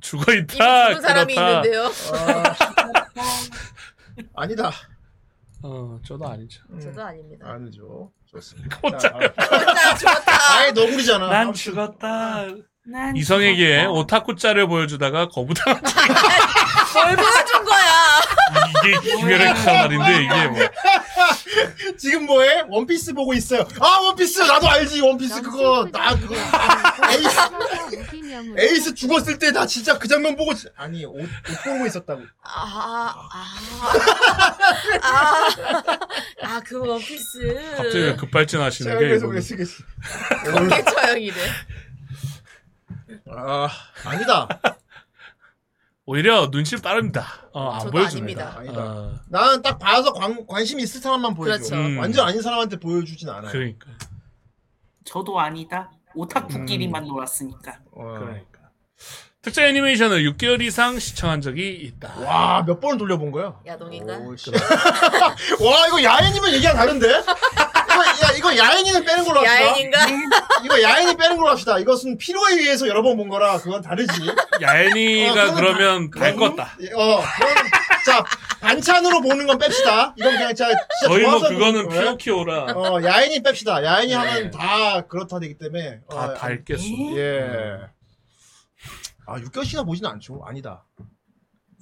Speaker 4: 죽어 있다.
Speaker 7: 아,
Speaker 5: 이미 죽은 사람이
Speaker 4: 그렇다.
Speaker 5: 있는데요.
Speaker 6: 어. 아니다.
Speaker 4: 어, 저도 아니죠.
Speaker 7: 저도 음. 아닙니다.
Speaker 6: 아니죠. 좋습니다.
Speaker 7: 죽었다, 죽었다.
Speaker 6: 아예 너구리잖아.
Speaker 4: 난 죽었다.
Speaker 5: 난
Speaker 4: 이성에게 오타쿠 짜를 보여주다가 거부당.
Speaker 7: 뭘 보여준 거야?
Speaker 4: 이게 기묘한 말인데 이게 뭐.
Speaker 6: 지금 뭐해? 원피스 보고 있어요. 아 원피스 나도 알지. 원피스 그거 나 그거 에이스 에이스 죽었을 때 나 진짜 그 장면 보고 지- 아니 옷, 옷 보고 있었다고.
Speaker 7: 아, 아, 아, 아, 그 원피스.
Speaker 4: 갑자기 왜 급발진하시는 게
Speaker 6: 계속
Speaker 4: 이거는.
Speaker 6: 계속 계속.
Speaker 7: 공개 처형이래.
Speaker 6: 아 아니다.
Speaker 4: 오히려 눈치 빠릅니다. 어, 안
Speaker 6: 저도
Speaker 4: 보여줍니다.
Speaker 6: 아닙니다.
Speaker 4: 어,
Speaker 6: 나는 딱 봐서 관, 관심 있을 사람만 보여줘.
Speaker 7: 그렇죠.
Speaker 4: 음.
Speaker 6: 완전 아닌 사람한테 보여주진 않아요.
Speaker 4: 그러니까.
Speaker 5: 저도 아니다.
Speaker 4: 음.
Speaker 5: 오타쿠끼리만 놀았으니까.
Speaker 6: 어.
Speaker 4: 그러니까. 특정 애니메이션을 6개월 이상 시청한 적이 있다.
Speaker 6: 와, 몇 번을 돌려본 거야?
Speaker 7: 야동인가?
Speaker 6: 와 이거 야인이면 얘기랑 다른데? 이거, 야, 이거 야인이는 빼는 걸로 합시다.
Speaker 7: 야인인가?
Speaker 6: 음, 이거 야인이 빼는 걸로 합시다. 이것은 필요에 의해서 여러 번 본 거라 그건 다르지.
Speaker 4: 야엔이가
Speaker 6: 어, 그건
Speaker 4: 그러면 밝겄다.
Speaker 6: 어, 그럼 자 반찬으로 보는 건 뺍시다. 이건 그냥 자 진짜 네.
Speaker 4: 거의 뭐
Speaker 6: 좋아서
Speaker 4: 그거는
Speaker 6: 보는 거예요.
Speaker 4: 피노키오라
Speaker 6: 어 야인이 뺍시다. 야인이
Speaker 4: 네.
Speaker 6: 하면 다 그렇다 되기 때문에 어,
Speaker 4: 다 네. 밝겠어.
Speaker 6: 예. 아 6개월씩이나 보진 않죠. 아니다.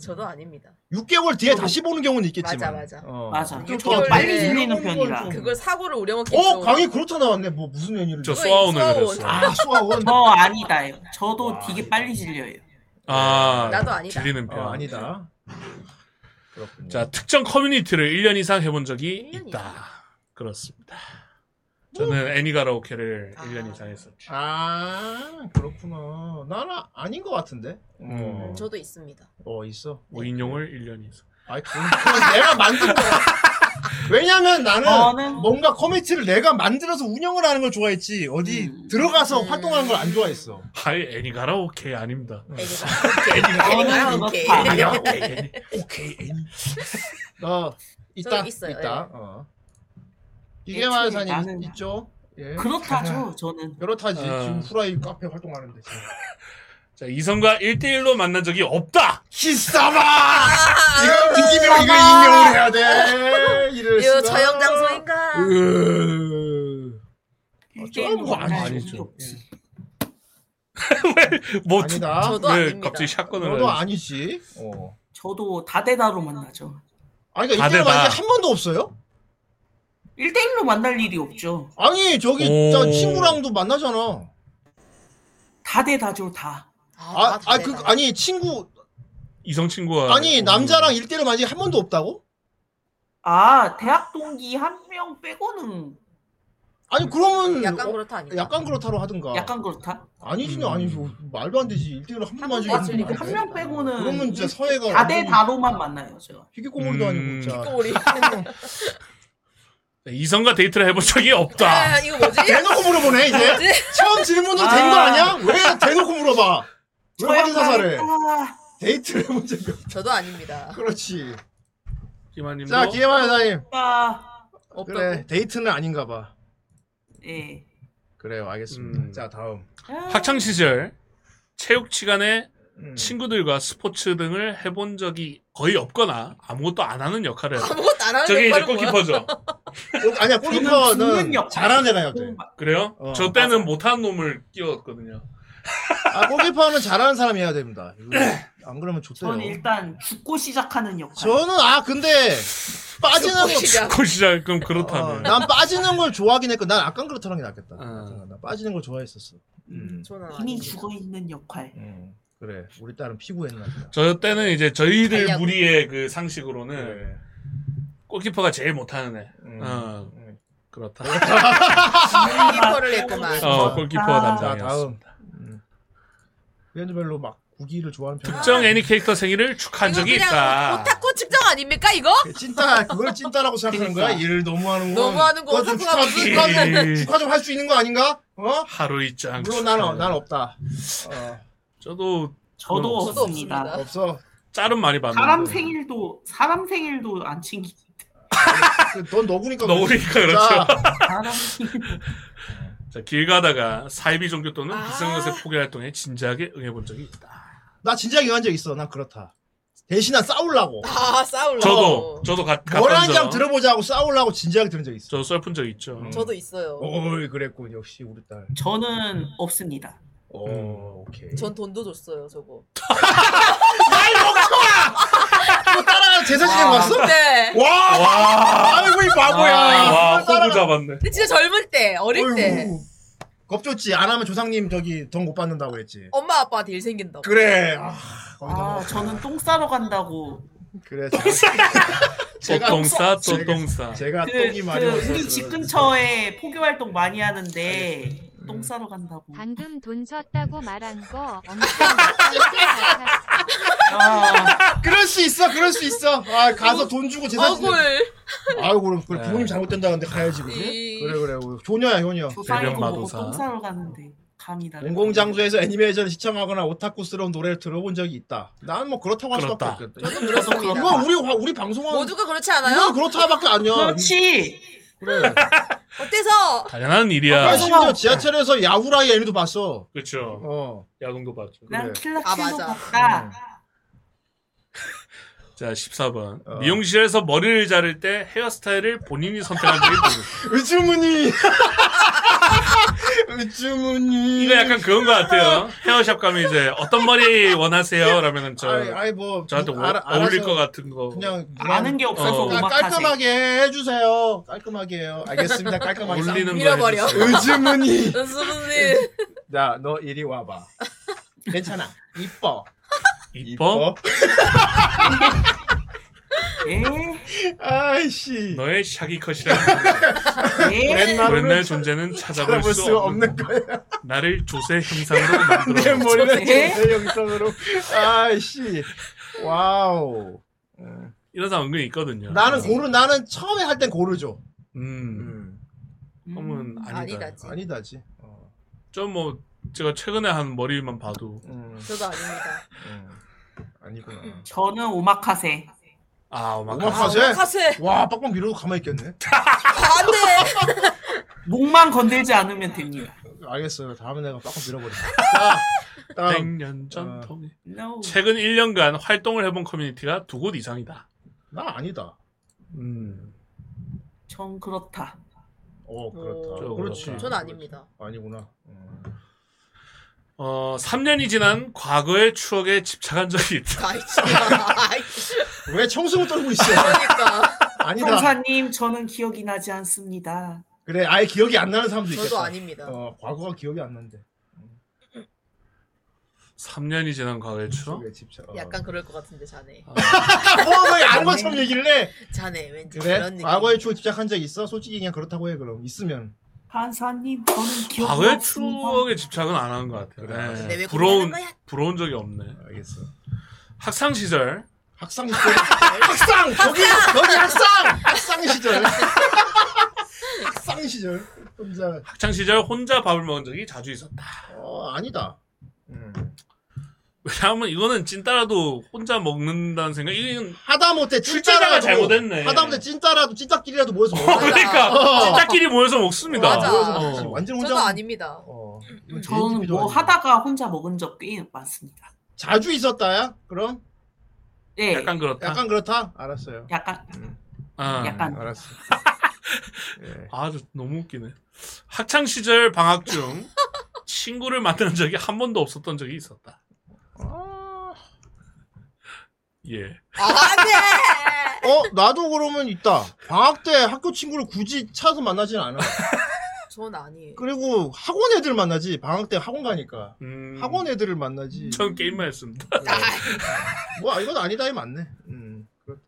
Speaker 7: 저도 아닙니다.
Speaker 6: 6개월 뒤에 다시 보는 경우는 있겠지만.
Speaker 7: 어. 맞아, 맞아.
Speaker 6: 어.
Speaker 5: 맞아.
Speaker 6: 그게
Speaker 7: 그걸
Speaker 6: 더
Speaker 7: 빨리
Speaker 5: 질리는
Speaker 6: 보는 건
Speaker 5: 편이라.
Speaker 6: 좀-
Speaker 7: 그걸 사고를 우려먹기
Speaker 6: 어 강의 그렇다 나왔네. 뭐 무슨 연유를?
Speaker 4: 저
Speaker 6: 줘.
Speaker 4: 소아원을
Speaker 7: 소아원.
Speaker 4: 그랬어.
Speaker 6: 아 소아원.
Speaker 5: 저 아니다요. 저도 되게 빨리 질려요.
Speaker 6: 음.
Speaker 4: 아,
Speaker 7: 나도 아니다.
Speaker 4: 질리는 편.
Speaker 6: 어, 아니다.
Speaker 4: 자, 특정 커뮤니티를 1년 이상 해본 적이 있다. 그렇습니다. 저는 애니가라오케를 1년 이상 했었죠.
Speaker 6: 아 그렇구나. 나는 아닌 것 같은데.
Speaker 4: 음.
Speaker 6: 어,
Speaker 7: 음, 저도 있습니다.
Speaker 6: 어 있어.
Speaker 4: 뭐 인용을 1년 이상.
Speaker 6: 아이 그건 그건 내가 만든 거야. 왜냐면 나는
Speaker 5: 저는-
Speaker 6: 뭔가 커뮤니티를 내가 만들어서 운영을 하는 걸 좋아했지 어디
Speaker 7: 음.
Speaker 6: 들어가서 활동하는 걸 안 좋아했어.
Speaker 4: 하이 애니가라오케 아닙니다.
Speaker 6: 네. 음. 어,
Speaker 5: 저는
Speaker 7: 오케이.
Speaker 5: 그렇다.
Speaker 6: 오케이 애니. 나 어, 있다
Speaker 7: 저도 있어요,
Speaker 6: 있다.
Speaker 7: 예.
Speaker 6: 어.
Speaker 7: 예,
Speaker 6: 기계마사님
Speaker 5: 나는-
Speaker 6: 있죠? 예.
Speaker 5: 그렇다죠. 저는
Speaker 6: 그렇다지
Speaker 4: 어.
Speaker 6: 지금 후라이 카페 활동하는데 지금.
Speaker 4: 자, 이성과 1대1로 만난 적이 없다.
Speaker 6: 히사마 이거 인기명 이거 인용을 해야 돼 이럴 수가.
Speaker 7: 이거 저형 장소인가?
Speaker 6: 으.
Speaker 5: 일대일로
Speaker 4: 어,
Speaker 6: 뭐 아니죠.
Speaker 5: 만날 적이 없지.
Speaker 4: 뭐
Speaker 6: 아니다.
Speaker 7: 저도
Speaker 4: 왜
Speaker 7: 아닙니다.
Speaker 4: 갑자기 샷건을
Speaker 6: 너도
Speaker 4: 하지?
Speaker 6: 아니지 어.
Speaker 5: 저도 다대다로 만나죠.
Speaker 6: 아니 그러니까
Speaker 4: 다들
Speaker 6: 이때는
Speaker 4: 다.
Speaker 6: 만약에 한 번도 없어요?
Speaker 5: 일대일로 만날 일이 없죠.
Speaker 6: 아니 저기
Speaker 4: 오.
Speaker 6: 저 친구랑도 만나잖아
Speaker 5: 다대다죠 다.
Speaker 6: 아, 아, 그, 아니 친구
Speaker 4: 이성 친구와 음.
Speaker 6: 아니 남자랑 일대를 만약에 한 번도 없다고?
Speaker 5: 아 대학 동기 한 명 빼고는
Speaker 6: 아니 그러면
Speaker 7: 약간
Speaker 6: 어,
Speaker 7: 그렇다 아니야?
Speaker 6: 약간 그렇다로
Speaker 4: 어.
Speaker 6: 하든가.
Speaker 5: 약간 그렇다?
Speaker 6: 아니지, 아니지. 말도 안 되지. 1대1로 한 번 아, 맞으면
Speaker 5: 한 명 빼고는
Speaker 6: 그러면 진짜 서해가
Speaker 5: 다대
Speaker 6: 완전히-
Speaker 5: 다로만 만나요, 제가.
Speaker 6: 희귀꼬물도 아니고 진짜.
Speaker 7: 꼬리.
Speaker 4: 네, 이성과 데이트를 해본 적이 없다.
Speaker 7: 아, 이거 뭐지?
Speaker 6: 대놓고 물어보네 이제. 처음 질문은 된 거 아니야? 왜 대놓고 물어봐? 왜
Speaker 5: 아,
Speaker 6: 화를 사살해? 데이트를 해본 적이 없.
Speaker 7: 저도 아닙니다.
Speaker 6: 그렇지.
Speaker 4: 기마님도
Speaker 6: 자 기회만 여사님.
Speaker 5: 아.
Speaker 7: 없다고.
Speaker 6: 그래 데이트는 아닌가 봐.
Speaker 5: 예. 아,
Speaker 6: 그래요 알겠습니다. 자 다음.
Speaker 4: 학창 시절 체육 시간에
Speaker 6: 네.
Speaker 4: 친구들과 스포츠 등을 해본 적이 거의 없거나 아무것도 안 하는 역할을
Speaker 7: 아무것도 안 하는
Speaker 4: 저게 이제
Speaker 7: 역할은 뭐야?
Speaker 4: 골키퍼죠.
Speaker 6: 어, 아니야
Speaker 4: 골키퍼는
Speaker 6: 잘하는 애가 해야 돼.
Speaker 4: 그래요?
Speaker 6: 어.
Speaker 4: 저 때는 못하는 놈을 끼웠거든요.
Speaker 6: 아 골키퍼는 잘하는 사람이 해야 됩니다. 이거
Speaker 4: 네.
Speaker 6: 안 그러면 좋대요.
Speaker 5: 저는 일단 죽고 시작하는 역할.
Speaker 6: 저는 아 근데 빠지는 거 어,
Speaker 4: 축구 어, 시작 그럼 그렇다네.
Speaker 6: 난 빠지는 걸 좋아하긴 했고 난 아까 그렇다는 게 낫겠다. 난 빠지는 걸 좋아했었어. 음.
Speaker 5: 이미 죽어 있는 역할.
Speaker 6: 그래 우리 딸은 피부했나 보다.
Speaker 4: 저 때는 이제 저희들
Speaker 6: 달려고.
Speaker 4: 무리의 그 상식으로는
Speaker 6: 네.
Speaker 4: 골키퍼가 제일 못하는 애.
Speaker 6: 음.
Speaker 4: 어, 그렇다.
Speaker 7: 골키퍼를 아, 했구만.
Speaker 4: 어, 골키퍼
Speaker 6: 아, 다음.
Speaker 4: 담당이었습니다.
Speaker 6: 브랜드별로 막 구기를 좋아하는 편.
Speaker 4: 특정 애니 캐릭터 생일을 축하한 적이 있다.
Speaker 7: 오타쿠 아, 측정 아닙니까 이거?
Speaker 6: 찐따 그걸 찐따라고 생각하는 거야? 일을 그러니까. 너무 하는 거.
Speaker 7: 너무하는 거
Speaker 6: 좀
Speaker 7: 오타쿠가
Speaker 6: 축하,
Speaker 7: 무슨
Speaker 6: 축하,
Speaker 4: 일.
Speaker 6: 좀- 축하 좀 할 수 있는 거 아닌가? 어?
Speaker 4: 하루 있장.
Speaker 6: 물론 나는 난 없다. 어.
Speaker 4: 저도
Speaker 5: 음, 저도
Speaker 4: 없어.
Speaker 5: 없습니다.
Speaker 6: 없어.
Speaker 4: 짤은 많이
Speaker 5: 사람
Speaker 4: 봤는데.
Speaker 5: 생일도 사람 생일도 안 챙기.
Speaker 6: 그, 넌 너구니까.
Speaker 4: 너구리니까 그렇죠.
Speaker 5: 사람
Speaker 4: 자, 길 가다가 사이비 종교 또는 비상것의 포기 활동에 진지하게 응해본 적이 있다.
Speaker 6: 나 진작 이혼한 적 있어. 난 그렇다. 대신에 싸우려고.
Speaker 7: 아 싸울라.
Speaker 4: 저도 저도 가, 갔던
Speaker 6: 뭐라는지 한번
Speaker 4: 적.
Speaker 6: 들어보자고 음. 싸우려고 진지하게 들은 적 있어.
Speaker 4: 저도 썰푼 적 있죠.
Speaker 7: 저도 있어요.
Speaker 6: 어이 그랬군 역시 우리 딸.
Speaker 5: 저는 없습니다.
Speaker 6: 오
Speaker 4: 음.
Speaker 6: 오케이.
Speaker 7: 전 돈도 줬어요 저거.
Speaker 6: 따라 제사 지내고
Speaker 7: 와,
Speaker 6: 갔어?
Speaker 7: 네.
Speaker 6: 와. 와. 아이고 이 바보야.
Speaker 4: 와,
Speaker 6: 그걸 따라가-
Speaker 4: 호구 잡았네.
Speaker 7: 근데 진짜 젊을 때 어릴 때
Speaker 6: 어이구. 겁줬지. 안 하면 조상님 저기 돈 못 받는다고 그랬지.
Speaker 7: 엄마 아빠한테 일 생긴다고.
Speaker 6: 어, 그래. 아,
Speaker 5: 아, 저는 똥 싸러 간다고.
Speaker 6: 그래.
Speaker 5: 제가
Speaker 4: 똥싸
Speaker 5: 없어.
Speaker 4: 또 똥싸.
Speaker 6: 제가
Speaker 5: 그, 그 우리 집 근처에 포교 활동 많이 하는데
Speaker 6: 음.
Speaker 5: 똥 싸러 간다고.
Speaker 12: 방금 돈 줬다고 말한 거 엄청
Speaker 3: 아,
Speaker 12: 웃길
Speaker 5: 아,
Speaker 6: 그럴 수 있어. 그럴 수 있어. 아 가서 돈 주고 제사 지내.
Speaker 7: 억울.
Speaker 6: 아이고 그럼 그래, 부모님 잘못된다는데 가야지 그지? 그래 그래 우리 효녀야 효녀
Speaker 5: 조상이고 뭐고 똥 싸러 가는데 감이 나.
Speaker 6: 공공장소에서 애니메이션을 시청하거나 오타쿠스러운 노래를 들어본 적이 있다. 난 뭐 그렇다고 할 수밖에
Speaker 4: 그렇다.
Speaker 6: 없겠다.
Speaker 7: 저도 그렇습니다.
Speaker 6: 이건 우리 화- 우리 방송하고
Speaker 7: 모두가 그렇지 않아요?
Speaker 6: 이건 그렇다밖에 아니야.
Speaker 5: 그렇지.
Speaker 7: 어때서?
Speaker 4: 당연한
Speaker 6: 나
Speaker 4: 일이야.
Speaker 6: 심지어 지하철에서 야후라이 애니도 봤어.
Speaker 4: 그렇죠.
Speaker 6: 어.
Speaker 4: 야동도 봤죠.
Speaker 5: 난
Speaker 6: 네.
Speaker 7: 아,
Speaker 5: 킬라킬로
Speaker 7: 맞아.
Speaker 5: 갔다.
Speaker 4: 자, 14번.
Speaker 6: 어.
Speaker 4: 미용실에서 머리를 자를 때 헤어스타일을 본인이 선택한 적이 있다.
Speaker 6: 으주문이. 으주문이.
Speaker 4: 이거 약간 그런 것 같아요. 헤어샵 가면 이제 어떤 머리 원하세요? 라면은 저
Speaker 6: 아이, 아이, 뭐,
Speaker 4: 저한테
Speaker 6: 알아-
Speaker 4: 어, 울릴
Speaker 6: 알아서
Speaker 4: 것 같은 거.
Speaker 6: 그냥
Speaker 5: 아는 게 없어서
Speaker 6: 깔-
Speaker 5: 오마카세.
Speaker 6: 깔끔하게 해주세요. 깔끔하게 해요. 알겠습니다. 깔끔하게.
Speaker 4: 울리는
Speaker 7: 밀어버려.
Speaker 6: 으주문이.
Speaker 7: 은수분님.
Speaker 6: 야, 너 이리 와봐. 괜찮아. 이뻐.
Speaker 4: 이뻐?
Speaker 5: 에?
Speaker 6: 아이씨.
Speaker 4: 너의 샤기컷이라
Speaker 6: 웬만하면
Speaker 4: 맨날 존재는 찾아볼 수, 없는
Speaker 6: 거야.
Speaker 4: 나를 조세 형상으로 만들어
Speaker 6: 내 머리를
Speaker 5: 에?
Speaker 6: 제 영상으로. 아이씨. 와우.
Speaker 4: 이런 사람 은근히 있거든요.
Speaker 6: 나는 고르 나는 처음에 할 땐 고르죠.
Speaker 4: 음. 그러면 아니다.
Speaker 7: 아니다지.
Speaker 6: 아니다지. 어.
Speaker 4: 좀뭐 제가 최근에 한 머리만 봐도
Speaker 7: 저도 아닙니다.
Speaker 6: 음. 아니구나.
Speaker 5: 저는 오마카세.
Speaker 4: 음. 아
Speaker 6: 오마카세?
Speaker 7: 아, 오마카세. 아, 네.
Speaker 6: 와 빡빡 밀어도 가만히 있겠네.
Speaker 5: 목만 건들지 않으면 됩니다.
Speaker 6: 알겠어요. 다음에 내가 빡빡 밀어버려.
Speaker 4: 100년 전통. 최근 1년간 활동을 해본 커뮤니티가 두 곳 이상이다.
Speaker 6: 나 아니다.
Speaker 4: 음.
Speaker 5: 전 그렇다.
Speaker 6: 어
Speaker 4: 저
Speaker 6: 그렇다.
Speaker 4: 그렇다.
Speaker 6: 그렇지.
Speaker 7: 전 아닙니다.
Speaker 6: 아니구나. 음.
Speaker 4: 어, 3년이 지난 과거의 추억에 집착한 적이 있다.
Speaker 6: 왜 청승을 떨고 있어?
Speaker 7: 그러니까
Speaker 6: 아니다.
Speaker 5: 형사님, 저는 기억이 나지 않습니다.
Speaker 6: 그래 아예 기억이 안 나는 사람도
Speaker 5: 저도
Speaker 6: 있겠다.
Speaker 5: 아닙니다.
Speaker 6: 어 과거가 기억이 안 난대.
Speaker 4: 3년이 지난 과거의 추억? 아,
Speaker 7: 약간 그럴 것 같은데 자네.
Speaker 6: 뭐왜안 것처럼 얘기를 해?
Speaker 7: 자네 왠지
Speaker 6: 그래?
Speaker 7: 그런 느낌.
Speaker 6: 과거에 추억 집착한 적 있어? 솔직히 그냥 그렇다고 해 그럼 있으면
Speaker 5: 한사님 저는 기억이
Speaker 4: 과거의
Speaker 5: 없습니다.
Speaker 4: 추억에 집착은 안 하는 것 같아요.
Speaker 5: 네. 근데
Speaker 4: 네.
Speaker 5: 왜
Speaker 4: 부러운
Speaker 5: 고민하는 거야?
Speaker 4: 부러운 적이 없네. 알겠어. 학창 시절.
Speaker 6: 학창 시절. 학상 거기 거기 학상 학상 시절 학상 시절 혼자
Speaker 4: 학창 시절 혼자 밥을 먹은 적이 자주 있었다.
Speaker 6: 어 아니다
Speaker 4: 음. 왜냐하면 이거는 찐따라도 혼자 먹는다는 생각. 이건
Speaker 6: 하다 못해
Speaker 4: 출제자가
Speaker 6: 찐따라가
Speaker 4: 잘못했네.
Speaker 6: 하다 못해 찐따라도 찐따끼리라도 모여서
Speaker 4: 어, 그러니까 찐따끼리 모여서 먹습니다.
Speaker 6: 맞아.
Speaker 4: 어.
Speaker 6: 완전 어,
Speaker 7: 저도 아닙니다.
Speaker 5: 저는 뭐 하다가 혼자 먹은 적 꽤 많습니다.
Speaker 6: 자주 있었다야? 그럼?
Speaker 5: 예.
Speaker 4: 약간 그렇다.
Speaker 6: 네. 약간 그렇다? 알았어요. 음,
Speaker 5: 약간.
Speaker 4: 아,
Speaker 5: 약간.
Speaker 6: 알았어. 예.
Speaker 4: 아주 너무 웃기네. 학창 시절 방학 중 친구를 만난 적이 한 번도 없었던 적이 있었다.
Speaker 6: 아.
Speaker 4: 예.
Speaker 7: 아, 네.
Speaker 6: 어 나도 그러면 있다. 방학 때 학교 친구를 굳이 차서 만나진 않아.
Speaker 7: 전 아니에요.
Speaker 6: 그리고 학원 애들 만나지. 방학 때 학원 가니까
Speaker 4: 음.
Speaker 6: 학원 애들을 만나지. 예.
Speaker 4: 전 게임만 했습니다.
Speaker 6: 뭐 이건 아니다 이 맞네. 음. 그렇-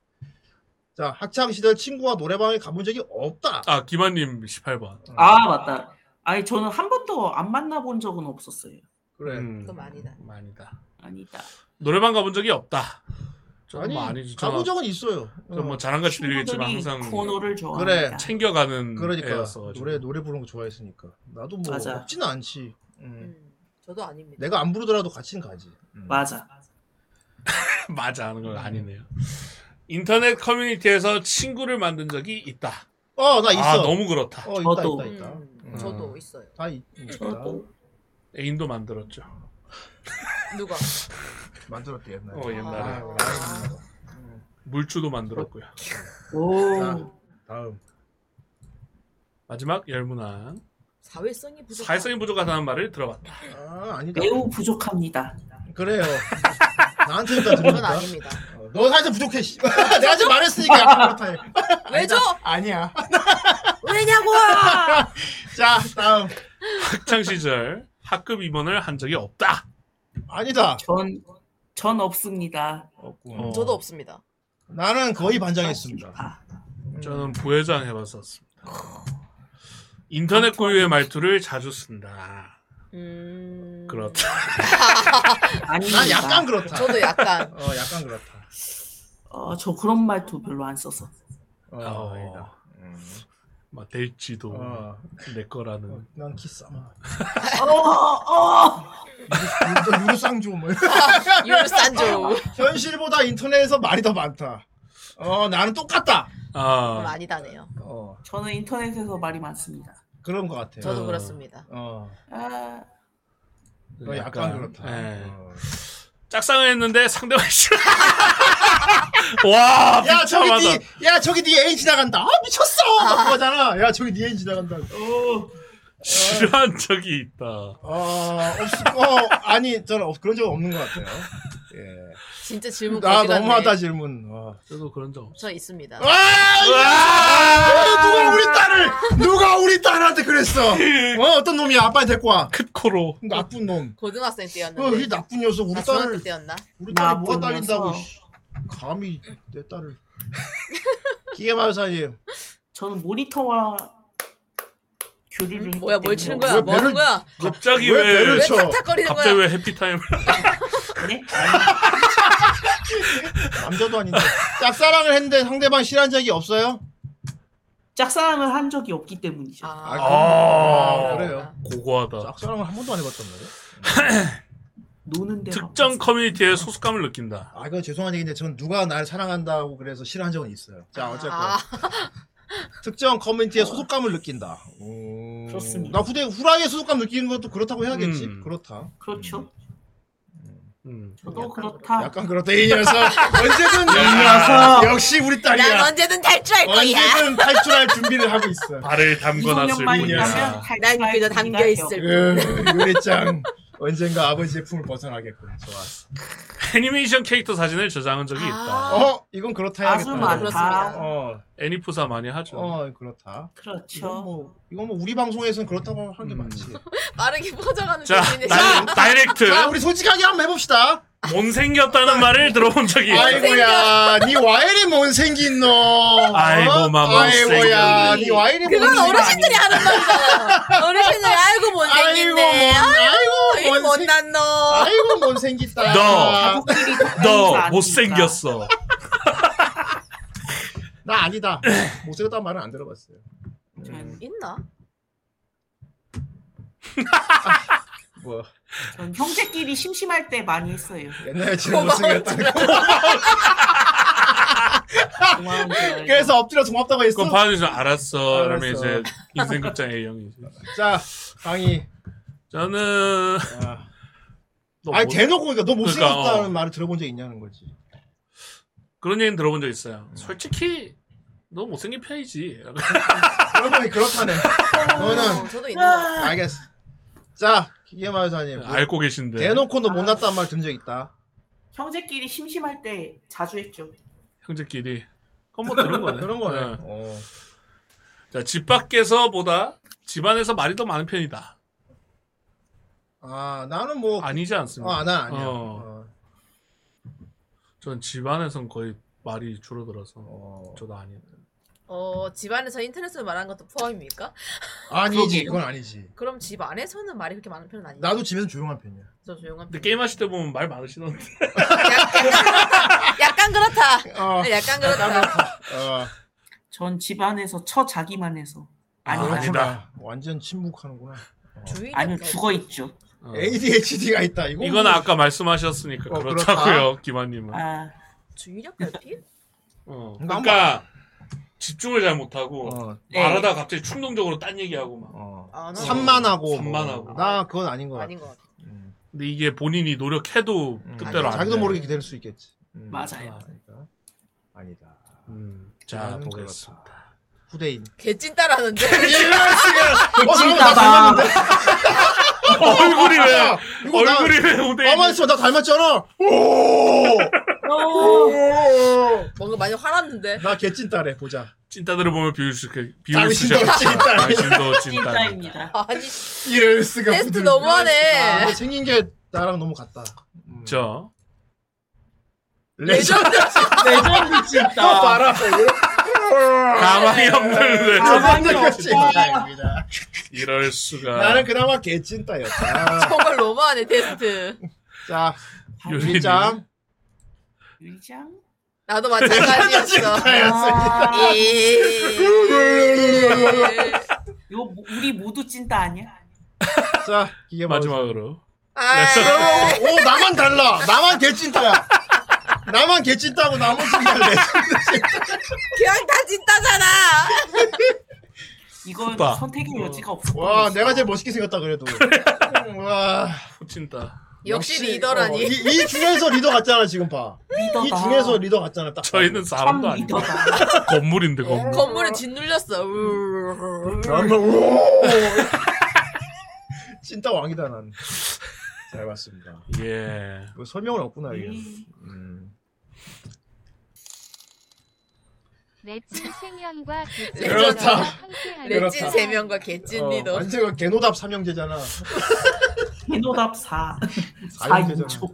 Speaker 6: 자 학창 시절 친구와 노래방에 가본 적이 없다.
Speaker 4: 아 김한님 18번.
Speaker 5: 아 맞다. 아니 저는 한 번도 안 만나본 적은 없었어요.
Speaker 6: 그래.
Speaker 4: 음,
Speaker 7: 그럼 아니다.
Speaker 4: 아니다.
Speaker 5: 아니다.
Speaker 4: 노래방 가본 적이 없다. 저는
Speaker 6: 아니,
Speaker 4: 뭐 아니지.
Speaker 6: 가본 적은 있어요.
Speaker 4: 저뭐 자랑같이 드리겠지만
Speaker 5: 친구들이
Speaker 4: 항상
Speaker 5: 코너를 좋아합니다.
Speaker 6: 그래.
Speaker 4: 챙겨가는
Speaker 6: 그러니까
Speaker 4: 애였어.
Speaker 6: 노래 노래 부르는 거 좋아했으니까 나도 뭐
Speaker 4: 맞아.
Speaker 6: 없지는 음. 않지.
Speaker 7: 음, 저도 아닙니다.
Speaker 6: 내가 안 부르더라도 같이는 가지. 음.
Speaker 5: 맞아.
Speaker 4: 맞아 하는 건 아니네요. 인터넷 커뮤니티에서 친구를 만든 적이 있다.
Speaker 6: 어, 나
Speaker 4: 아,
Speaker 6: 있어.
Speaker 4: 너무 그렇다.
Speaker 6: 어, 있다, 있다, 있다. 음.
Speaker 7: 저도 있어요.
Speaker 6: 다 있,
Speaker 7: 음. 저도.
Speaker 4: 애인도 만들었죠.
Speaker 7: 누가?
Speaker 6: 만들었대 옛날에.
Speaker 4: 어, 옛날에.
Speaker 6: 아,
Speaker 4: 물주도 만들었고요.
Speaker 6: 자, 다음.
Speaker 4: 마지막 열문안.
Speaker 7: 사회성이 부족.
Speaker 4: 사회성이 부족하다는 말을 들어봤다.
Speaker 6: 아, 아니다.
Speaker 5: 매우 부족합니다.
Speaker 6: 그래요. 나한테 다
Speaker 7: 그건
Speaker 6: 들으니까.
Speaker 7: 아닙니다.
Speaker 6: 어, 너 사실 부족해. 씨. 내가 지금 말했으니까 약간 그렇다. 해.
Speaker 7: 왜죠?
Speaker 6: 아니야.
Speaker 7: 왜냐고!
Speaker 6: 자, 다음.
Speaker 4: 학창 시절 학급 입원을 한 적이 없다.
Speaker 6: 아니다.
Speaker 5: 전, 전 없습니다.
Speaker 4: 어.
Speaker 7: 저도 없습니다.
Speaker 6: 나는 거의 반장했습니다.
Speaker 4: 저는 부회장 해봤었습니다. 인터넷 고유의 말투를 자주 쓴다. 그렇다.
Speaker 6: 난 약간 그렇다.
Speaker 7: 음. 저도 약간.
Speaker 6: 어, 약간 그렇다.
Speaker 5: 어, 저 그런 말도 별로 안 써서.
Speaker 4: 어, 막 될지도 내 거라는.
Speaker 6: 어, 난 키스 아마.
Speaker 5: 어, 어.
Speaker 6: 유로쌍조 뭐.
Speaker 7: 아,
Speaker 6: 아.
Speaker 7: 유로쌍조.
Speaker 6: 현실보다 인터넷에서 말이 더 많다. 어, 나는 똑같다.
Speaker 7: 그건
Speaker 4: 아,
Speaker 7: 아니다네요.
Speaker 6: 어,
Speaker 5: 저는 인터넷에서 말이 많습니다.
Speaker 6: 그런 것 같아요.
Speaker 7: 저도 그렇습니다.
Speaker 6: 어.
Speaker 5: 아,
Speaker 6: 어, 약간 그렇다. 어.
Speaker 4: 예. 짝상을 했는데 상대방이 싫어. 와,
Speaker 6: 야, 저기
Speaker 4: 비참하다.
Speaker 6: 니, 야, 저기 니 애인 지나간다. 아, 미쳤어! 막 그거잖아. 야, 저기 니 애인 지나간다. 어,
Speaker 4: 싫어한 적이 있다.
Speaker 6: 어, 없, 어, 아니, 저는 없- 그런 적 없는 것 같아요. 예.
Speaker 7: 진짜 질문
Speaker 6: 아,
Speaker 7: 거지 같네.
Speaker 6: 너무하다, 질문. 와.
Speaker 4: 저도 그런 적 없어.
Speaker 7: 저 있습니다.
Speaker 6: 아, 야! 누가 우리 딸을, 누가 우리 딸한테 그랬어? 어, 어떤 놈이야? 아빠한테 데리고 와.
Speaker 4: 큰코로.
Speaker 6: 나쁜 놈.
Speaker 7: 고등학생 때였는데.
Speaker 6: 어, 이 나쁜 녀석, 우리
Speaker 7: 나
Speaker 6: 딸을.
Speaker 7: 중학교 때였나?
Speaker 6: 우리 딸이
Speaker 5: 나쁜
Speaker 6: 뭐가 딸린다고
Speaker 5: 녀석.
Speaker 6: 씨. 감히 내 딸을 기계마사님
Speaker 5: 저는 모니터와 교류를 했기
Speaker 7: 음, 뭐야, 뭘
Speaker 5: 때문에
Speaker 7: 치는 거야? 뭐 하는 거야?
Speaker 4: 갑자기
Speaker 6: 왜
Speaker 4: 왜,
Speaker 6: 배를 쳐? 왜
Speaker 7: 탁탁거리는
Speaker 4: 갑자기
Speaker 7: 거야?
Speaker 4: 왜 해피타임을?
Speaker 7: 뭐.
Speaker 6: 남자도 아닌데 짝사랑을 했는데 상대방 싫어한 적이 없어요?
Speaker 5: 짝사랑을 한 적이 없기 때문이죠.
Speaker 6: 아,
Speaker 4: 아,
Speaker 6: 그래요
Speaker 4: 고고하다.
Speaker 6: 짝사랑을 한 번도 안 해봤단 말이에요
Speaker 5: 노는데
Speaker 4: 특정 커뮤니티에 소속감을 느낀다.
Speaker 6: 아 이거 죄송한 얘기인데 전 누가 날 사랑한다고 그래서 싫어한 적은 있어요
Speaker 7: 아.
Speaker 6: 자 어쨌건 특정 커뮤니티에 소속감을 느낀다 오.
Speaker 5: 좋습니다.
Speaker 6: 나 후대 후라이에 소속감 느끼는 것도 그렇다고 해야겠지
Speaker 4: 음.
Speaker 6: 그렇다
Speaker 5: 그렇죠.
Speaker 4: 음.
Speaker 5: 저도 그렇다.
Speaker 6: 약간 그렇다 이 녀석 언제든
Speaker 4: 야.
Speaker 6: 역시 우리 딸이야
Speaker 7: 난 언제든 탈출할 거야.
Speaker 6: 언제든 탈출할 준비를 하고 있어.
Speaker 4: 발을 담궈 놨을
Speaker 5: 이동력만 있다면
Speaker 4: 뿐이야.
Speaker 7: 난
Speaker 5: 탈출할
Speaker 7: 그저 담겨 있을 뿐.
Speaker 6: 요리짱 언젠가 아버지의 품을 벗어나겠군. 좋았어.
Speaker 4: 애니메이션 캐릭터 사진을 저장한 적이 있다.
Speaker 6: 어, 이건 그렇다
Speaker 5: 아주
Speaker 6: 해야겠다.
Speaker 5: 많다.
Speaker 6: 어,
Speaker 4: 애니프사 많이 하죠.
Speaker 6: 어, 그렇다. 이건
Speaker 5: 그렇죠.
Speaker 6: 뭐, 이건 뭐 우리 방송에서는 그렇다고
Speaker 4: 음.
Speaker 6: 하는 게 맞지.
Speaker 7: 빠르게 퍼져가는
Speaker 4: 자,
Speaker 7: 중인데.
Speaker 4: 다이- 다이렉트.
Speaker 6: 자, 우리 솔직하게 한번 해봅시다.
Speaker 4: 못생겼다는 말을 들어본 적이
Speaker 6: 아이고야, 니 와이리 못생긴 놈.
Speaker 4: 아이고, 마,
Speaker 6: 아이고야,
Speaker 4: 못생긴.
Speaker 6: 니 와이리
Speaker 7: 그건
Speaker 6: 못생긴
Speaker 7: 어르신들이 하는 말이잖아. 어르신들 아이고 못생긴데.
Speaker 6: 아이고,
Speaker 7: 아이고
Speaker 6: 뭔-
Speaker 7: 못난 놈.
Speaker 6: 아이고 못생겼다.
Speaker 4: 너, 너 못생겼어.
Speaker 6: 나 아니다. 못생겼다는 말은 안 들어봤어요.
Speaker 7: 있나?
Speaker 6: 뭐.
Speaker 5: 전 형제끼리 심심할 때 많이 했어요.
Speaker 6: 옛날에 지는 못생겼다. 그래서 엎드려 고맙다고 했어.
Speaker 4: 그럼 봐주죠. 알았어. 그러면
Speaker 6: 알았어.
Speaker 4: 이제 인생 극장 A형이지.
Speaker 6: 자, 강희.
Speaker 4: 저는 너
Speaker 6: 아니
Speaker 4: 못-
Speaker 6: 대놓고 그러니까 너 못생겼다는
Speaker 4: 그러니까, 어.
Speaker 6: 말을 들어본 적 있냐는 거지.
Speaker 4: 그런 얘기는 들어본 적 있어요. 솔직히 너 못생긴 편이지.
Speaker 6: 뭐? 그러면 그렇다네. 너는
Speaker 7: 어, 저도 있는 거.
Speaker 6: 알겠어. 자, 기계마 여사님.
Speaker 4: 아, 알고 네. 계신데.
Speaker 6: 대놓고 너 못났다는 말 들은 적 있다.
Speaker 5: 형제끼리 심심할 때 자주 했죠.
Speaker 4: 형제끼리. 그건 뭐 그런 거네.
Speaker 6: 그런 거네. 어.
Speaker 4: 예. 자, 집 밖에서보다 집 안에서 말이 더 많은 편이다.
Speaker 6: 아, 나는 뭐
Speaker 4: 아니지 않습니까?
Speaker 6: 아, 나 아니야.
Speaker 4: 어. 전집 안에선 거의 말이 줄어들어서 저도 아니에요.
Speaker 7: 어 집안에서 인터넷으로 말하는 것도 포함입니까?
Speaker 6: 아니지. 그건 아니지.
Speaker 7: 그럼 집 안에서는 말이 그렇게 많은 편은 아니에요.
Speaker 6: 나도 집에서 조용한 편이야.
Speaker 7: 저 조용한
Speaker 4: 근데 게임 하실 때 보면 말 많으시던데.
Speaker 7: 약간 그렇다.
Speaker 6: 아. 어.
Speaker 7: 네, 약간 그렇다.
Speaker 5: 전 집안에서 쳐 자기만 해서 아니다.
Speaker 6: 그렇구나. 완전 침묵하는구나. 어.
Speaker 5: 아니면 죽어 있죠.
Speaker 6: ADHD가 있다. 이거
Speaker 4: 이건 아까 말씀하셨으니까
Speaker 6: 어,
Speaker 4: 그렇다고요,
Speaker 6: 그렇다.
Speaker 4: 김한님은.
Speaker 5: 아,
Speaker 7: 주의력 결핍?
Speaker 4: 어.
Speaker 6: 아. 그러니까
Speaker 4: 그러니까 집중을 잘 못하고
Speaker 6: 네.
Speaker 4: 말하다가 갑자기 충동적으로 딴 얘기하고 막.
Speaker 7: 아, 나-
Speaker 6: 산만하고
Speaker 4: 산만하고.
Speaker 6: 어. 뭐. 나 그건 아닌 것 같아.
Speaker 7: 아닌 것 같아.
Speaker 4: 근데 이게 본인이 노력해도 뜻대로 안
Speaker 6: 음. 아, 자기도
Speaker 4: 돼.
Speaker 6: 모르게 기다릴 수 있겠지. 음.
Speaker 5: 맞아요.
Speaker 6: 아니다.
Speaker 4: 음. 자,
Speaker 6: 나는
Speaker 4: 보겠습니다.
Speaker 6: 후대인. 어,
Speaker 7: 개찐따라는데.
Speaker 6: 개찐따다.
Speaker 4: 얼굴이 왜?
Speaker 6: 아,
Speaker 4: 얼굴이 왜
Speaker 6: 후대인? 가만 있어, 나 닮았잖아.
Speaker 7: 뭔가 많이 화났는데.
Speaker 6: 나 개찐따래 보자.
Speaker 4: 찐따들을 보면 비울 수 있게 비울 수 있게
Speaker 6: 당신도 찐따.
Speaker 4: 아, 당신도 찐따.
Speaker 7: 아니
Speaker 6: 이럴 수가.
Speaker 7: 테스트
Speaker 6: 후대인.
Speaker 7: 너무하네.
Speaker 6: 아, 근데 생긴 게 나랑 너무 같다.
Speaker 4: 저
Speaker 6: 레전드 아,
Speaker 5: 레전드
Speaker 6: 찐따.
Speaker 7: 어,
Speaker 6: 또 봐라.
Speaker 4: 아, 가망이
Speaker 6: 아,
Speaker 4: 없는 아. 레전드
Speaker 6: 찐따입니다.
Speaker 4: 이럴 수가.
Speaker 6: 네. 나는 그나마 개찐따였다.
Speaker 7: 정말 너무하네 테스트.
Speaker 6: 자,
Speaker 4: 요리님.
Speaker 6: 유리짱.
Speaker 5: 유리장?
Speaker 7: 나도 마찬가지였어.
Speaker 6: 예.
Speaker 5: 아.
Speaker 7: 예.
Speaker 5: 이거 모- 우리 모두 찐따 아니야?
Speaker 6: 자, 이게
Speaker 4: 마지막으로.
Speaker 7: 아,
Speaker 6: 오, 오, 나만 달라. 나만 개찐따야. 나만 개찐따고 나머지 그냥 레전드
Speaker 7: 그냥 다 찐따잖아.
Speaker 5: 이건
Speaker 6: 찐따.
Speaker 5: 선택의 여지가 없어.
Speaker 6: 와, 내가 제일 멋있게 생겼다 그래도. 와, 어,
Speaker 4: 찐따.
Speaker 7: 역시 리더라니.
Speaker 6: 이, 이 중에서 리더 같잖아 지금 봐.
Speaker 5: 리더다.
Speaker 6: 이 중에서 리더 같잖아 딱.
Speaker 4: 저희는 사람도 아니고 건물인데
Speaker 6: 예.
Speaker 4: 건물.
Speaker 7: 건물을 짓눌렸어. 우.
Speaker 6: 나만 오. 찐따 왕이다 난. 잘 봤습니다.
Speaker 4: 예.
Speaker 6: 뭐 설명은 없구나 이게.
Speaker 7: 음.
Speaker 6: 음.
Speaker 12: 레진 생년과 개찐
Speaker 6: 그렇다.
Speaker 12: 함께하는
Speaker 7: 레진 세 명과 개찐
Speaker 6: 어,
Speaker 7: 리더.
Speaker 6: 완전 이거 개노답 삼형제잖아.
Speaker 5: 개노답 4.
Speaker 6: 사형제잖아.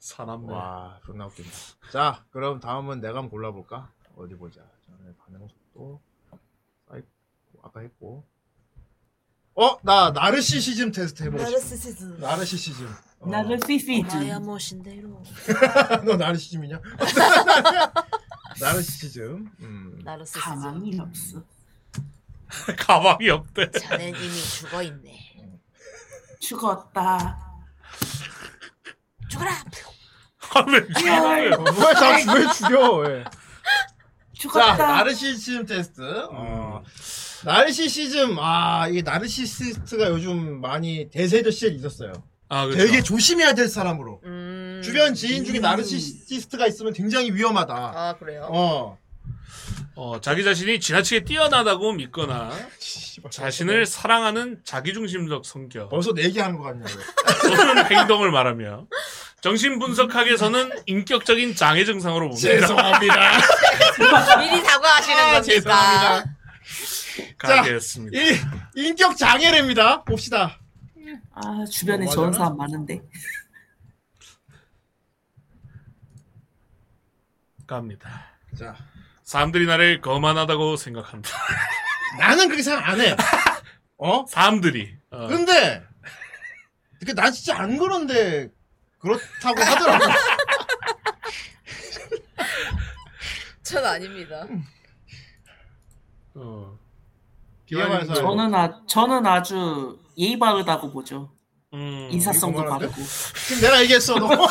Speaker 4: 사람.
Speaker 6: 와, 존나 웃긴다. 자, 그럼 다음은 내가 한번 골라볼까? 어디 보자. 전에 반응 속도. 아이고, 아까 했고. 어, 나 나르시시즘 테스트 해보고 싶어.
Speaker 7: 나르시시즘.
Speaker 6: 나르시시즘. 어.
Speaker 7: 나야 멋인데로.
Speaker 6: 너 나르시즘이냐? 나르시시즘. 음.
Speaker 7: 나르시시즘.
Speaker 5: 가망이 없어.
Speaker 4: 가방이 없대.
Speaker 7: 자넨 이미 죽어 있네.
Speaker 5: 죽었다.
Speaker 7: 죽어라.
Speaker 4: 아왜
Speaker 6: 어, 뭐야, 나 왜 죽여? 왜?
Speaker 5: 죽었다.
Speaker 6: 자, 나르시시즘 테스트. 어. 나르시시즘, 아, 이게 나르시시스트가 요즘 많이 대세적 시절이 있었어요.
Speaker 4: 아, 그렇죠.
Speaker 6: 되게 조심해야 될 사람으로.
Speaker 7: 음.
Speaker 6: 주변 지인 중에 나르시시스트가 있으면 굉장히 위험하다.
Speaker 7: 아 그래요?
Speaker 6: 어.
Speaker 4: 어, 자기 자신이 지나치게 뛰어나다고 믿거나
Speaker 6: 네.
Speaker 4: 자신을 사랑하는 자기중심적 성격.
Speaker 6: 벌써 네 내기하는 것 같냐고.
Speaker 4: 또는 행동을 말하며 정신 분석학에서는 인격적인 장애 증상으로 봅니다.
Speaker 6: 죄송합니다.
Speaker 7: 미리 아, 사과하시는
Speaker 6: 아,
Speaker 7: 겁니다.
Speaker 6: 죄송합니다.
Speaker 4: 가겠습니다.
Speaker 6: 이 인격 장애랍니다. 봅시다.
Speaker 5: 아 주변에
Speaker 6: 어,
Speaker 5: 저런
Speaker 6: 맞아요.
Speaker 5: 사람 많은데.
Speaker 4: 갑니다.
Speaker 6: 자.
Speaker 4: 사람들이 나를 거만하다고 생각한다.
Speaker 6: 나는 그렇게 생각 안 해. 어?
Speaker 4: 사람들이. 어.
Speaker 6: 근데 그난 진짜 안 그런데 그렇다고 하더라고.
Speaker 7: 전 아닙니다.
Speaker 4: 어.
Speaker 6: 기왕에서
Speaker 5: 저는 아 저는 아주 예의 바르다고 보죠.
Speaker 4: 음,
Speaker 5: 인사성도
Speaker 6: 고마운데?
Speaker 5: 바르고.
Speaker 6: 지금 내가 얘기했어. 너.
Speaker 5: 정말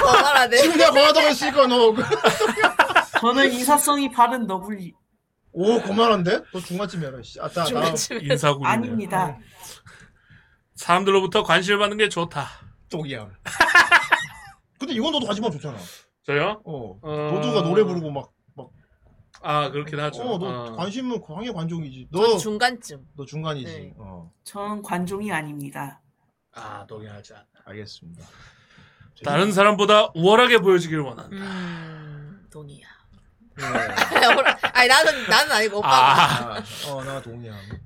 Speaker 5: 거만하네.
Speaker 6: 지금 내가 거만하다고 했으니까 너. 그-
Speaker 5: 저는 인사성이 바른 너블.
Speaker 6: 오 고만한데? 너 중간쯤 해라. 씨. 아, 나, 나.
Speaker 4: 인사군이네요.
Speaker 5: 아닙니다.
Speaker 4: 사람들로부터 관심을 받는 게 좋다.
Speaker 6: 쪽이야. 근데 이건 너도 관심만 좋잖아.
Speaker 4: 저요?
Speaker 6: 어. 너도가 노래 부르고 막.
Speaker 4: 아 그렇긴 하죠.
Speaker 6: 어, 너
Speaker 4: 어.
Speaker 6: 관심은 광해 관종이지.
Speaker 5: 전
Speaker 7: 그렇죠.
Speaker 6: 너
Speaker 7: 중간쯤.
Speaker 6: 너 중간이지.
Speaker 5: 네.
Speaker 6: 어.
Speaker 5: 전 관종이 아닙니다.
Speaker 4: 아 동의하지 않아.
Speaker 6: 알겠습니다.
Speaker 4: 다른 사람보다 우월하게 보여지길 원한다.
Speaker 7: 음. 동의야.
Speaker 6: 네.
Speaker 7: 아니 나는 나는 아니고 오빠가.
Speaker 6: 아, 어, 나 동의함. 음.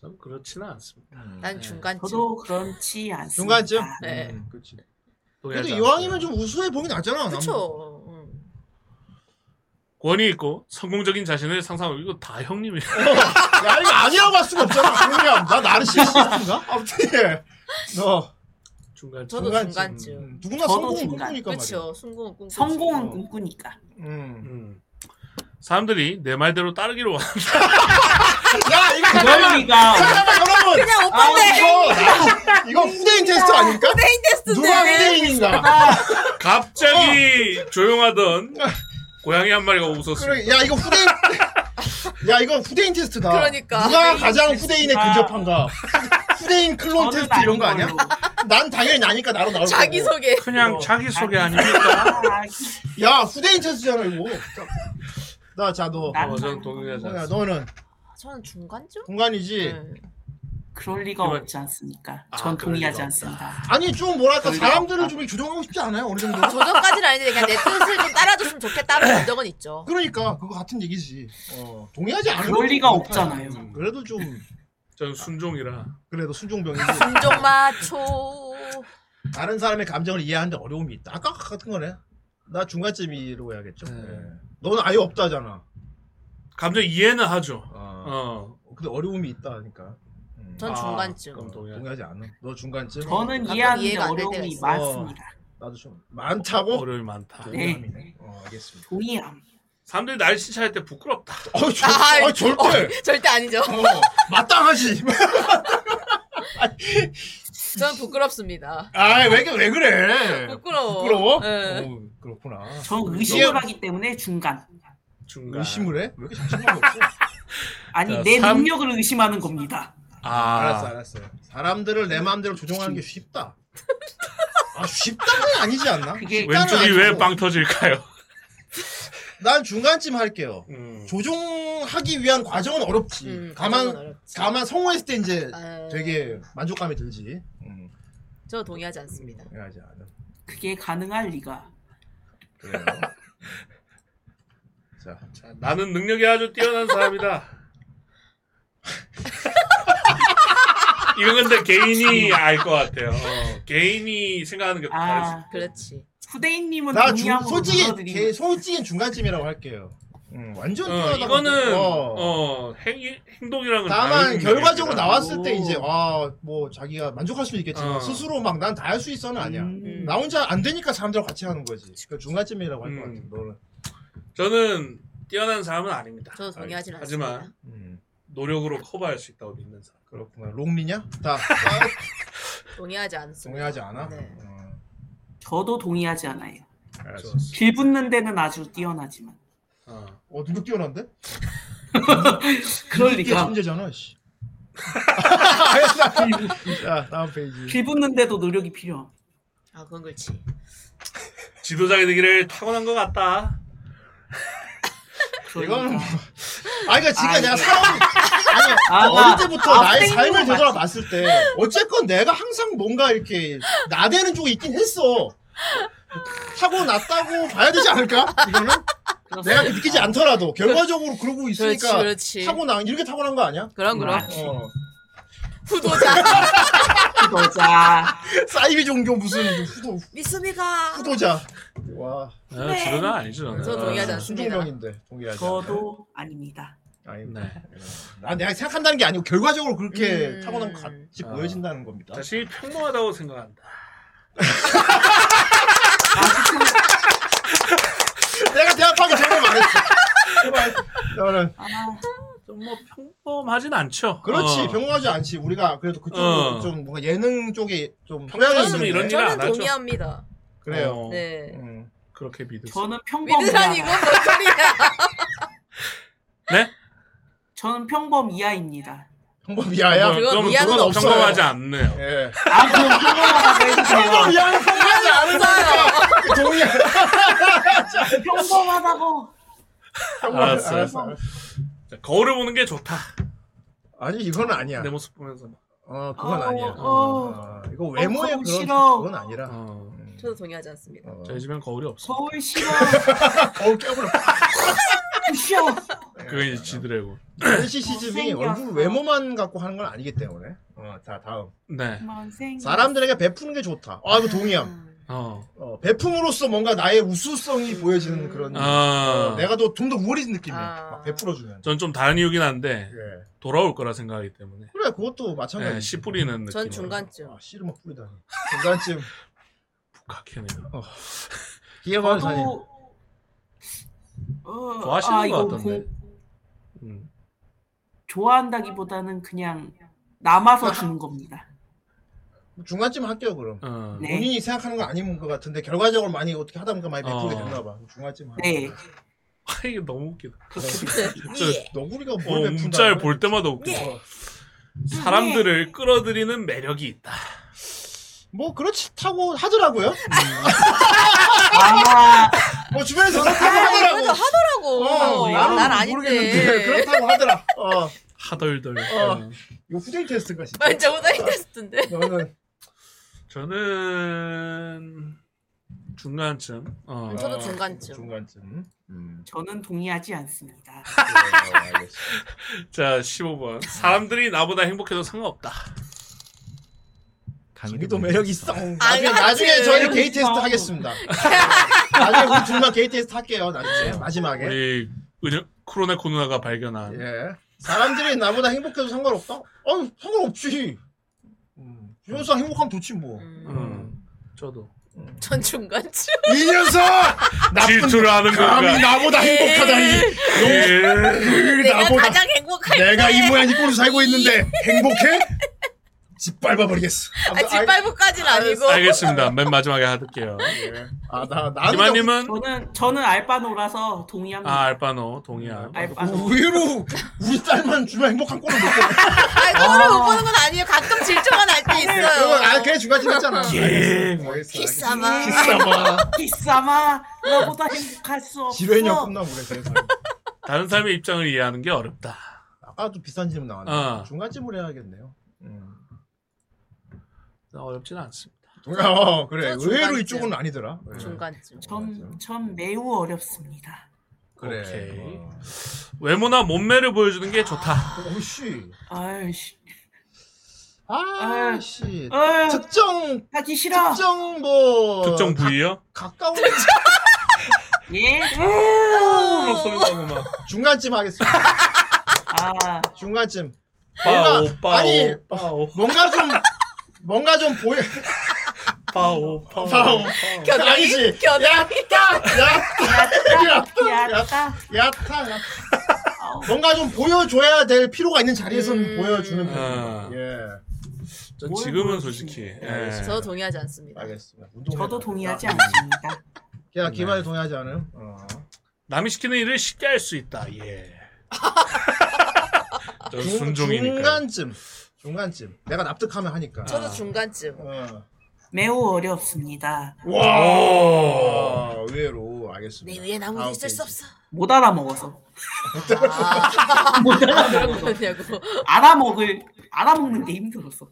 Speaker 4: 참 그렇지는 않습니다.
Speaker 7: 난 중간쯤.
Speaker 5: 저도 그렇지 않습니다.
Speaker 6: 중간쯤? 네.
Speaker 7: 네.
Speaker 6: 음, 그치. 그래도 이왕이면 좀 우수해 보긴 하잖아. 그쵸.
Speaker 4: 권위 있고 성공적인 자신을 상상하고 이거 다 형님이에요.
Speaker 6: 야, 이거 아니라고 할 수가 없잖아. 동의함. 나 나르시스트인가? 아무튼, 예. 너.
Speaker 4: 중간쯤.
Speaker 7: 저도 중간쯤.
Speaker 6: 음, 누구나
Speaker 5: 저도
Speaker 6: 성공은
Speaker 5: 중간.
Speaker 6: 꿈꾸니까 말이야.
Speaker 7: 그렇죠. 성공은 꿈꾸.
Speaker 5: 성공은 꿈꾸니까.
Speaker 4: 음. 사람들이 내 말대로 따르기를 원한다.
Speaker 6: 야, 이거
Speaker 4: 그럴
Speaker 6: 잠깐만.
Speaker 4: 리가.
Speaker 6: 잠깐만, 여러분.
Speaker 4: 그냥
Speaker 7: 오빠인데.
Speaker 6: 아, 이거, 이거 후대인 테스트 아닙니까?
Speaker 7: 후대인 테스트인데.
Speaker 6: 누가 후대인인가?
Speaker 4: 갑자기 조용하던 고양이 한 마리가 웃었어.
Speaker 6: 그래, 야 이거 후대인 야 이거 후대인 테스트다.
Speaker 4: 그러니까.
Speaker 6: 누가
Speaker 4: 후대인
Speaker 6: 가장
Speaker 4: 테스트다.
Speaker 6: 후대인에 근접한가? 후대인 클론 테스트 이런 거 아. 아니야? 난 당연히 나니까 나로 나올 거고.
Speaker 7: 자기소개.
Speaker 4: 그냥 자기소개 아닙니까?
Speaker 6: 야 후대인 테스트잖아 이거. 나자 너.
Speaker 4: 어, 전 동의하지
Speaker 6: 야
Speaker 4: 않습니다.
Speaker 6: 너는
Speaker 7: 저는 중간쯤?
Speaker 6: 공간이지.
Speaker 4: 네.
Speaker 5: 그럴 리가 없지 않습니까? 전 동의하지 않습니다.
Speaker 6: 아니 좀 뭐랄까
Speaker 5: 그럴 리가
Speaker 6: 사람들을 좀 조종하고 싶지 않아요 어느 정도?
Speaker 7: 저 정도까지는 아닌데 그냥 내 뜻을 좀 따라줬으면 좋겠다는 감정은 있죠.
Speaker 6: 그러니까 그거 같은 얘기지. 어, 동의하지 않을
Speaker 4: 그럴 리가
Speaker 6: 없잖아요. 그래도 좀
Speaker 4: 전 순종이라.
Speaker 6: 그래도 순종병이지.
Speaker 7: 순종 마초.
Speaker 6: 다른 사람의 감정을 이해하는데 어려움이 있다. 아까 같은 거네. 나 중간쯤이라고 해야겠죠. 예. 너는 아예 없다잖아.
Speaker 4: 감정 이해는 하죠.
Speaker 6: 어. 근데 어려움이 있다니까.
Speaker 7: 전 중간쯤.
Speaker 6: 그럼 동의하지 않아. 너 중간쯤.
Speaker 5: 저는 가끔 이해하는데 이해가 안될 때가 어려움이 있어. 많습니다.
Speaker 6: 어, 나도 좀 많다고.
Speaker 4: 어려움이 많다.
Speaker 6: 동의함이네. 어, 알겠습니다.
Speaker 5: 동의함.
Speaker 4: 사람들이 날 칭찬할 때 부끄럽다.
Speaker 6: 어, 절, 아, 어. 절대.
Speaker 7: 어, 절대 아니죠.
Speaker 6: 마땅하지.
Speaker 7: 저는 부끄럽습니다.
Speaker 6: 아, 왜, 그래, 왜 그래?
Speaker 7: 부끄러워.
Speaker 6: 부끄러워?
Speaker 7: 네.
Speaker 6: 어, 그렇구나.
Speaker 5: 전 의심을 하기 때문에 중간.
Speaker 4: 중간.
Speaker 6: 의심을 해? 왜 이렇게
Speaker 5: 아니
Speaker 6: 자,
Speaker 5: 내
Speaker 6: 삼-
Speaker 5: 능력을 의심하는 겁니다.
Speaker 4: 아.
Speaker 6: 알았어, 알았어. 사람들을 내 마음대로 조종하는 게 쉽다. 아, 쉽다는 아니지 않나?
Speaker 4: 왼쪽이 왜 빵 터질까요?
Speaker 6: 난 중간쯤 할게요. 조종하기 위한 과정은 어렵지. 가만,
Speaker 7: 음, 과정은
Speaker 6: 가만 성공했을 때 이제
Speaker 7: 아.
Speaker 6: 되게 만족감이 들지.
Speaker 7: 저 동의하지 않습니다.
Speaker 6: 그래야지 않아.
Speaker 5: 그게 가능할 리가.
Speaker 6: 그래요. 자,
Speaker 4: 음. 나는 능력이 아주 뛰어난 사람이다. 이건 근데 개인이 알 것 같아요. 어, 개인이 생각하는 게
Speaker 6: 아.
Speaker 4: 다르지.
Speaker 7: 그렇지.
Speaker 5: 아, 후대인님은
Speaker 6: 나 중,
Speaker 5: 동의함으로
Speaker 6: 솔직히,
Speaker 5: 눌러드리는
Speaker 6: 개, 솔직히 중간쯤이라고 할게요. 음, 완전
Speaker 4: 어,
Speaker 6: 뛰어나다.
Speaker 4: 이거는
Speaker 6: 보니까.
Speaker 4: 어, 행, 행동이랑은
Speaker 6: 다만
Speaker 4: 다른
Speaker 6: 결과적으로
Speaker 4: 얘기라.
Speaker 6: 나왔을 때 이제 아 뭐 자기가 만족할 수 있겠지만
Speaker 4: 어.
Speaker 6: 스스로 막 난 다 할 수 있어는 아니야.
Speaker 5: 음.
Speaker 7: 음.
Speaker 6: 나 혼자 안 되니까 사람들하고 같이 하는 거지. 그 중간쯤이라고
Speaker 4: 음.
Speaker 6: 할 것 같아. 너는
Speaker 4: 저는 뛰어난 사람은 아닙니다.
Speaker 7: 저도 동의하진
Speaker 4: 하지만 노력으로 커버할 수 있다고 믿는 사람.
Speaker 6: 음, 그렇구나. 롱리냐? 나
Speaker 7: 동의하지 않습니다.
Speaker 6: 동의하지 않아? 어.
Speaker 5: 저도 동의하지 않아요.
Speaker 6: 알았어.
Speaker 5: 길 붙는 데는 아주 뛰어나지만.
Speaker 4: 어,
Speaker 6: 어 누구 뛰어난데?
Speaker 5: 그럴
Speaker 6: 이게
Speaker 5: 리가.
Speaker 6: 천재잖아. 씨. 그러니까. 자 다음 페이지.
Speaker 5: 길 붙는데도 노력이 필요.
Speaker 7: 아 그건 그렇지.
Speaker 4: 지도자가 되기를 타고난 것 같다.
Speaker 6: 이거는 뭐- 아니 그러니까 지금 내가 사람 아니
Speaker 4: 아,
Speaker 6: 어릴
Speaker 4: 나-
Speaker 6: 때부터
Speaker 4: 아,
Speaker 6: 나의
Speaker 4: 땡기는
Speaker 6: 삶을
Speaker 4: 거
Speaker 6: 되돌아봤을 때 어쨌건 내가 항상 뭔가 이렇게 나대는 쪽이 있긴 했어 타고 났다고 봐야 되지 않을까 이거는 내가 이렇게 느끼지 않더라도 결과적으로 그러고 있으니까
Speaker 7: 그렇지, 그렇지.
Speaker 5: 음.
Speaker 6: 어. 타고 난 이렇게 타고 난 거 아니야?
Speaker 7: 그럼, 그럼.
Speaker 6: 어.
Speaker 7: 후도자.
Speaker 5: 후도자.
Speaker 6: 사이비 종교 무슨 후도
Speaker 10: 미스미가
Speaker 6: 후도자. 와.
Speaker 4: 아, 주도가 아니죠, 저는. 저 동의하지 않습니다.
Speaker 6: 순종명인데 동의하지.
Speaker 5: 저도 아닙니다.
Speaker 6: 아닙니다.
Speaker 4: 네.
Speaker 6: 난 내가 생각한다는 게 아니고 결과적으로 그렇게
Speaker 4: 음.
Speaker 6: 타고난 것 같이
Speaker 4: 아.
Speaker 6: 보여진다는 겁니다.
Speaker 4: 자신이 평범하다고 생각한다.
Speaker 6: 내가 대답하기 전에 말했어. 제발. 저는
Speaker 4: 좀뭐 평범하진 않죠.
Speaker 6: 그렇지
Speaker 4: 어.
Speaker 6: 평범하지 않지. 우리가 그래도 그쪽
Speaker 4: 어.
Speaker 6: 으좀 뭔가 예능 쪽에 좀
Speaker 4: 평범했으면
Speaker 6: 있는데.
Speaker 4: 이런 일은 안
Speaker 7: 저는 동의합니다.
Speaker 6: 그래요.
Speaker 4: 어.
Speaker 7: 네.
Speaker 6: 음,
Speaker 4: 그렇게 믿으세요.
Speaker 5: 저는 평범
Speaker 7: 믿으란
Speaker 5: 이하.
Speaker 7: 이건 뭔 소리야?
Speaker 4: 네?
Speaker 5: 저는 평범 이하입니다.
Speaker 6: 평범
Speaker 4: 이하야? 그건- 그럼 미안은 그건 없어요. 평범하지 않네요.
Speaker 6: 예.
Speaker 5: 아 그럼 평범하다고 해주세요.
Speaker 6: 평범 이하는 평범하지
Speaker 7: 어.
Speaker 6: 않으니까 동의.
Speaker 5: 평범하다고.
Speaker 4: 알았어, 알았어.
Speaker 6: 알았어.
Speaker 4: 자, 거울을 보는 게 좋다.
Speaker 6: 아니 이건 아니야.
Speaker 4: 내 모습 보면서 막.
Speaker 6: 어 그건
Speaker 7: 어,
Speaker 6: 아니야.
Speaker 7: 어.
Speaker 6: 어, 이거 외모의
Speaker 7: 어,
Speaker 6: 그런
Speaker 7: 그건 싫어.
Speaker 6: 그건 아니라.
Speaker 7: 저도 동의하지 않습니다.
Speaker 4: 저희 집엔 거울이 없어.
Speaker 5: 거울 싫어.
Speaker 6: 거울 깨물어.
Speaker 5: 싫어.
Speaker 4: 그건 이제 지드래곤.
Speaker 6: NCC집이 그 얼굴 외모만 갖고 하는 건 아니기 때문에. 어, 자 다음.
Speaker 4: 네.
Speaker 6: 사람들에게 베푸는 게 좋다. 아 이거 동의함.
Speaker 4: 어.
Speaker 6: 어, 베품으로써 뭔가 나의 우수성이
Speaker 7: 음.
Speaker 6: 보여지는 그런
Speaker 4: 아.
Speaker 6: 어, 내가 더 좀 더 우월해진 느낌이야.
Speaker 7: 아.
Speaker 6: 막 베풀어주면.
Speaker 4: 전 좀 다른 이유긴 한데 돌아올 거라 생각하기 때문에.
Speaker 6: 그래 그것도
Speaker 4: 네,
Speaker 6: 마찬가지. 아,
Speaker 4: 씨 뿌리는 느낌.
Speaker 7: 전 중간쯤.
Speaker 6: 씨를 막 뿌리다니. 중간쯤.
Speaker 4: 북학현이요.
Speaker 6: 기회가 사님.
Speaker 5: 저도 어,
Speaker 4: 좋아하시는
Speaker 5: 아,
Speaker 4: 것
Speaker 5: 이거
Speaker 4: 같던데.
Speaker 5: 공- 좋아한다기보다는 그냥 남아서 주는 겁니다.
Speaker 6: 중간쯤 할게요 그럼.
Speaker 4: 음.
Speaker 5: 네.
Speaker 6: 본인이 생각하는 건 아닌 것 같은데 결과적으로 많이 어떻게 하다 보니까 많이 베풀게
Speaker 4: 어.
Speaker 6: 됐나 봐. 중간쯤.
Speaker 5: 네.
Speaker 4: 아 이게 너무 웃기다.
Speaker 6: 너구리가
Speaker 4: 어,
Speaker 6: 뭘 베푼다.
Speaker 4: 문자를 볼 때마다 웃겨. 사람들을 끌어들이는 매력이 있다.
Speaker 6: 뭐 그렇다고 하더라고요.
Speaker 5: 아,
Speaker 6: 뭐 주변에서 그렇다고 하더라고.
Speaker 7: 하더라고.
Speaker 6: 어,
Speaker 7: 나는
Speaker 6: 나는
Speaker 7: 아닌데. 네.
Speaker 6: 모르겠는데 그렇다고 하더라. 어.
Speaker 4: 하덜덜. 음.
Speaker 6: 어. 이거 후대인 테스트인가 진짜.
Speaker 7: 아, 진짜 오다이 테스트인데.
Speaker 6: 너는
Speaker 4: 저는 중간쯤. 어.
Speaker 7: 저도 중간쯤.
Speaker 6: 아, 중간쯤. 음.
Speaker 5: 저는 동의하지 않습니다.
Speaker 6: 네,
Speaker 4: 자, 15번. 사람들이 나보다 행복해도 상관없다.
Speaker 6: 강의도 매력 있어. 아, 나중에,
Speaker 4: 같이.
Speaker 6: 나중에 저희 게이
Speaker 4: 있어.
Speaker 6: 테스트 하겠습니다. 나중에 우리 둘만 게이 테스트 할게요. 나중에 마지막에.
Speaker 4: 우리 은영 코로네코 누나가 발견한
Speaker 6: 예. 사람들이 나보다 행복해도 상관없다? 아유 상관없지. 음, 주현상 행복하면 좋지 뭐.
Speaker 4: 음. 저도.
Speaker 7: 전 중간쯤.
Speaker 6: 이 녀석! 나쁜
Speaker 4: 질투를 하는 건가?
Speaker 6: 감히 나보다 행복하다니.
Speaker 4: 예.
Speaker 6: 내가 나보다- 가장
Speaker 7: 행복할
Speaker 6: 내가 이 모양 이 꼴로 살고 있는데 행복해? 짓밟아버리겠어.
Speaker 7: 아, 짓밟고까지는 아니고.
Speaker 4: 알겠습니다. 맨 마지막에 할게요.
Speaker 6: 아, 나,
Speaker 4: 이마님은
Speaker 5: 저는 저는 알바노라서 동의합니다.
Speaker 4: 아, 알바노
Speaker 6: 음,
Speaker 4: 동의함.
Speaker 5: 알바노.
Speaker 6: 아, 의외로 우리 딸만 주면 행복한 꼴을 못 보고.
Speaker 7: 아니, 꼴을 못 보는 건 아니에요. 가끔 질투가 날 때
Speaker 6: 그건 아,
Speaker 7: 있어요.
Speaker 6: 그래 중간쯤 했잖아.
Speaker 4: 예.
Speaker 7: 키싸마.
Speaker 6: 키싸마.
Speaker 5: 키싸마. 나보다 행복할 수 없어.
Speaker 6: 지뢰냐 끝나 그래 세상.
Speaker 4: 다른 사람의 입장을 이해하는 게 어렵다.
Speaker 6: 아까도 비싼 질문 나왔네.
Speaker 4: 어.
Speaker 6: 중간쯤으로 해야겠네요. 음.
Speaker 4: 어렵진 않습니다.
Speaker 6: 어, 그래.
Speaker 5: 저 중간쯤.
Speaker 6: 의외로 이쪽은 아니더라. 예.
Speaker 7: 중간쯤.
Speaker 5: 전, 전 매우 어렵습니다.
Speaker 6: 그래. 어.
Speaker 4: 오케이. 외모나 몸매를 보여주는 게 좋다.
Speaker 6: 오씨.
Speaker 5: 아이씨.
Speaker 6: 아씨.
Speaker 5: 아.
Speaker 6: 특정
Speaker 5: 하기 싫어.
Speaker 6: 특정 뭐
Speaker 4: 특정 부위요?
Speaker 6: 가까운
Speaker 5: 예.
Speaker 6: 아.
Speaker 4: 소리나고 막.
Speaker 6: 중간쯤 하겠습니다.
Speaker 5: 아.
Speaker 6: 중간쯤.
Speaker 4: 빠오,
Speaker 6: 뭔가-
Speaker 4: 빠오,
Speaker 6: 아니
Speaker 4: 빠오.
Speaker 6: 뭔가 좀 뭔가 좀 보여.
Speaker 4: 파오,
Speaker 5: 어.
Speaker 4: 파오.
Speaker 6: 파오. 아니지. 야타, 야타, 야타, 야타, 야타. 뭔가 좀 보여줘야 될 필요가 있는
Speaker 5: 음.
Speaker 6: 자리에서는 보여주는
Speaker 4: 아.
Speaker 6: 편이에요. 예.
Speaker 4: 전 지금은 솔직히. 예.
Speaker 7: 저도 동의하지 않습니다.
Speaker 6: 네. 알겠습니다. 아,
Speaker 5: 저도 동의하지 않습니다.
Speaker 6: 야,
Speaker 4: 네.
Speaker 6: 기발이 동의하지 어. 않아요?
Speaker 4: 남이 시키는 일을 쉽게 할 수 있다. 예. 저
Speaker 6: 중-
Speaker 4: 순종이니까.
Speaker 6: 중간쯤. 중간쯤. 내가 납득하면 하니까. 어.
Speaker 7: 저도 중간쯤.
Speaker 5: 매우 어렵습니다.
Speaker 6: 와. 어, 의외로 알겠습니다.
Speaker 7: 내 위에 나무도
Speaker 6: 다음
Speaker 7: 있을 수
Speaker 6: 페이지.
Speaker 7: 없어.
Speaker 5: 못 알아먹어서. 못 알아먹어서.
Speaker 7: 그러냐고.
Speaker 5: 알아먹을 알아먹는 게 힘들었어.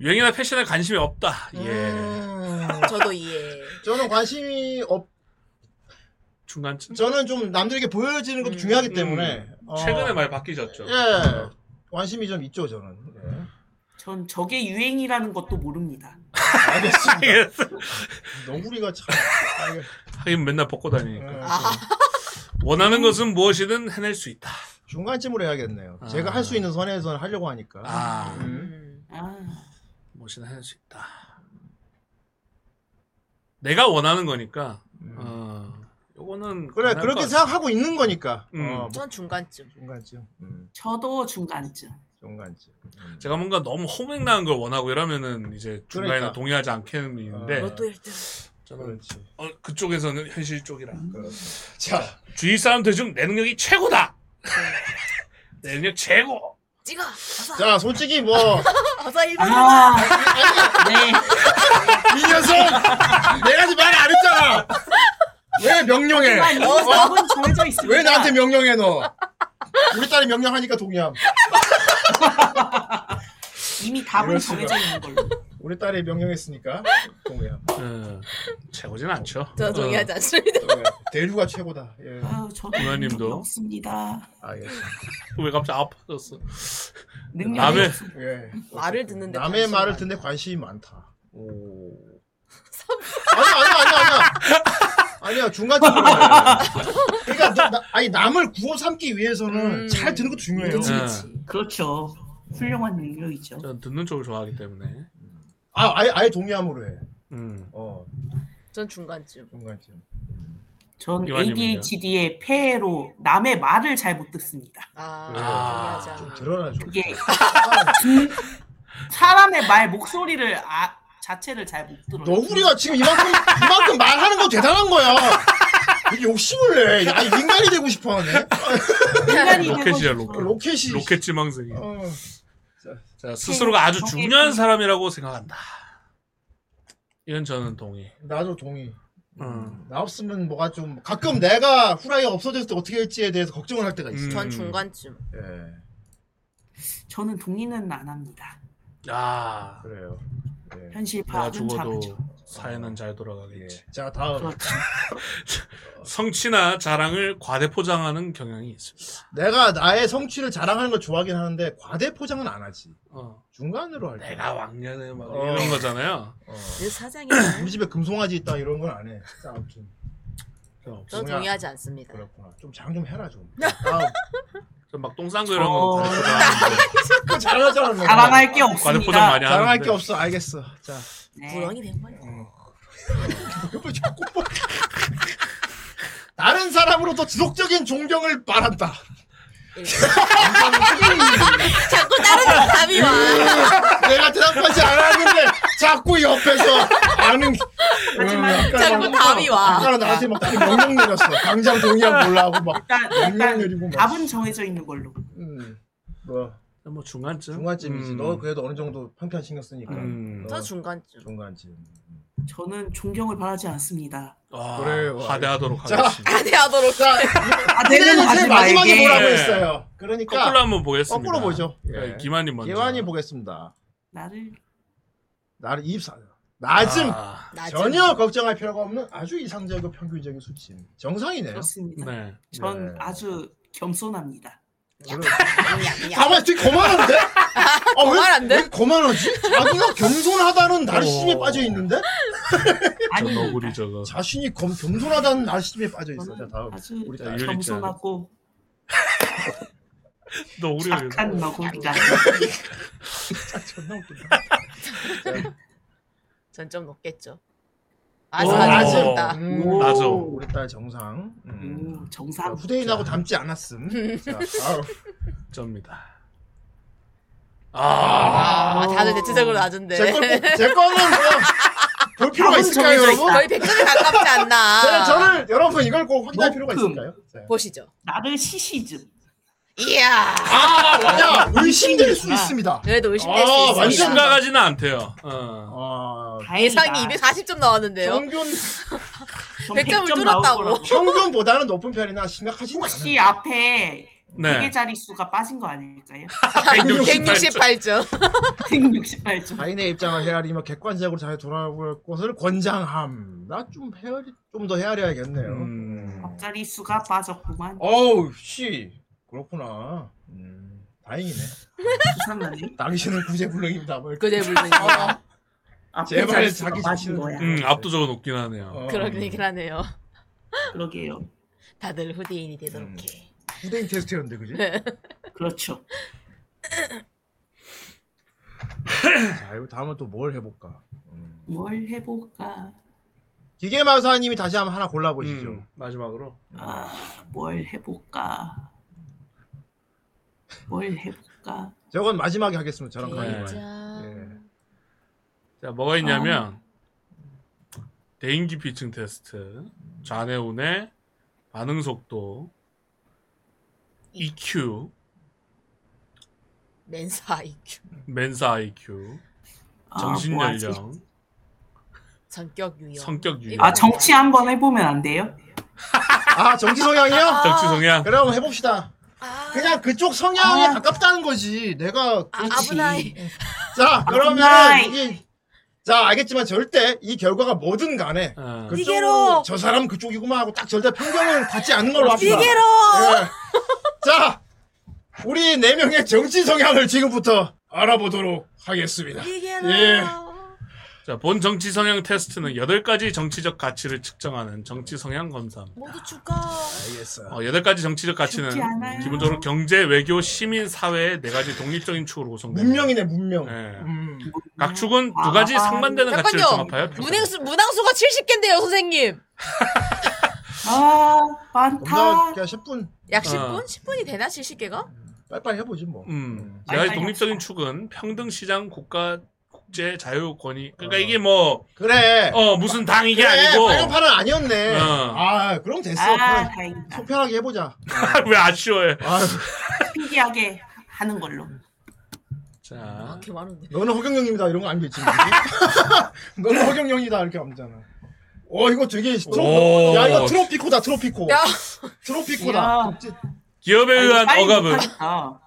Speaker 4: 유행이나 패션에 관심이 없다. 예.
Speaker 6: 음.
Speaker 7: 저도 이해.
Speaker 6: 예. 저는 관심이 없.
Speaker 4: 중간쯤.
Speaker 6: 저는 좀 남들에게 보여지는 것도 중요하기 때문에.
Speaker 4: 음,
Speaker 6: 어,
Speaker 4: 최근에 많이 바뀌셨죠.
Speaker 6: 예. 관심이 좀 있죠 저는. 예.
Speaker 5: 전 저게 유행이라는 것도 모릅니다.
Speaker 6: 너구리가 참. 예.
Speaker 4: 하긴 맨날 벗고 다니니까. 원하는 것은 무엇이든 해낼 수 있다.
Speaker 6: 중간쯤으로 해야겠네요. 제가 할 수 있는 선에서는 하려고 하니까.
Speaker 4: 아.
Speaker 6: 음.
Speaker 4: 무엇이든 해낼 수 있다. 내가 원하는 거니까. 어, 요거는
Speaker 6: 음.
Speaker 4: 가능할
Speaker 6: 그래
Speaker 4: 것
Speaker 6: 그렇게
Speaker 4: 같아.
Speaker 6: 생각하고 있는 거니까.
Speaker 4: 음.
Speaker 6: 어, 뭐
Speaker 7: 전 중간쯤.
Speaker 6: 중간쯤. 음.
Speaker 5: 저도 중간쯤.
Speaker 6: 중간쯤.
Speaker 4: 제가 뭔가 너무 호맹나는 걸 원하고 이러면은 이제 중간이나
Speaker 6: 그러니까. 아,
Speaker 4: 동의하지 않게는
Speaker 6: 어,
Speaker 4: 있는데
Speaker 7: 로또 1등.
Speaker 4: 저는
Speaker 6: 그렇죠.
Speaker 4: 어, 그쪽에서는 현실 쪽이라.
Speaker 6: 음. 자
Speaker 4: 주위 사람들 중 내 능력이 최고다. 내 능력 최고.
Speaker 7: 찍어. 어서.
Speaker 6: 자 솔직히 뭐.
Speaker 7: 어서 일번
Speaker 6: 아.
Speaker 7: 가봐.
Speaker 5: 네.
Speaker 6: 이 녀석! 내가 지금 말안 했잖아! 왜 명령해?
Speaker 7: 아,
Speaker 6: 어?
Speaker 5: 하지만 아,
Speaker 7: 뭐,
Speaker 5: 이 법은 정해져 있습니다.
Speaker 6: 왜 나한테 명령해, 너? 우리 딸이 명령하니까 동의함.
Speaker 5: 이미 답은 정해져 있는 걸로.
Speaker 6: 우리 딸이 명령했으니까 동의함.
Speaker 4: 음, 최고진 않죠.
Speaker 7: 저 동의하지
Speaker 4: 어,
Speaker 7: 않습니다.
Speaker 6: 대류가 최고다. 예.
Speaker 5: 아유, 저
Speaker 4: 누나님도.
Speaker 5: 없습니다.
Speaker 6: 알겠습니다.
Speaker 4: 어. 왜 갑자기 아파졌어? 어.
Speaker 5: 능력이
Speaker 4: 남의
Speaker 6: 예.
Speaker 7: 말을 듣는데
Speaker 6: 남의
Speaker 7: 관심이
Speaker 6: 말을
Speaker 7: 많다.
Speaker 6: 듣는데 관심이 많다. 오. 아니야, 아니야, 아니야, 아니야. 아니야, 중간쯤. 그러니까, 너, 나, 아니, 남을 구워 삼기 위해서는
Speaker 7: 음.
Speaker 6: 잘 듣는 것도 중요해요.
Speaker 5: 그치, 그치. 그렇죠. 훌륭한 능력이죠.
Speaker 4: 저는 듣는 쪽을 좋아하기 때문에.
Speaker 6: 아, 아예, 아예 동의함으로 해.
Speaker 4: 음.
Speaker 6: 어.
Speaker 7: 전 중간쯤.
Speaker 6: 중간쯤.
Speaker 5: 전
Speaker 4: 이완님은요?
Speaker 5: ADHD의 폐해로 남의 말을 잘 못 듣습니다.
Speaker 7: 아, 동의하지 않아.
Speaker 6: 드러나죠.
Speaker 5: 그게 중- 사람의 말 목소리를 아, 자체를 잘 못 들어요.
Speaker 6: 너구리가 지금 이만큼, 이만큼 말하는 거 대단한 거야. 이게 욕심을 내. 아, 인간이 되고 싶어 하네.
Speaker 5: 인간이 되고
Speaker 4: 로켓이야
Speaker 5: 싶어.
Speaker 4: 로켓.
Speaker 6: 로켓이.
Speaker 4: 로켓 지망생이. 야
Speaker 6: 어.
Speaker 4: 자 스스로가 아주 중요한 사람이라고 생각한다. 이건 저는 동의.
Speaker 6: 나도 동의.
Speaker 4: 음.
Speaker 6: 나 없으면 뭐가 좀 가끔 내가 후라이가 없어졌을 때 어떻게 할지에 대해서 걱정을 할 때가 있어.
Speaker 7: 음. 전 중간쯤.
Speaker 6: 예.
Speaker 5: 저는 동의는 안 합니다.
Speaker 4: 아
Speaker 6: 그래요. 예.
Speaker 5: 현실
Speaker 4: 내가
Speaker 5: 파악은
Speaker 4: 죽어도
Speaker 5: 잘하죠.
Speaker 4: 사회는 잘 돌아가겠지.
Speaker 6: 자 다음. 예.
Speaker 4: 성취나 자랑을 과대포장하는 경향이 있습니다.
Speaker 6: 내가 나의 성취를 자랑하는 걸 좋아하긴 하는데 과대 포장은 안 하지.
Speaker 4: 어.
Speaker 6: 중간으로 할 때.
Speaker 4: 내가 왕년에 막
Speaker 6: 어.
Speaker 4: 이런 거잖아요.
Speaker 7: 내그 사장이.
Speaker 6: 우리 집에 금송아지 있다 이런 건 안 해. 진짜 아무튼.
Speaker 7: 전
Speaker 6: 뭐야.
Speaker 7: 동의하지 않습니다.
Speaker 6: 그렇구나. 좀 장 좀 해라 좀. 다음.
Speaker 4: 막 똥싼 거 이런
Speaker 6: 어.
Speaker 4: 거 과대포장.
Speaker 6: 그거 잘하잖아. 내가.
Speaker 5: 자랑할 게
Speaker 4: 과대포장
Speaker 5: 없습니다. 네.
Speaker 4: 많이
Speaker 6: 자랑할
Speaker 4: 하는데.
Speaker 6: 게 없어. 알겠어. 자.
Speaker 7: 구렁이 된 거야.
Speaker 6: 음. 다른 사람으로부터 지속적인 존경을 바란다. 예.
Speaker 7: 자꾸 다른 답이
Speaker 6: 음.
Speaker 7: 와.
Speaker 6: 내가 대답하지 않았는데 자꾸 옆에서 아는 하지만
Speaker 7: 자꾸 답이 와.
Speaker 6: 아까 나한테 막 되게 명령 내렸어. 당장 동의하고 몰라고 막
Speaker 5: 일단,
Speaker 6: 명령
Speaker 5: 일단
Speaker 6: 내리고 막.
Speaker 5: 답은 정해져 있는 걸로.
Speaker 6: 음. 뭐
Speaker 4: 뭐 중간쯤.
Speaker 6: 중간쯤이지.
Speaker 4: 음.
Speaker 6: 너 그래도 어느 정도 평판 신경 쓰니까.
Speaker 4: 음.
Speaker 6: 어,
Speaker 7: 저 중간쯤.
Speaker 6: 중간쯤.
Speaker 5: 저는 존경을 바라지 않습니다.
Speaker 4: 아,
Speaker 6: 어. 그래요.
Speaker 4: 하대하도록
Speaker 6: 자.
Speaker 4: 하겠습니다.
Speaker 7: 대하도록.
Speaker 4: 아,
Speaker 5: 대는
Speaker 6: 제
Speaker 5: 하지
Speaker 6: 아, 마지막에
Speaker 5: 말게.
Speaker 6: 뭐라고 했어요? 그러니까
Speaker 4: 거꾸로 한번 보겠습니다.
Speaker 6: 거꾸로 보죠. 예.
Speaker 4: 네, 기만님 먼저.
Speaker 6: 기만이 보겠습니다.
Speaker 5: 나를
Speaker 4: 네.
Speaker 6: 나를 24. 낮음.
Speaker 4: 아.
Speaker 7: 낮음.
Speaker 6: 전혀 걱정할 필요가 없는 아주 이상적이고 평균적인 수치. 정상이네요.
Speaker 5: 그렇습니다.
Speaker 4: 네.
Speaker 5: 전 아주 겸손합니다.
Speaker 6: 가만 되게 거만한데? 아,
Speaker 7: 거만한데?
Speaker 6: 왜, 왜 거만하지? 자기가 겸손하다는 나르시즘에 빠져 있는데?
Speaker 4: 저 너구리 저거.
Speaker 6: 자신이 겸, 겸손하다는 나르시즘에 빠져 있어. 자, 다음.
Speaker 5: 아주
Speaker 6: 우리 딸.
Speaker 4: 유리짱.
Speaker 5: 겸손하고
Speaker 4: 너구리
Speaker 5: 착한 너구리가
Speaker 7: 전점 높겠죠.
Speaker 6: 오,
Speaker 7: 아주
Speaker 6: 낮음.
Speaker 7: 낮음. 다
Speaker 6: 음,
Speaker 5: 오.
Speaker 4: 맞아.
Speaker 6: 우리 딸 정상. 음.
Speaker 5: 오,
Speaker 6: 자,
Speaker 5: 정상
Speaker 6: 후대인하고 닮지 않았음. 자, 다음.
Speaker 4: 점입니다. 아,
Speaker 7: 아, 다들 대체적으로
Speaker 5: 네.
Speaker 7: 낮은데.
Speaker 6: 제, 걸, 뽑- 제 거는 뭐, 볼 필요가 있을까요,
Speaker 5: 정해져
Speaker 6: 여러분?
Speaker 7: 거의 100점에 가깝지 않나.
Speaker 6: 자, 네, 저는 여러분 이걸 꼭 확인할 필요가
Speaker 5: 높음.
Speaker 6: 있을까요? 네. 자.
Speaker 7: 보시죠.
Speaker 5: 나를 시시즘
Speaker 7: 이야.
Speaker 4: 아,
Speaker 6: 야, 아, 의심될 수
Speaker 5: 아.
Speaker 6: 있습니다.
Speaker 7: 그래도 의심될
Speaker 6: 아,
Speaker 7: 수
Speaker 6: 완전
Speaker 7: 있습니다.
Speaker 4: 심각하지는 않대요. 어.
Speaker 6: 아,
Speaker 7: 예상이
Speaker 5: 다행이다.
Speaker 7: 240점 나왔는데요.
Speaker 6: 평균,
Speaker 5: 전
Speaker 7: 100점을
Speaker 5: 100점 나올
Speaker 7: 뚫었다고.
Speaker 5: 거라고.
Speaker 6: 평균보다는 높은 편이나 심각하진 않아요.
Speaker 5: 혹시 앞에
Speaker 4: 네.
Speaker 5: 네. 자리 수가 빠진 거 아닐까요?
Speaker 7: 168점.
Speaker 5: 168점.
Speaker 6: 자인의 입장을 헤아리며 객관적으로 잘 돌아볼 것을 권장함. 나 좀 헤아리 좀 더 헤아려야겠네요.
Speaker 4: 음.
Speaker 5: 앞자리 수가 빠졌구만.
Speaker 6: 어우 씨 그렇구나. 음. 다행이네. 당신은 구제불능입니다. 뭐 이렇게.
Speaker 7: 구제불능.
Speaker 6: 제발 자기 자신을
Speaker 4: 음, 압도적으로 높긴 하네요.
Speaker 6: 어,
Speaker 7: 그러긴 하네요.
Speaker 5: 그러게요.
Speaker 7: 다들 후대인이 되도록
Speaker 6: 음.
Speaker 7: 해.
Speaker 6: 후대인 테스트였는데 그지?
Speaker 7: 네.
Speaker 5: 그렇죠.
Speaker 6: 자, 이거 다음은 또 뭘 해볼까?
Speaker 5: 뭘 해볼까?
Speaker 6: 기계마사님이 다시 한번 하나 골라보시죠.
Speaker 5: 음.
Speaker 4: 마지막으로.
Speaker 5: 아, 뭘 해볼까? 뭘 해볼까?
Speaker 6: 저건 마지막에 하겠습니다. 저랑
Speaker 7: 네.
Speaker 6: 가요. 네.
Speaker 4: 자, 뭐가 있냐면 대인기 피칭 테스트, 좌뇌우뇌, 반응 속도, EQ,
Speaker 7: 멘사 IQ.
Speaker 4: 멘사 IQ,
Speaker 7: 아,
Speaker 4: 정신
Speaker 5: 뭐 하지?
Speaker 4: 연령,
Speaker 7: 성격 유형.
Speaker 4: 성격 유형.
Speaker 5: 아, 정치 한번 해보면 안 돼요?
Speaker 6: 아 정치 성향이요?
Speaker 4: 정치 성향.
Speaker 6: 그럼 해봅시다.
Speaker 10: 아.
Speaker 6: 그냥 그쪽 성향에 가깝다는 거지. 내가 그렇지. 자 그러면
Speaker 5: 아브나이.
Speaker 6: 여기 자 알겠지만 절대 이 결과가 뭐든 간에
Speaker 4: 아, 어.
Speaker 10: 니게로.
Speaker 6: 저 사람 그쪽이구만 하고 딱 절대 편견을 갖지 않는 걸로 합시다.
Speaker 10: 니게로.
Speaker 6: 예. 자 우리 네 명의 정치 성향을 지금부터 알아보도록 하겠습니다. 예.
Speaker 10: 니게로.
Speaker 4: 자, 본 정치 성향 테스트는 8가지 정치적 가치를 측정하는 정치 성향 검사.
Speaker 10: 모두 죽어.
Speaker 6: 알겠어.
Speaker 4: 어, 8가지 정치적 가치는
Speaker 10: 쉽지 않아요.
Speaker 4: 기본적으로 경제, 외교, 시민, 사회의 네 가지 독립적인 축으로 구성됩니다.
Speaker 6: 문명이네 음. 문명.
Speaker 4: 각 축은 두 가지 상반되는 가치를
Speaker 7: 잠깐요.
Speaker 4: 종합하여
Speaker 7: 문행수 문항수가 70개인데요, 선생님.
Speaker 5: 아,
Speaker 6: 많다. 그냥 10분.
Speaker 7: 약 10분?
Speaker 4: 어.
Speaker 7: 10분이 되나 70개가?
Speaker 6: 빨리빨리 해보지 뭐.
Speaker 4: 음.
Speaker 6: 빨리
Speaker 4: 야,
Speaker 6: 빨리
Speaker 4: 독립적인 축은 평등 시장 국가 국제 자유 권위.
Speaker 6: 어.
Speaker 4: 그러니까 이게 뭐
Speaker 6: 그래.
Speaker 4: 어 무슨 당 이게
Speaker 6: 그래, 뭐-
Speaker 4: 아니고
Speaker 6: 빨간판은 아니었네.
Speaker 4: 어.
Speaker 6: 아 그럼 됐어.
Speaker 5: 아,
Speaker 6: 그럼
Speaker 5: 다행이다.
Speaker 6: 속편하게 해보자.
Speaker 4: 왜 아쉬워해?
Speaker 5: 피기하게 하는 걸로. 아,
Speaker 7: 아,
Speaker 4: 자,
Speaker 6: 너는 허경영입니다 이런 거 아니겠지? 너는 허경영이다 이렇게 하면 되잖아. 어 이거 되게 트로...
Speaker 4: 오.
Speaker 6: 야 이거 트로피코다 트로피코. 트로피코다.
Speaker 4: 기업에
Speaker 5: 뭐
Speaker 4: 의한
Speaker 6: 빨리
Speaker 4: 억압은
Speaker 5: 하겠다.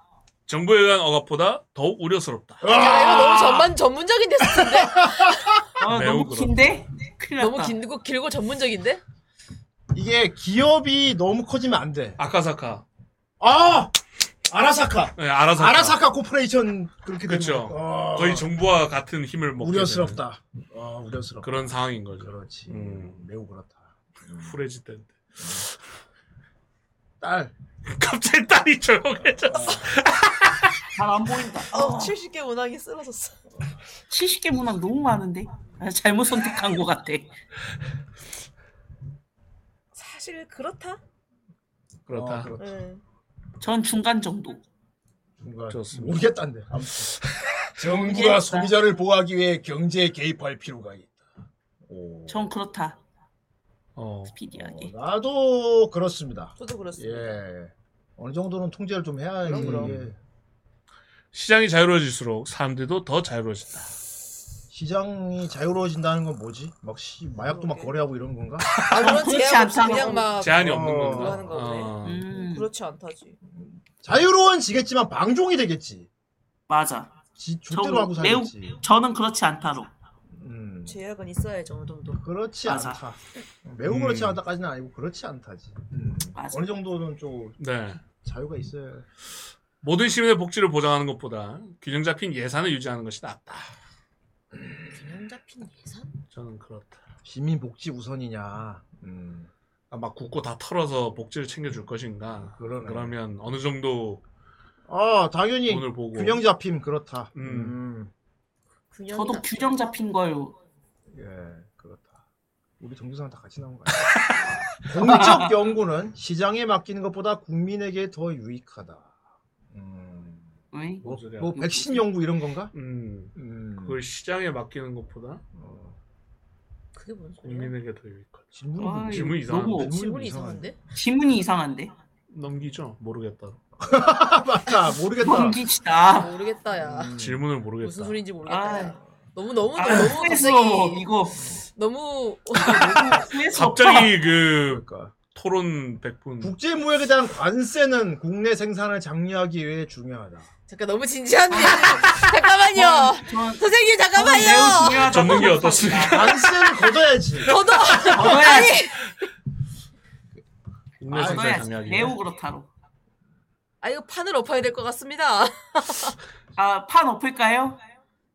Speaker 4: 정부에 의한 억압보다 더욱 우려스럽다.
Speaker 7: 야, 아,
Speaker 6: 아.
Speaker 7: 이거 너무 전반 전문적인 테스트인데.
Speaker 4: 매우 너무
Speaker 5: 어, 긴데?
Speaker 7: 너무 길고 길고 전문적인데?
Speaker 6: 이게 기업이 너무 커지면 안 돼.
Speaker 4: 아카사카.
Speaker 6: 아 아라사카.
Speaker 4: 네, 아라사카.
Speaker 6: 아라사카 코퍼레이션 그렇게 되면
Speaker 4: 그렇죠.
Speaker 6: 어.
Speaker 4: 거의 정부와 같은 힘을 먹게
Speaker 6: 우려스럽다. 아 우려스럽다.
Speaker 4: 그런 상황인 거죠.
Speaker 6: 그렇지.
Speaker 4: 음.
Speaker 6: 매우 그렇다.
Speaker 4: 후레지 때인데.
Speaker 6: 딸.
Speaker 4: 갑자기 딸이 조용해졌어.
Speaker 5: 잘 안 보인다.
Speaker 7: 어, 70개 문항이 쓰러졌어.
Speaker 5: 70개 문항 너무 많은데? 아, 잘못 선택한 것 같아.
Speaker 7: 사실
Speaker 6: 어,
Speaker 7: 그렇다. 어, 네,
Speaker 4: 그렇다.
Speaker 7: 응.
Speaker 5: 전 중간 정도.
Speaker 6: 좋습니다. 모르겠다는데. 아무튼. 정부가 소비자를 보호하기 위해 경제에 개입할 필요가 있다.
Speaker 5: 전 그렇다.
Speaker 4: 어.
Speaker 5: 스피디하게.
Speaker 6: 나도 그렇습니다.
Speaker 7: 저도
Speaker 6: 예. 어느 정도는 통제를 좀 해야
Speaker 4: 그럼,
Speaker 6: 이게
Speaker 4: 그럼. 시장이 자유로워질수록 사람들도 더 자유로워진다.
Speaker 6: 시장이 자유로워진다는 건 뭐지? 막 시, 마약도 막 거래하고 이런 건가?
Speaker 7: 아, 그런
Speaker 5: 그렇지
Speaker 7: 제약 없이
Speaker 5: 않다고.
Speaker 7: 그냥 막
Speaker 4: 제한이 없는
Speaker 7: 아, 그거
Speaker 4: 건가?
Speaker 7: 하는 음. 거네.
Speaker 4: 어.
Speaker 5: 음,
Speaker 7: 그렇지 않다지.
Speaker 6: 자유로워지겠지만 방종이 되겠지.
Speaker 5: 맞아.
Speaker 6: 절대로 하고 살겠지. 음,
Speaker 5: 저는 그렇지 않다로.
Speaker 7: 제약은 있어야지 어느 정도.
Speaker 6: 그렇지
Speaker 5: 맞아.
Speaker 6: 않다. 매우
Speaker 5: 음.
Speaker 6: 그렇지 않다까지는 아니고 그렇지 않다지.
Speaker 4: 음.
Speaker 5: 맞아.
Speaker 6: 어느 정도는 좀
Speaker 4: 네.
Speaker 6: 자유가 있어야.
Speaker 4: 모든 시민의 복지를 보장하는 것보다 균형 잡힌 예산을 유지하는 것이 낫다.
Speaker 7: 균형 잡힌 예산?
Speaker 4: 저는 그렇다.
Speaker 6: 시민 복지 우선이냐?
Speaker 4: 아, 막 굳고 다 털어서 복지를 챙겨줄 것인가?
Speaker 6: 그러네.
Speaker 4: 그러면 어느 정도
Speaker 6: 아 당연히
Speaker 4: 오늘 뭐- 보고.
Speaker 6: 균형 잡힘 그렇다. 음.
Speaker 5: 저도 균형 잡힌 걸
Speaker 6: 예, 그렇다. 우리 정규상 다 같이 나온 거야. 공적 연구는 시장에 맡기는 것보다 국민에게 더 유익하다.
Speaker 5: 뭐,
Speaker 6: 뭐 백신 연구 이런 건가?
Speaker 4: 음. 그걸 시장에 맡기는 것보다
Speaker 7: 그게 뭔 소리야?
Speaker 4: 국민에게 더 유익하다.
Speaker 6: 어, 질문이
Speaker 5: 아,
Speaker 4: 질문 이상.
Speaker 5: 너무
Speaker 7: 질문이 이상한데?
Speaker 5: 지문이 이상한데?
Speaker 4: 넘기죠. 모르겠다.
Speaker 6: 음. 아, 맞다. 모르겠다.
Speaker 5: 넘기시다.
Speaker 7: 모르겠다 야.
Speaker 4: 음. 질문을 모르겠다.
Speaker 7: 무슨 소리인지 모르겠다. 야. 너무 너무 아, 너무
Speaker 5: 후회스러
Speaker 7: 갑자기
Speaker 5: 아, 이거
Speaker 7: 너무 아,
Speaker 4: 갑자기 그 토론 100분.
Speaker 6: 그러니까. 국제무역에 대한 관세는 국내 생산을 장려하기 위해 중요하다.
Speaker 7: 잠깐 너무 진지한데. 잠깐만요. 선생님 잠깐만요.
Speaker 4: 전문기 어떻습니까?
Speaker 6: 관세는 걷어야지.
Speaker 7: 저도 아니
Speaker 4: 국내
Speaker 5: 아,
Speaker 4: 생산
Speaker 5: 그래야지.
Speaker 6: 아, 네.
Speaker 4: 장려하기.
Speaker 5: 매우 그렇다로.
Speaker 7: 아 이거 판을 엎어야 될 것 같습니다.
Speaker 5: 아판 엎을까요?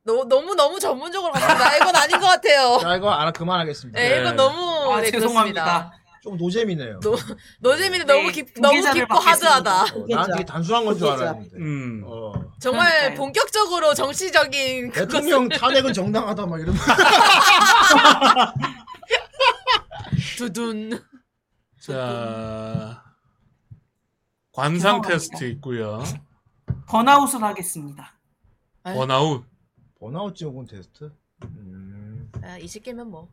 Speaker 7: 너, 너무 너무 전문적으로 갔습니다. 이건 아닌 것 같아요.
Speaker 6: 자 이거 알아 그만하겠습니다.
Speaker 7: 네, 이건 너무
Speaker 5: 아,
Speaker 7: 네, 그렇습니다. 네,
Speaker 6: 좀 노잼이네요.
Speaker 7: 노 노잼이는 너무 깊 너무 깊고 하드하다.
Speaker 6: 어, 난 되게 단순한 건 줄 알았는데.
Speaker 4: 음.
Speaker 6: 어.
Speaker 7: 정말 본격적으로
Speaker 4: 네,
Speaker 7: 정치적인
Speaker 6: 대통령 탄핵은 정당하다 막 이런.
Speaker 7: 두둔.
Speaker 4: 자 관상 테스트 있고요.
Speaker 5: 번아웃을 하겠습니다.
Speaker 6: 네.
Speaker 4: 번아웃.
Speaker 6: 번아웃 증후군 테스트? 음,
Speaker 7: 아, 20개면 뭐.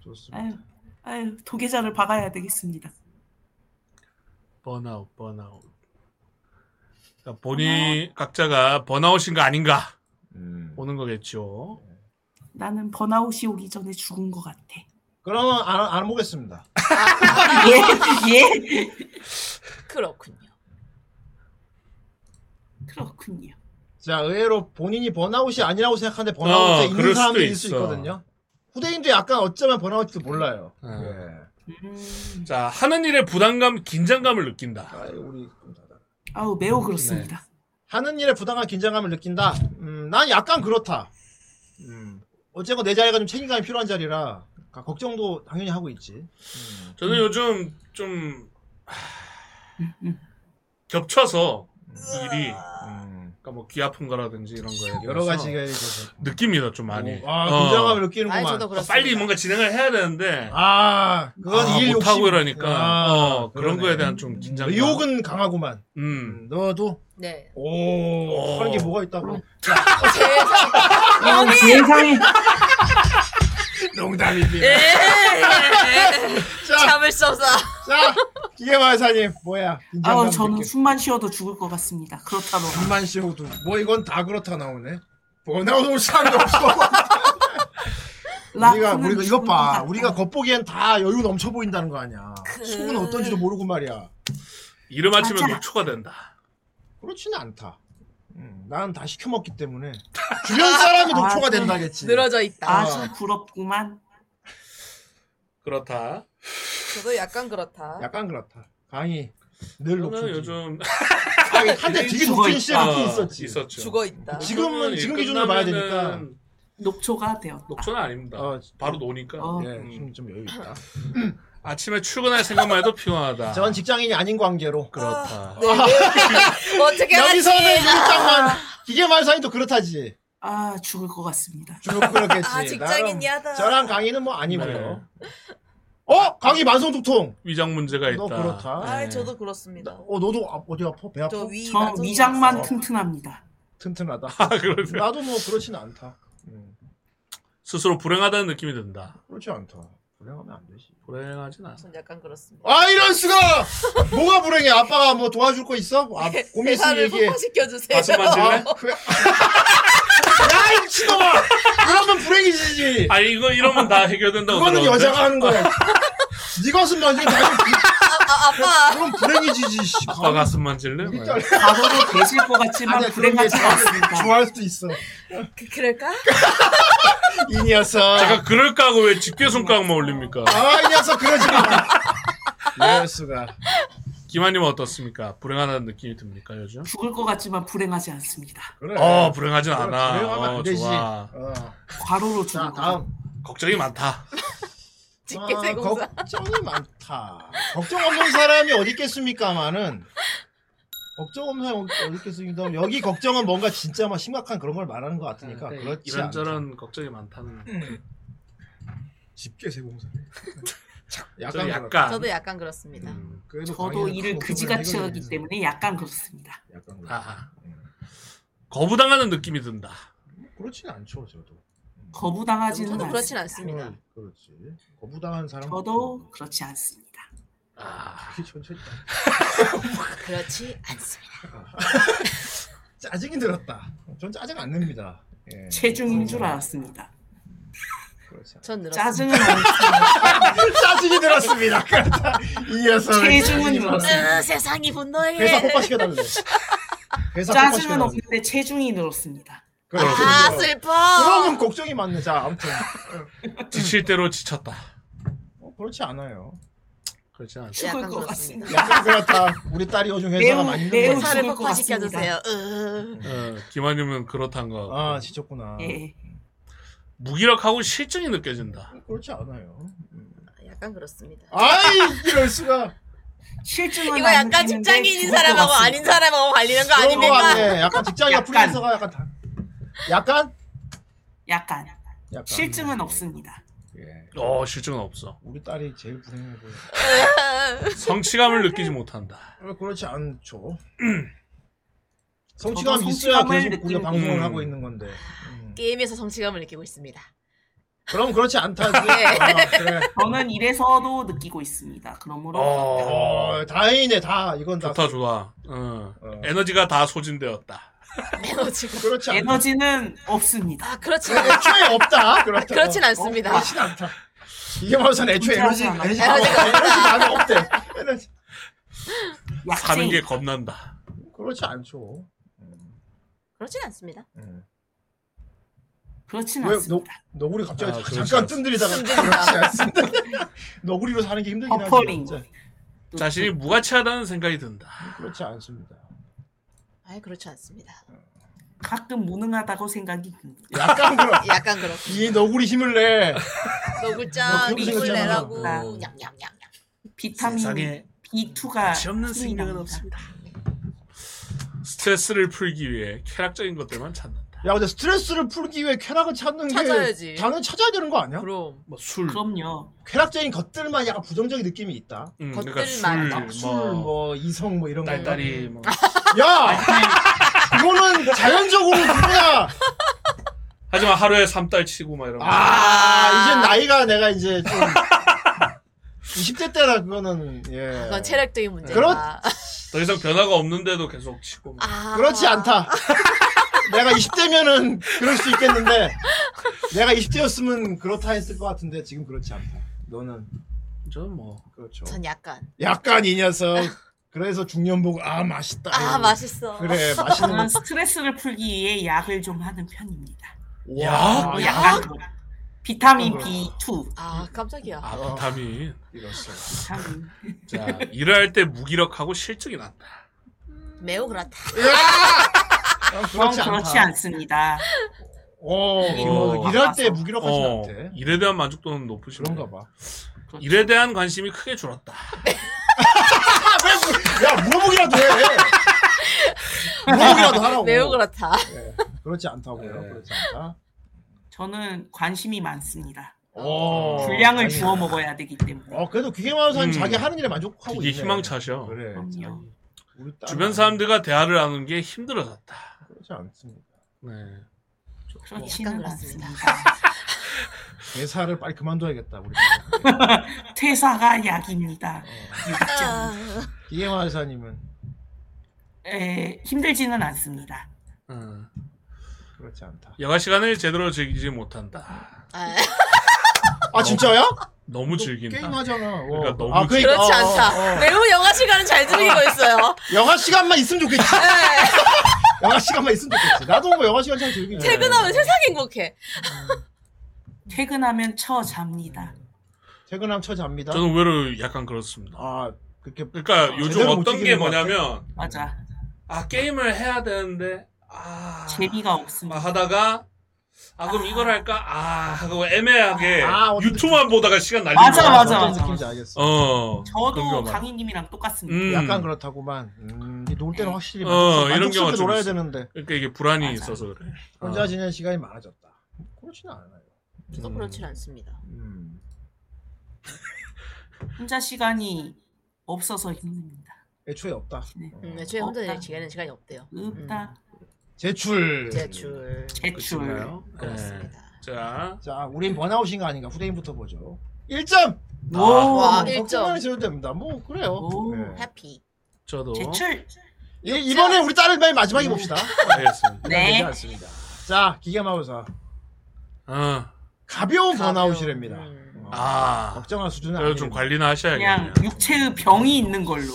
Speaker 6: 좋습니다.
Speaker 5: 아유, 아유 도계자를 박아야 되겠습니다.
Speaker 4: 번아웃, 번아웃. 그러니까 본인 각자가 번아웃인 가 아닌가
Speaker 6: 음.
Speaker 4: 보는 거겠죠.
Speaker 5: 나는 번아웃이 오기 전에 죽은 것 같아.
Speaker 6: 그러면 안, 안 보겠습니다.
Speaker 5: 예, 예.
Speaker 7: 그렇군요.
Speaker 5: 그렇군요.
Speaker 6: 자 의외로 본인이 번아웃이 아니라고 생각하는데 번아웃에
Speaker 4: 어,
Speaker 6: 있는
Speaker 4: 그럴 수도
Speaker 6: 사람도 있을 수
Speaker 4: 있어.
Speaker 6: 있거든요. 후대인도 약간 어쩌면 번아웃도 몰라요. 예. 음.
Speaker 4: 자 하는 일에 부담감, 긴장감을 느낀다.
Speaker 5: 아우
Speaker 4: 네.
Speaker 5: 매우 그렇습니다.
Speaker 6: 하는 일에 부당한 긴장감을 느낀다. 음, 난 약간 그렇다. 음, 어쨌건 내 자리가 좀 책임감이 필요한 자리라 가- 걱정도 당연히 하고 있지.
Speaker 4: 저는 요즘 좀 하, 겹쳐서 일이 그러니까 뭐 귀 아픈 거라든지 이런 거에
Speaker 6: 여러
Speaker 4: 대해서
Speaker 6: 가지가 있어서.
Speaker 4: 느낍니다 좀 많이 어.
Speaker 6: 오, 아, 긴장감을 느끼는구만. 아니, 저도 그렇습니다.
Speaker 4: 빨리 뭔가 진행을 해야 되는데
Speaker 6: 아 그건 일
Speaker 4: 못 하고
Speaker 6: 욕심.
Speaker 4: 이러니까
Speaker 6: 아,
Speaker 4: 어, 그런
Speaker 6: 그러네. 음,
Speaker 4: 거에 대한 좀 긴장감
Speaker 6: 의욕은 강하구만.
Speaker 4: 음.
Speaker 6: 너도
Speaker 7: 네.
Speaker 6: 오, 그런 게 뭐가 있다고?
Speaker 7: 여기!
Speaker 5: 세상에.
Speaker 6: 농담입니다.
Speaker 7: 네.
Speaker 6: 자.
Speaker 7: 예, 참을 수 없어.
Speaker 6: 자, 기계마사님 뭐야? 긴장감
Speaker 5: 아우 저는
Speaker 6: 느껴.
Speaker 5: 숨만 쉬어도 죽을 것 같습니다. 그렇다 너.
Speaker 6: 숨만 쉬어도 뭐 이건 다 그렇다 나오네. 번아웃 상관없어. 우리가
Speaker 5: 라쿠는
Speaker 6: 우리가 이것 봐. 우리가 겉보기엔 다 여유 넘쳐 보인다는 거 아니야. 속은 어떤지도 모르고 말이야.
Speaker 4: 이름 아치면
Speaker 6: 맞아.
Speaker 4: 녹초가 된다
Speaker 6: 그렇지는 않다. 음, 나는 다 시켜 먹기 때문에 주변 사람이 녹초가 된다겠지.
Speaker 7: 아, 네. 늘어져 있다.
Speaker 5: 아주 부럽구만.
Speaker 4: 그렇다
Speaker 7: 저도 약간 그렇다.
Speaker 6: 약간 그렇다. 강이 늘
Speaker 4: 저는
Speaker 6: 녹초지.
Speaker 4: 요즘
Speaker 6: 강이
Speaker 7: 아,
Speaker 6: 한때 되게
Speaker 5: 죽어
Speaker 6: 녹초인
Speaker 5: 있다.
Speaker 6: 시절이 있었지.
Speaker 4: 있었죠.
Speaker 7: 죽어 있다.
Speaker 6: 아. 지금은 지금 기준으로 봐야 되니까. 어,
Speaker 5: 녹초가 되었다.
Speaker 4: 녹초는 아닙니다. 바로 노니까.
Speaker 7: 음.
Speaker 6: 예, 좀, 좀 여유
Speaker 7: 아.
Speaker 6: 있다.
Speaker 4: 아침에 출근할 생각만 해도 피곤하다.
Speaker 6: 전 직장인이 아닌 관계로.
Speaker 4: 그렇다.
Speaker 7: 아, 네, 어떻게 하지? 아.
Speaker 6: 여기서는 일장만 기계마사님도 그렇다지.
Speaker 5: 아 죽을 것 같습니다.
Speaker 6: 주로 그렇겠지.
Speaker 7: 아, 직장인
Speaker 6: 나름
Speaker 7: 야다.
Speaker 6: 저랑 강의는 뭐 아니고요.
Speaker 4: 네.
Speaker 6: 어? 강의 만성두통.
Speaker 4: 위장 문제가
Speaker 6: 너
Speaker 4: 네, 있다.
Speaker 6: 그렇다.
Speaker 7: 아, 저도 그렇습니다.
Speaker 6: 어, 너도 아- 네. 어디 아파? 배 아파?
Speaker 7: 저 위,
Speaker 5: 저 위장만 튼튼합니다.
Speaker 6: 튼튼하다.
Speaker 4: 그러세요?
Speaker 6: 나도 뭐 그렇진 않다.
Speaker 4: 스스로 불행하다는 느낌이 든다.
Speaker 6: 음, 그렇지 않다. 불행하면 안 되지.
Speaker 4: 불행하진 않아.
Speaker 7: 전 약간 그렇습니다.
Speaker 6: 아 이런 수가! 뭐가 불행해? 아빠가 뭐 도와줄 거 있어? 아,
Speaker 7: 네,
Speaker 6: 고민 있으면
Speaker 7: 회사를
Speaker 6: 얘기해.
Speaker 7: 폭파시켜 주세요.
Speaker 6: 가슴 만질래? 야, 이 미친놈아! 그러면 불행이지.
Speaker 4: 아 이거 이러면 다 해결된다고.
Speaker 6: 그거는
Speaker 4: 들었는데.
Speaker 6: 여자가 하는 거야. 네 가슴 만지면 당연히
Speaker 7: 아, 아빠.
Speaker 6: 그럼 불행이지지. 씨.
Speaker 4: 아빠 가슴 만질래?
Speaker 5: 과거도 되실 것 같지만
Speaker 6: 아니야, 그런 게
Speaker 5: 불행하지 않습니다.
Speaker 6: 좋아할 수도 있어.
Speaker 7: 그, 그럴까?
Speaker 6: 이 녀석.
Speaker 4: 제가 그럴까 하고 왜 집게 손가락만 올립니까?
Speaker 6: 아, 이 녀석 그러지 마. 이럴 수가.
Speaker 4: 김한님은 어떻습니까? 불행하다는 느낌이 듭니까 요즘?
Speaker 5: 죽을 것 같지만 불행하지 않습니다.
Speaker 4: 어 불행하진 않아.
Speaker 6: 불행하면
Speaker 4: 어,
Speaker 6: 안 되지.
Speaker 4: 좋아.
Speaker 5: 과로로 죽을 것 같아.
Speaker 4: 걱정이 많다.
Speaker 6: 아, 걱정이 많다. 걱정 없는 사람이 어디 있겠습니까만은 걱정 없는 사람 어디 있겠습니까? 여기 걱정은 뭔가 진짜 막 심각한 그런 걸 말하는 것 같으니까 그렇지 않다.
Speaker 4: 이런저런 걱정이 많다는.
Speaker 6: 집게 세공사.
Speaker 4: 저는 약간.
Speaker 7: 저도 약간 그렇습니다.
Speaker 6: 음.
Speaker 5: 저도 일을 그지같이 하기 때문에 약간 그렇습니다.
Speaker 4: 아하. 거부당하는 느낌이 든다.
Speaker 6: 그렇진 않죠, 저도.
Speaker 5: 거부당하지는
Speaker 6: 음.
Speaker 7: 저도 그렇진
Speaker 5: 않습니다.
Speaker 7: 않습니다.
Speaker 6: 그렇지. 거부당한 사람.
Speaker 5: 저도 그렇지 않습니다.
Speaker 4: 아,
Speaker 6: 그게 천천히.
Speaker 7: 그렇지 않습니다.
Speaker 6: 짜증이 들었다. 전 짜증 안 냅니다. 예.
Speaker 5: 체중인 줄 알았습니다.
Speaker 7: 전 늘었습니다.
Speaker 5: 짜증은 없습니다.
Speaker 6: 짜증이 들었습니다. 그렇다. 이 녀석.
Speaker 5: 체중은 늘었습니다.
Speaker 7: 아,
Speaker 11: 으, 세상이 분노해.
Speaker 6: 회사 폭파시켜달래. 회사
Speaker 5: 짜증은
Speaker 6: 폭파시켜달래.
Speaker 5: 없는데 체중이 늘었습니다.
Speaker 6: 그래,
Speaker 11: 아,
Speaker 6: 그래서.
Speaker 11: 슬퍼.
Speaker 6: 그러면 걱정이 많네. 자, 아무튼.
Speaker 4: 지칠 대로 지쳤다.
Speaker 6: 어, 그렇지 않아요.
Speaker 4: 그렇지 않아요.
Speaker 7: 네, 약간 것 같습니다.
Speaker 6: 약간 그렇다. 우리 딸이 요즘 회사가 많이 힘들어.
Speaker 7: 살을 폭파시켜주세요. 으.
Speaker 4: 어, 김아님은 그렇단 거.
Speaker 6: 어.
Speaker 4: 아,
Speaker 6: 지쳤구나.
Speaker 7: 예.
Speaker 4: 무기력하고 실증이 느껴진다.
Speaker 6: 그렇지 않아요. 음.
Speaker 7: 약간 그렇습니다.
Speaker 6: 아이 이럴 수가. 음.
Speaker 5: 실증은
Speaker 7: 이거 약간 직장인인 사람하고 아닌 사람하고 갈리는 거 아닙니까?
Speaker 6: 약간 직장인 프리랜서가 약간 다. 약간?
Speaker 5: 약간.
Speaker 6: 약간.
Speaker 5: 실증은 없습니다.
Speaker 4: 어, 실증은 없어.
Speaker 6: 우리 딸이 제일 불행해 보여.
Speaker 4: 성취감을 느끼지 못한다.
Speaker 6: 어, 그렇지 않죠.
Speaker 7: 저도
Speaker 6: 성취감 있어야
Speaker 7: 성취감을
Speaker 6: 계속 우리가
Speaker 7: 느끼는
Speaker 6: 방송을
Speaker 4: 음.
Speaker 6: 하고 있는 건데.
Speaker 7: 게임에서 성취감을 느끼고 있습니다.
Speaker 6: 그럼 그렇지 않다. 아,
Speaker 5: 저는 이래서도 느끼고 있습니다. 그러므로
Speaker 6: 어, 다행이네 다 이건 다.
Speaker 4: 좋다, 좋아. 어. 에너지가 다 소진되었다.
Speaker 7: 에너지가
Speaker 6: 그렇지 않다.
Speaker 5: 에너지는 없습니다.
Speaker 7: 아, 그렇지
Speaker 6: 애초에 없다. 그렇다.
Speaker 7: 그렇진
Speaker 6: 어,
Speaker 7: 않습니다.
Speaker 6: 어, 그렇진 않다. 이게 무슨 애초에 에너지
Speaker 7: 존재하지
Speaker 6: 에너지
Speaker 7: 않아.
Speaker 6: 에너지가 없대. 에너지.
Speaker 4: 사는 게 겁난다.
Speaker 6: 그렇지 않죠.
Speaker 7: 그렇진 않습니다.
Speaker 5: 그렇진
Speaker 6: 왜
Speaker 5: 않습니다.
Speaker 6: 너, 너구리 갑자기
Speaker 4: 아,
Speaker 6: 자-
Speaker 4: 그렇지
Speaker 6: 잠깐
Speaker 4: 않습니다.
Speaker 6: 뜸들이다가
Speaker 4: 뜸들이다.
Speaker 6: 그렇지 않습니다. 너구리로 사는 게 힘들긴 하지.
Speaker 4: 허퍼링.
Speaker 6: 진짜.
Speaker 4: 자신이 무가치하다는 생각이 든다.
Speaker 6: 그렇지 않습니다.
Speaker 7: 아예 그렇지 않습니다.
Speaker 5: 가끔 무능하다고 생각이 듭니다.
Speaker 6: 약간 그렇.
Speaker 7: 약간 그렇.
Speaker 6: 이 너구리 힘을 내.
Speaker 7: 너굴자
Speaker 6: 그렇게
Speaker 7: 리굴
Speaker 6: 생겼잖아.
Speaker 4: 뭐,
Speaker 7: 내라고
Speaker 6: 어.
Speaker 7: 냠냠냠.
Speaker 5: 비타민 B2가
Speaker 4: 없는 생명은 없습니다. 스트레스를 풀기 위해 쾌락적인 것들만 찾는다.
Speaker 6: 야 근데 스트레스를 풀기 위해 쾌락을 찾는
Speaker 4: 찾아야지.
Speaker 6: 게 당연히 찾아야 되는 거 아니야?
Speaker 7: 그럼
Speaker 4: 뭐 술.
Speaker 5: 그럼요.
Speaker 6: 쾌락적인 것들만 약간 부정적인 느낌이 있다.
Speaker 4: 음, 그러니까 것들만. 술, 뭐.
Speaker 6: 술, 뭐 이성 뭐 이런 거.
Speaker 4: 딸딸이 뭐.
Speaker 6: 야, 이거는 자연적으로 그거야.
Speaker 4: 하지만 하루에 3달 치고 막 이런 거.
Speaker 6: 아, 이제 나이가 내가 이제 좀 20대 때라 그거는 예.
Speaker 7: 그건 체력적인 문제다.
Speaker 6: 그렇-
Speaker 4: 더 이상 변화가 없는데도 계속 치고 막.
Speaker 7: 아,
Speaker 6: 그렇지 않다. 내가 20대면은 그럴 수 있겠는데 내가 20대였으면 그렇다 했을 것 같은데 지금 그렇지 않다. 너는
Speaker 4: 저는 뭐
Speaker 6: 그렇죠.
Speaker 7: 전 약간.
Speaker 6: 약간 이 녀석. 그래서 중년복 아 맛있다.
Speaker 7: 아 맛있어.
Speaker 6: 그래 맛있는
Speaker 5: 저는
Speaker 6: 거.
Speaker 5: 스트레스를 풀기 위해 약을 좀 하는 편입니다.
Speaker 4: 아,
Speaker 6: 야?
Speaker 5: 뭐
Speaker 6: 야?
Speaker 5: 약간 뭐
Speaker 4: 어.
Speaker 5: 비타민 B2.
Speaker 7: 아 깜짝이야.
Speaker 4: 아, 비타민.
Speaker 6: 이렇소.
Speaker 5: 비타민.
Speaker 4: 자, 일을 할 때 무기력하고 실증이 난다.
Speaker 7: 매우 그렇다.
Speaker 4: 아,
Speaker 5: 그럼 그렇지 않습니다.
Speaker 6: 오,
Speaker 5: 이거
Speaker 6: 일할 어, 뭐, 때 무기력하진
Speaker 4: 어,
Speaker 6: 않대.
Speaker 4: 일에 대한 만족도는 높으시네. 그런가
Speaker 6: 봐.
Speaker 4: 일에 대한 관심이 크게 줄었다.
Speaker 6: 야 물어보기라도 해. 물어보기라도 뭐 하라고.
Speaker 7: 매우 그렇다.
Speaker 6: 그렇지
Speaker 4: 네.
Speaker 6: 않다고요. 그렇지 않다.
Speaker 5: 저는 관심이 많습니다.
Speaker 4: 어,
Speaker 6: 오,
Speaker 5: 분량을
Speaker 6: 다행이다.
Speaker 5: 주워 먹어야 되기 때문에.
Speaker 6: 어 그래도 기계 마우사는
Speaker 4: 음.
Speaker 6: 자기 하는 일에 만족하고
Speaker 4: 이게
Speaker 6: 있네.
Speaker 4: 희망차셔.
Speaker 6: 그래.
Speaker 4: 주변 사람들과 대화를 하는 게 힘들어졌다.
Speaker 6: 그렇지 않습니다.
Speaker 4: 네.
Speaker 5: 그렇지는
Speaker 7: 약간
Speaker 5: 않습니다.
Speaker 6: 회사를 빨리 그만둬야겠다 우리.
Speaker 5: 퇴사가 약입니다. 유기적.
Speaker 6: 기계 마우사님은
Speaker 5: 에, 힘들지는 않습니다.
Speaker 4: 음.
Speaker 6: 그렇지 않다.
Speaker 4: 여가 시간을 제대로 즐기지 못한다.
Speaker 6: 아 진짜요?
Speaker 4: 너무 즐긴다.
Speaker 6: 게임하잖아.
Speaker 4: 그러니까 너무
Speaker 6: 아, 그러니까.
Speaker 7: 그렇지
Speaker 6: 어,
Speaker 7: 않다.
Speaker 6: 어, 어.
Speaker 7: 매우 영화 시간은 잘 즐기고 있어요.
Speaker 6: 영화 시간만 있으면 좋겠지. 네. 영화 시간만 있으면 좋겠지. 나도 뭐 영화 시간 잘 즐기지.
Speaker 7: 네. 퇴근하면 세상 행복해.
Speaker 5: 퇴근하면 쳐 잡니다.
Speaker 6: 퇴근하면 처 잡니다.
Speaker 4: 저는 의외로 약간 그렇습니다.
Speaker 6: 아, 그렇게
Speaker 4: 그러니까 요즘
Speaker 6: 제대로 못
Speaker 4: 어떤 게
Speaker 6: 즐기는 것
Speaker 4: 뭐냐면
Speaker 5: 맞아.
Speaker 4: 아 게임을 해야 되는데 아
Speaker 5: 재미가 없습니다.
Speaker 4: 막 하다가 아 그럼 이걸 할까 아 하고 애매하게
Speaker 5: 아, 어떤
Speaker 4: 유튜브만 보다가 시간 날리는
Speaker 5: 맞아,
Speaker 4: 거야.
Speaker 5: 맞아,
Speaker 6: 어떤
Speaker 5: 맞아.
Speaker 6: 느낌인지 알겠어.
Speaker 4: 어 그런
Speaker 5: 저도
Speaker 4: 거 많아.
Speaker 5: 강희님이랑 똑같습니다.
Speaker 4: 음.
Speaker 6: 약간 그렇다고만. 음, 이놀 때는 확실히
Speaker 4: 어
Speaker 6: 만족스-
Speaker 4: 이런 경우가
Speaker 6: 만족스럽게
Speaker 4: 좀
Speaker 6: 놀아야
Speaker 4: 있어.
Speaker 6: 되는데
Speaker 4: 그러니까 이게 불안이 있어서 그래
Speaker 6: 혼자 지내는 시간이 많아졌다. 그렇지는 않아요. 음,
Speaker 7: 저도 그렇진 않습니다.
Speaker 5: 혼자 시간이 없어서 힘듭니다.
Speaker 6: 애초에 없다. 어.
Speaker 7: 음, 애초에 혼자 지내는 시간이 없대요. 음,
Speaker 5: 없다.
Speaker 6: 제출. 네.
Speaker 7: 제출.
Speaker 5: 제출.
Speaker 4: 네. 그렇습니다. 자,
Speaker 6: 자, 우린 번아웃인 거 아닌가? 후대인부터 보죠. 1점.
Speaker 4: 오,
Speaker 7: 와, 일 점.
Speaker 6: 걱정만 해도 됩니다. 뭐 그래요. 예.
Speaker 7: 해피.
Speaker 4: 저도
Speaker 6: 이, 번에 우리 딸을 맨 마지막에 봅시다.
Speaker 4: 알겠습니다
Speaker 6: 네. 되지 않습니다. 자, 기계마우사.
Speaker 4: 어.
Speaker 6: 가벼운 번아웃이랍니다.
Speaker 7: 음.
Speaker 4: 아
Speaker 6: 걱정할 수준은
Speaker 4: 그래서 좀 관리나 하셔야겠네요
Speaker 5: 어, 그냥 육체의 병이 있는 걸로.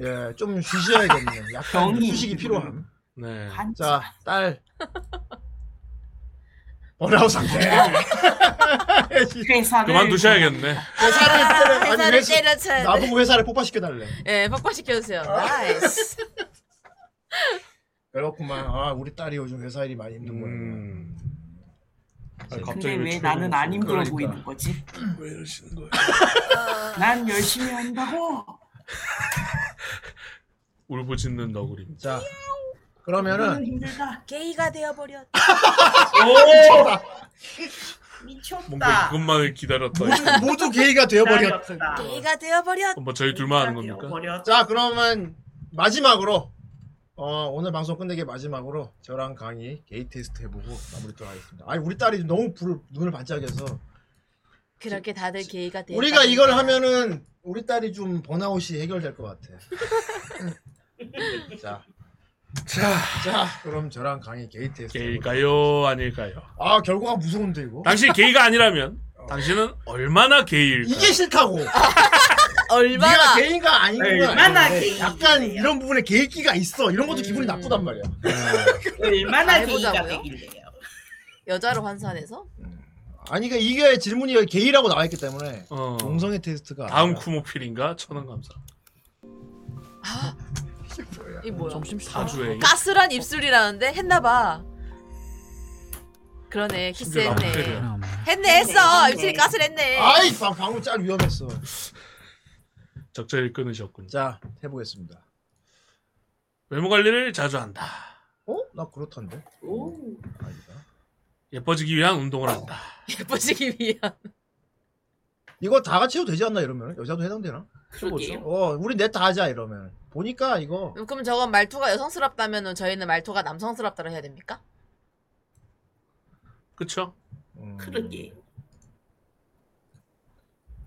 Speaker 6: 예, 좀 쉬셔야겠네요. 약간
Speaker 5: 병이
Speaker 6: 휴식이
Speaker 5: 있는 걸로.
Speaker 6: 필요함.
Speaker 4: 네
Speaker 6: 자, 딸. 번아웃 상태.
Speaker 5: 그 회사를
Speaker 4: 그만두셔야겠네.
Speaker 6: 회사를 때려 아니,
Speaker 7: 회사를
Speaker 6: 회사-
Speaker 7: 때려쳐야 돼.
Speaker 6: 나보고 회사를 폭파시켜 달래.
Speaker 7: 예, 폭파시켜주세요. 나이스.
Speaker 6: 그렇구만. 아 우리 딸이 요즘 회사 일이 많이 힘든
Speaker 5: 음.
Speaker 6: 거야.
Speaker 5: 근데 왜 나는 안 힘들어
Speaker 4: 그러니까.
Speaker 5: 보이는 거지?
Speaker 4: 왜 이러시는 거야?
Speaker 5: 난 열심히 한다고. 어.
Speaker 4: 울부짖는 너구리.
Speaker 6: 자
Speaker 5: 나는 힘들다.
Speaker 10: 게이가 되어버렸다.
Speaker 5: 미쳤다.
Speaker 4: 뭔가 이것만을 기다렸다.
Speaker 6: 모두, 모두 게이가 되어버렸다.
Speaker 10: 게이가 되어버렸다.
Speaker 4: 뭐 저희 둘만 하는 겁니까?
Speaker 6: 자 그러면 마지막으로 어, 오늘 방송 끝내기 마지막으로 저랑 강의 게이 테스트 해보고 마무리하도록 하겠습니다. 아니 우리 딸이 너무 불, 눈을 반짝여서
Speaker 7: 그렇게 네, 다들 게이가 돼.
Speaker 6: 우리가 이걸 하면은 우리 딸이 좀 번아웃이 해결될 것 같아. 자. 자, 자, 그럼 저랑 강의 게이 테스트.
Speaker 4: 게일까요? 아닐까요?
Speaker 6: 아 결과가 무서운데 이거.
Speaker 4: 당신 게이가 아니라면 당신은 얼마나 게이일까?
Speaker 6: 이게 싫다고. 네가 게이가 아닌 건
Speaker 5: 얼마나
Speaker 6: 아닌데
Speaker 5: 게이인지.
Speaker 6: 약간 이런 부분에 게이기가 있어. 이런 것도 기분이 나쁘단 말이야.
Speaker 7: 얼마나 게이가 되길래요? 여자로 환산해서?
Speaker 6: 아니 그러니까 이게 질문이 게이라고 나와있기 때문에 동성애 테스트가
Speaker 4: 어. 다음
Speaker 6: 아니라.
Speaker 4: 쿠모필인가? 천원 감사.
Speaker 7: 이 뭐야?
Speaker 4: 사주에
Speaker 5: 아,
Speaker 7: 가스란 입술이라는데 했나봐. 그러네 키스했네. 했네 했어. 입술이 가스를 했네.
Speaker 6: 아이 방- 방금 짤 위험했어.
Speaker 4: 적절히 끊으셨군요.
Speaker 6: 자 해보겠습니다.
Speaker 4: 외모 관리를 자주 한다.
Speaker 6: 어? 나 그렇던데.
Speaker 4: 예뻐지기 위한 운동을 한다.
Speaker 7: 예뻐지기 위한.
Speaker 6: 이거 다 같이 해도 되지 않나 이러면 여자도 해당되나?
Speaker 7: 그러게요.
Speaker 6: 어, 우리 넷 다 하자 이러면 보니까 이거
Speaker 7: 그럼 저건 말투가 여성스럽다면은 저희는 말투가 남성스럽다로 해야 됩니까?
Speaker 4: 그쵸?
Speaker 6: 음,
Speaker 7: 그러게.
Speaker 4: 음.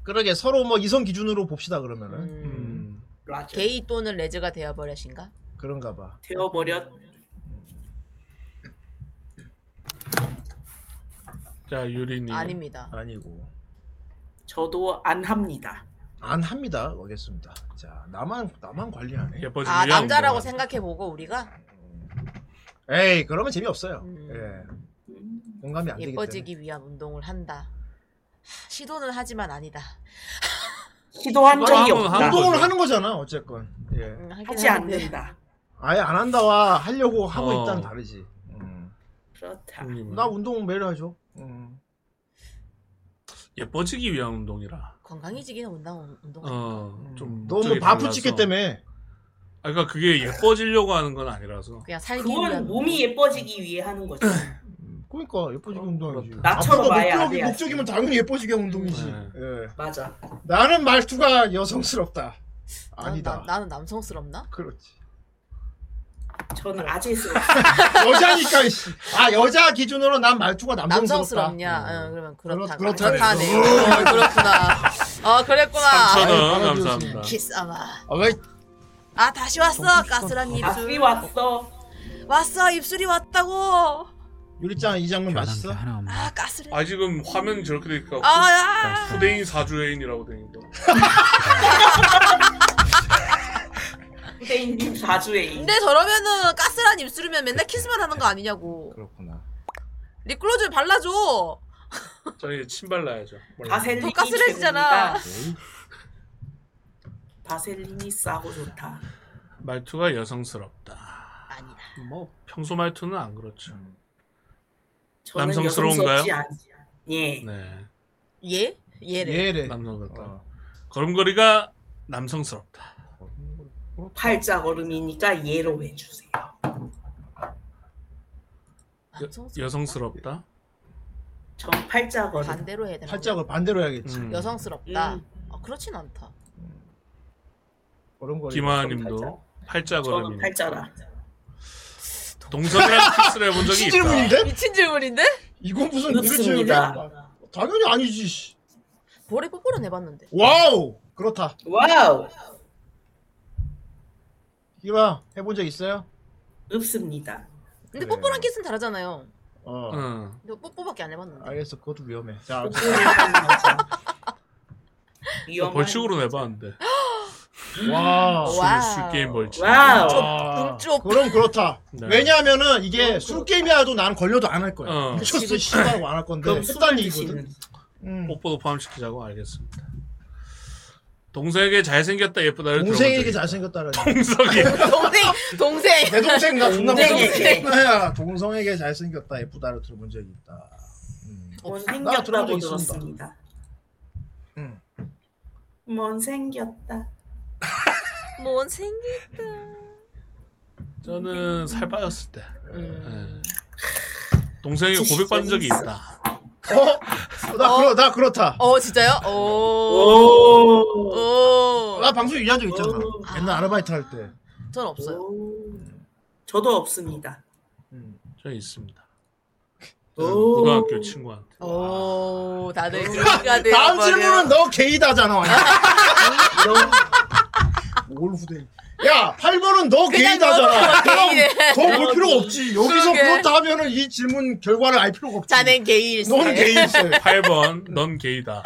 Speaker 6: 그러게 서로 뭐 이성 기준으로 봅시다 그러면은
Speaker 7: 음.
Speaker 4: 음.
Speaker 7: 게이 또는 레즈가 되어버려신가?
Speaker 6: 그런가 봐.
Speaker 5: 되어버렸.
Speaker 4: 자 유리님.
Speaker 7: 아닙니다.
Speaker 6: 아니고.
Speaker 5: 저도 안 합니다.
Speaker 6: 안 합니다. 알겠습니다. 자 나만 나만 관리하네.
Speaker 4: 예뻐지기
Speaker 7: 아 남자라고 생각해보고 우리가
Speaker 6: 에이 그러면 재미 없어요. 예. 공감이 안 되기 때문에.
Speaker 7: 음. 예뻐지기 위한 운동을 한다. 하, 시도는 하지만 아니다.
Speaker 5: 시도한 적이 없다.
Speaker 6: 운동을 하는 거잖아 어쨌건. 예.
Speaker 7: 음,
Speaker 5: 하지
Speaker 7: 아, 네.
Speaker 5: 않는다.
Speaker 6: 아예 안 한다와 하려고 하고
Speaker 4: 어.
Speaker 6: 있다는 다르지. 음.
Speaker 5: 그렇다.
Speaker 6: 나 운동 매일 하죠. 음.
Speaker 4: 예뻐지기 위한 운동이라.
Speaker 7: 건강해지기는 운동 운동.
Speaker 4: 어, 좀
Speaker 6: 너무
Speaker 4: 저기
Speaker 6: 바쁘치기
Speaker 4: 달라서.
Speaker 6: 때문에.
Speaker 4: 아, 그러니까 그게 예뻐지려고 하는 건 아니라서.
Speaker 7: 그냥
Speaker 5: 살기 그건 뭐 몸이 예뻐지기 위해 하는 거지.
Speaker 6: 그러니까 예뻐지기
Speaker 7: 어,
Speaker 6: 운동이지.
Speaker 5: 나처럼
Speaker 6: 앞으로
Speaker 5: 아예 안
Speaker 6: 목적이,
Speaker 5: 해야지.
Speaker 6: 목적이면 당연히 예뻐지게 운동이지.
Speaker 4: 음.
Speaker 6: 예.
Speaker 5: 맞아.
Speaker 6: 나는 말투가 여성스럽다.
Speaker 7: 나는
Speaker 6: 아니다.
Speaker 7: 남- 나는 남성스럽나?
Speaker 6: 그렇지.
Speaker 5: 저는 아재스.
Speaker 6: 여자니까 이씨. 아 여자 기준으로 난 말투가 남성스럽다. 어.
Speaker 7: 남성스럽냐? 응, 그러면 그렇다.
Speaker 6: 그렇- 그렇다네. 어.
Speaker 7: 그렇다네. 어, 그렇구나. 어 그랬구나.
Speaker 4: 삼천 원 감사합니다.
Speaker 7: 키스아마.
Speaker 6: 아, 왜?
Speaker 7: 아 다시 왔어 가스란
Speaker 6: 아,
Speaker 7: 입술.
Speaker 5: 다시 왔어.
Speaker 7: 왔어 입술이 왔다고.
Speaker 6: 유리짱 이 장면 맛있어?
Speaker 7: 아 가스를.
Speaker 4: 아 지금 화면 저렇게 되니까
Speaker 7: 아, 아,
Speaker 4: 후- 후대인 사주애인이라고 되니까.
Speaker 5: 후대인님 4주에
Speaker 7: 근데 저러면은 가스란 입술이면 맨날 키스만 하는 거 아니냐고.
Speaker 6: 그렇구나.
Speaker 7: 립글로즈 발라줘.
Speaker 4: 저 이제 침 발라야죠.
Speaker 5: 바셀린이
Speaker 7: 더 가스레지잖아.
Speaker 5: 최고입니다. 바셀린이 싸고 좋다.
Speaker 4: 말투가 여성스럽다.
Speaker 7: 아니다.
Speaker 4: 뭐 평소 말투는 안 그렇죠.
Speaker 5: 저는
Speaker 4: 남성스러운가요?
Speaker 5: 여성스럽지 않지. 예.
Speaker 4: 네.
Speaker 7: 예? 예래.
Speaker 4: 남성스럽다.
Speaker 6: 어.
Speaker 4: 걸음걸이가 남성스럽다.
Speaker 5: 팔자 걸음이니까 예로 해주세요.
Speaker 4: 여, 여성스럽다.
Speaker 5: 전 팔자 걸음.
Speaker 7: 반대로 해야 되나?
Speaker 6: 팔짝을 반대로 해야겠지.
Speaker 4: 음.
Speaker 7: 여성스럽다. 아 그렇진 않다.
Speaker 6: 그런 거.
Speaker 4: 김하님도 팔자 걸음이.
Speaker 5: 저는 팔자라.
Speaker 4: 동선이랑 키스를 해본 적이
Speaker 6: 미친
Speaker 4: 있다.
Speaker 6: 질문인데?
Speaker 7: 미친 질문인데?
Speaker 6: 이건 무슨
Speaker 5: 그렇습니다.
Speaker 6: 유리짱이야? 당연히 아니지. 씨.
Speaker 7: 볼에 뽀뽀를 해봤는데.
Speaker 6: 와우. 그렇다.
Speaker 5: 와우.
Speaker 6: 이봐 해본 적 있어요?
Speaker 5: 없습니다.
Speaker 7: 근데
Speaker 6: 그래.
Speaker 7: 뽀뽀랑 키스는 다르잖아요.
Speaker 6: 어.
Speaker 7: 너 뽀뽀밖에 안 해봤는데.
Speaker 6: 알겠어. 그것도 위험해.
Speaker 4: 아,
Speaker 6: 자.
Speaker 4: 나 아, 벌칙으로 내봤는데.
Speaker 6: 아, 와.
Speaker 4: 술, 술 게임 벌칙.
Speaker 6: 그럼 그렇다.
Speaker 4: 아, 네.
Speaker 6: 왜냐하면은 이게 술 게임이라도 난 걸려도 안 할 거야.
Speaker 4: 어.
Speaker 6: 미쳤어
Speaker 4: 그치, 그치.
Speaker 5: 네,
Speaker 6: 씨발하고 안 할 건데.
Speaker 4: 그럼
Speaker 6: 했다는
Speaker 4: 술을
Speaker 6: 얘기거든. 음.
Speaker 4: 뽀뽀도 포함시키자고 알겠습니다. 동생에게 잘생겼다 예쁘다를
Speaker 6: 동생에게
Speaker 4: 들어본
Speaker 6: 잘생겼다라니.
Speaker 4: 동석이.
Speaker 7: 동생 동생
Speaker 6: 내 동생 나 존나
Speaker 7: 동생에게.
Speaker 6: 무섭다. 야 동성에게 잘생겼다 예쁘다를 들어본 적이 있다. 음. 나 아, 들어본 적
Speaker 5: 못생겼다고
Speaker 6: 있습니다.
Speaker 5: 들었습니다. 못생겼다.
Speaker 10: 뭔 생겼다.
Speaker 4: 저는 살 빠졌을 때. 예. 동생에게 고백받은 적이 있다.
Speaker 6: 어? 나 그렇 나 그렇다.
Speaker 7: 어 진짜요? 오. 오.
Speaker 6: 나 방송 일한 적 있잖아. 옛날 아르바이트 할 때.
Speaker 7: 전 없어요.
Speaker 5: 저도 없습니다.
Speaker 4: 저 있습니다.
Speaker 5: 오.
Speaker 4: 고등학교 친구한테.
Speaker 7: 오 다들 그러니까
Speaker 6: 다음 질문은 너 게이다잖아. 이런- 뭘 후대? 야, 8번은 너
Speaker 7: 그냥
Speaker 6: 게이다잖아.
Speaker 7: 너도 게이네.
Speaker 6: 더볼 필요가 없지. 여기서
Speaker 7: 그러게.
Speaker 6: 그렇다 하면은 이 질문 결과를 알 필요가 없지.
Speaker 7: 자넨 네, 게이일세.
Speaker 6: 넌 게이일세.
Speaker 4: 8번, 넌 게이다.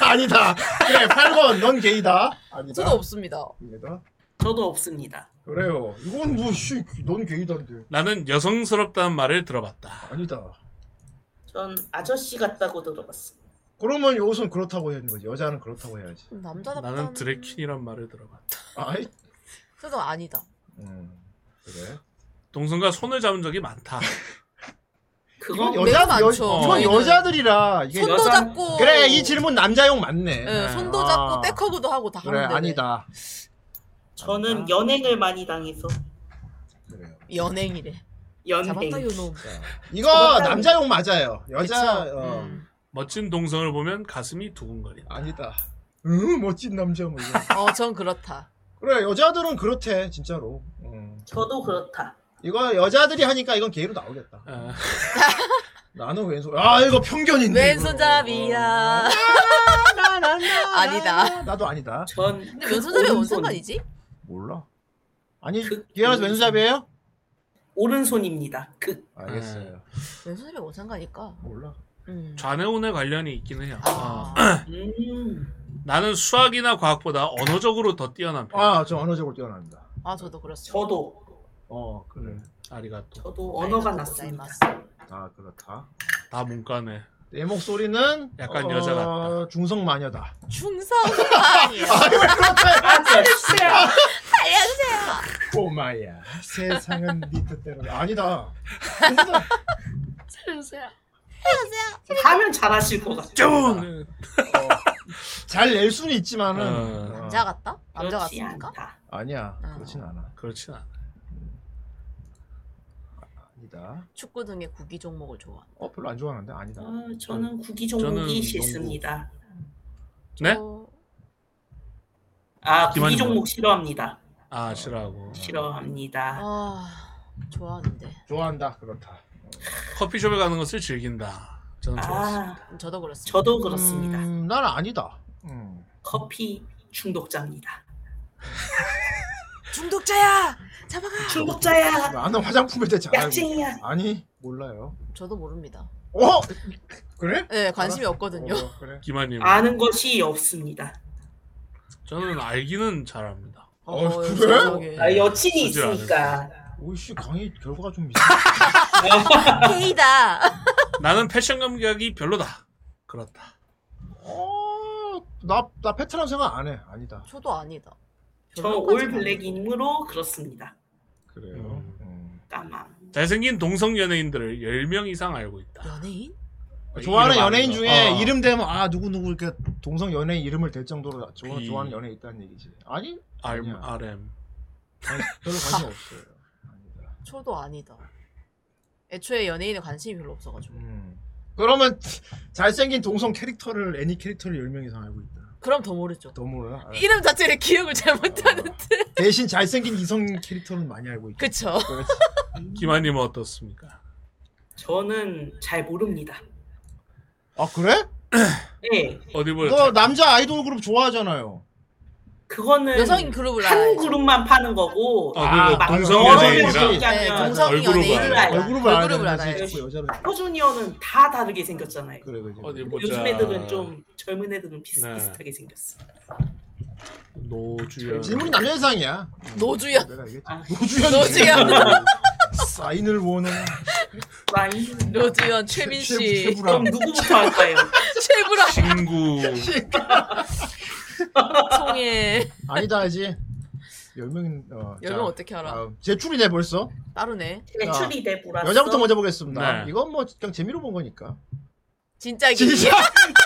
Speaker 6: 아니다. 그래, 8번 넌 게이다. 아니다.
Speaker 7: 저도 없습니다.
Speaker 6: 게이다.
Speaker 5: 저도 없습니다.
Speaker 6: 그래요. 이건 뭐 씨, 넌 게이다인데.
Speaker 4: 나는 여성스럽다는 말을 들어봤다.
Speaker 6: 아니다.
Speaker 5: 전 아저씨 같다고 들어봤어.
Speaker 6: 그러면 여기선 그렇다고 해야 되는 거지. 여자는 그렇다고 해야지.
Speaker 7: 남자답다.
Speaker 4: 나는 드래킨이란 말을 들어봤다.
Speaker 6: 아이. 음,
Speaker 7: 저도 아니다.
Speaker 6: 그래.
Speaker 4: 동생과 손을 잡은 적이 많다.
Speaker 6: 이건 여자
Speaker 7: 내가
Speaker 6: 여,
Speaker 7: 많죠.
Speaker 6: 이건
Speaker 7: 저희는.
Speaker 6: 여자들이라 이게
Speaker 7: 손도
Speaker 6: 여자-
Speaker 7: 잡고.
Speaker 6: 그래 이 질문 남자용 맞네.
Speaker 7: 예, 손도
Speaker 6: 아.
Speaker 7: 잡고 떼커그도 하고 다
Speaker 6: 그래
Speaker 7: 하면 되네.
Speaker 6: 아니다.
Speaker 7: 아.
Speaker 5: 저는 연행을 많이 당해서
Speaker 7: 연행이래.
Speaker 5: 연행.
Speaker 7: 잡았다 요놈.
Speaker 6: 이거 남자용 맞아요. 여자
Speaker 7: 그쵸? 음.
Speaker 6: 어.
Speaker 4: 멋진 동성을 보면 가슴이 두근거린다.
Speaker 6: 아니다. 응 멋진 남자 뭐 이거.
Speaker 7: 어, 전 그렇다.
Speaker 6: 그래 여자들은 그렇대 진짜로. 음.
Speaker 5: 저도 그렇다.
Speaker 6: 이거 여자들이 하니까 이건 게이로 나오겠다.
Speaker 4: 아.
Speaker 6: 나는 왼손. 아 이거 편견인데.
Speaker 5: 어.
Speaker 7: 왼손잡이야.
Speaker 6: 이거.
Speaker 7: 아니다.
Speaker 6: 나도 아니다.
Speaker 5: 전
Speaker 7: 근데 왼손잡이 뭔 상관이지?
Speaker 6: 몰라. 아니 기아라서 왼손잡이에요?
Speaker 5: 오른손입니다. 그
Speaker 6: 알겠어요.
Speaker 7: 왼손잡이 뭔 상관일까? 음.
Speaker 6: 몰라.
Speaker 4: 좌뇌우뇌 관련이 있긴 해요.
Speaker 6: 아.
Speaker 5: 아.
Speaker 4: 어.
Speaker 5: 음.
Speaker 4: 나는 수학이나 과학보다 언어적으로 더 뛰어난 편.
Speaker 6: 아저 언어적으로 뛰어납니다.
Speaker 7: 아 저도 그렇습니다.
Speaker 5: 저도
Speaker 6: 어 그래.
Speaker 4: 아리가또.
Speaker 5: 저도
Speaker 7: 네,
Speaker 5: 언어가 났습니다.
Speaker 6: 아 그렇다.
Speaker 4: 다 문과네.
Speaker 6: 내 목소리는
Speaker 4: 약간
Speaker 6: 어,
Speaker 4: 여자
Speaker 6: 중성 마녀다.
Speaker 7: 충성이야. 알려주세요.
Speaker 6: 꼬마야 세상은 네 뜻대로 아니다.
Speaker 7: 알려주세요.
Speaker 5: 하면 잘하실 것 같아요.
Speaker 6: 어, 네.
Speaker 4: 쫑!
Speaker 6: 잘 낼 수는
Speaker 4: 아.
Speaker 6: 있지만은 어,
Speaker 7: 남자 같다? 남자
Speaker 5: 그렇지
Speaker 7: 같습니까?
Speaker 5: 않다.
Speaker 6: 아니야
Speaker 7: 어.
Speaker 6: 그렇진 않아.
Speaker 4: 그렇진 않아.
Speaker 6: 아니다.
Speaker 7: 축구 등의 구기 종목을 좋아.
Speaker 6: 어 별로 안 좋아하는데 아니다.
Speaker 5: 아, 저는 구기 종목이 싫습니다.
Speaker 4: 네?
Speaker 5: 어. 아
Speaker 4: 기만이 뭐야?
Speaker 5: 구기 종목 싫어합니다.
Speaker 4: 아 싫어하고.
Speaker 5: 싫어합니다.
Speaker 7: 아 좋아하는데.
Speaker 6: 좋아한다 그렇다.
Speaker 4: 커피숍에 가는 것을 즐긴다.
Speaker 6: 아.
Speaker 4: 저는 좋았어.
Speaker 7: 저도 그렇습니다.
Speaker 5: 아, 저도 그렇습니다.
Speaker 6: 음, 난 아니다. 음.
Speaker 5: 커피 중독자입니다.
Speaker 7: 중독자야. 잡아가.
Speaker 5: 중독자야.
Speaker 6: 나는 화장품에 대해 잘 알고.
Speaker 7: 약쟁이야.
Speaker 6: 아니 몰라요.
Speaker 7: 저도 모릅니다.
Speaker 6: 어 그래? 어,
Speaker 7: 네 관심이
Speaker 5: 어.
Speaker 7: 없거든요.
Speaker 6: 그래.
Speaker 7: 음.
Speaker 4: 기만님.
Speaker 5: 아는 것이 없습니다.
Speaker 4: 저는 알기는 잘합니다.
Speaker 6: 어, 어, 그래? 세상에.
Speaker 5: 아, 여친이
Speaker 4: 쓰질 않을
Speaker 5: 있으니까.
Speaker 6: 오이씨 강의 결과가 좀
Speaker 7: 게이다.
Speaker 4: 나는 패션 감각이 별로다. 그렇다.
Speaker 6: 어, 나나 패트남 생각 안 해. 아니다.
Speaker 7: 저도 아니다.
Speaker 5: 저 올 블랙이므로 그렇습니다.
Speaker 6: 그래요. 음.
Speaker 5: 까망.
Speaker 4: 잘생긴 동성 연예인들을 10명 이상 알고 있다.
Speaker 7: 연예인?
Speaker 6: 좋아하는
Speaker 4: 이름 아는
Speaker 6: 연예인
Speaker 4: 거.
Speaker 6: 중에
Speaker 4: 어.
Speaker 6: 이름 대면 아 누구 누구 이렇게 동성 연예인 이름을 댈 정도로 좋아,
Speaker 4: 비.
Speaker 6: 하는 연예인 있다는 얘기지. 아니
Speaker 4: RM, RM.
Speaker 6: 아니, 별로 관심 없어요.
Speaker 7: 저도 아니다. 애초에 연예인에 관심이 별로 없어가지고.
Speaker 6: 음. 그러면 잘생긴 동성 캐릭터를 애니 캐릭터를 10명 이상 알고 있다.
Speaker 7: 그럼 더 모르죠.
Speaker 6: 더 몰라. 아,
Speaker 7: 이름 자체를 기억을 잘 못하는.
Speaker 6: 대신 잘생긴 이성 캐릭터는 많이 알고 있다.
Speaker 7: 그쵸.
Speaker 6: 그렇지.
Speaker 7: 음.
Speaker 4: 기만님은 어떻습니까?
Speaker 5: 저는 잘 모릅니다.
Speaker 6: 아 그래?
Speaker 5: 네.
Speaker 4: 어디 보여?
Speaker 6: 너 남자 아이돌 그룹 좋아하잖아요.
Speaker 5: 그거는
Speaker 7: 여성 그룹을
Speaker 5: 한
Speaker 7: 알아야지.
Speaker 5: 그룹만 파는 거고
Speaker 4: 아, 그리고
Speaker 5: 막
Speaker 4: 동성
Speaker 5: 여러
Speaker 6: 아,
Speaker 4: 연예인이랑
Speaker 5: 명씩 하면
Speaker 7: 네, 동성
Speaker 4: 얼굴을
Speaker 7: 연예인을
Speaker 4: 봐야
Speaker 7: 알아.
Speaker 4: 돼.
Speaker 6: 얼굴을 알아야
Speaker 7: 얼굴을
Speaker 6: 되는
Speaker 7: 알아야지.
Speaker 6: 거지. 자꾸 여자를
Speaker 5: 호주니어는 다 다르게 생겼잖아요.
Speaker 6: 그래 그래.
Speaker 4: 어디
Speaker 5: 근데
Speaker 4: 보자. 네.
Speaker 5: 요즘 애들은 좀 젊은 애들은 비슷비슷하게 생겼어.
Speaker 4: 노주현.
Speaker 6: 음. 질문이 남녀 이상이야.
Speaker 7: 노주현.
Speaker 6: 내가 알겠지.
Speaker 5: 아.
Speaker 6: 노주현.
Speaker 7: 노주현.
Speaker 6: 사인을 원해.
Speaker 7: 로드연 최민
Speaker 6: 최-
Speaker 7: 씨.
Speaker 6: 최불암. 그럼 누구부터 할까요?
Speaker 7: 최불암.
Speaker 4: 친구.
Speaker 7: 송해.
Speaker 6: 아니다 하지. 열명 어,
Speaker 7: 열명 어떻게 알아?
Speaker 6: 제출이네 벌써.
Speaker 7: 따로네.
Speaker 6: 제출이 여자부터 먼저
Speaker 4: 네.
Speaker 6: 보겠습니다. 이건 뭐 그냥 재미로 본 거니까.
Speaker 7: 진짜기.
Speaker 6: 진짜.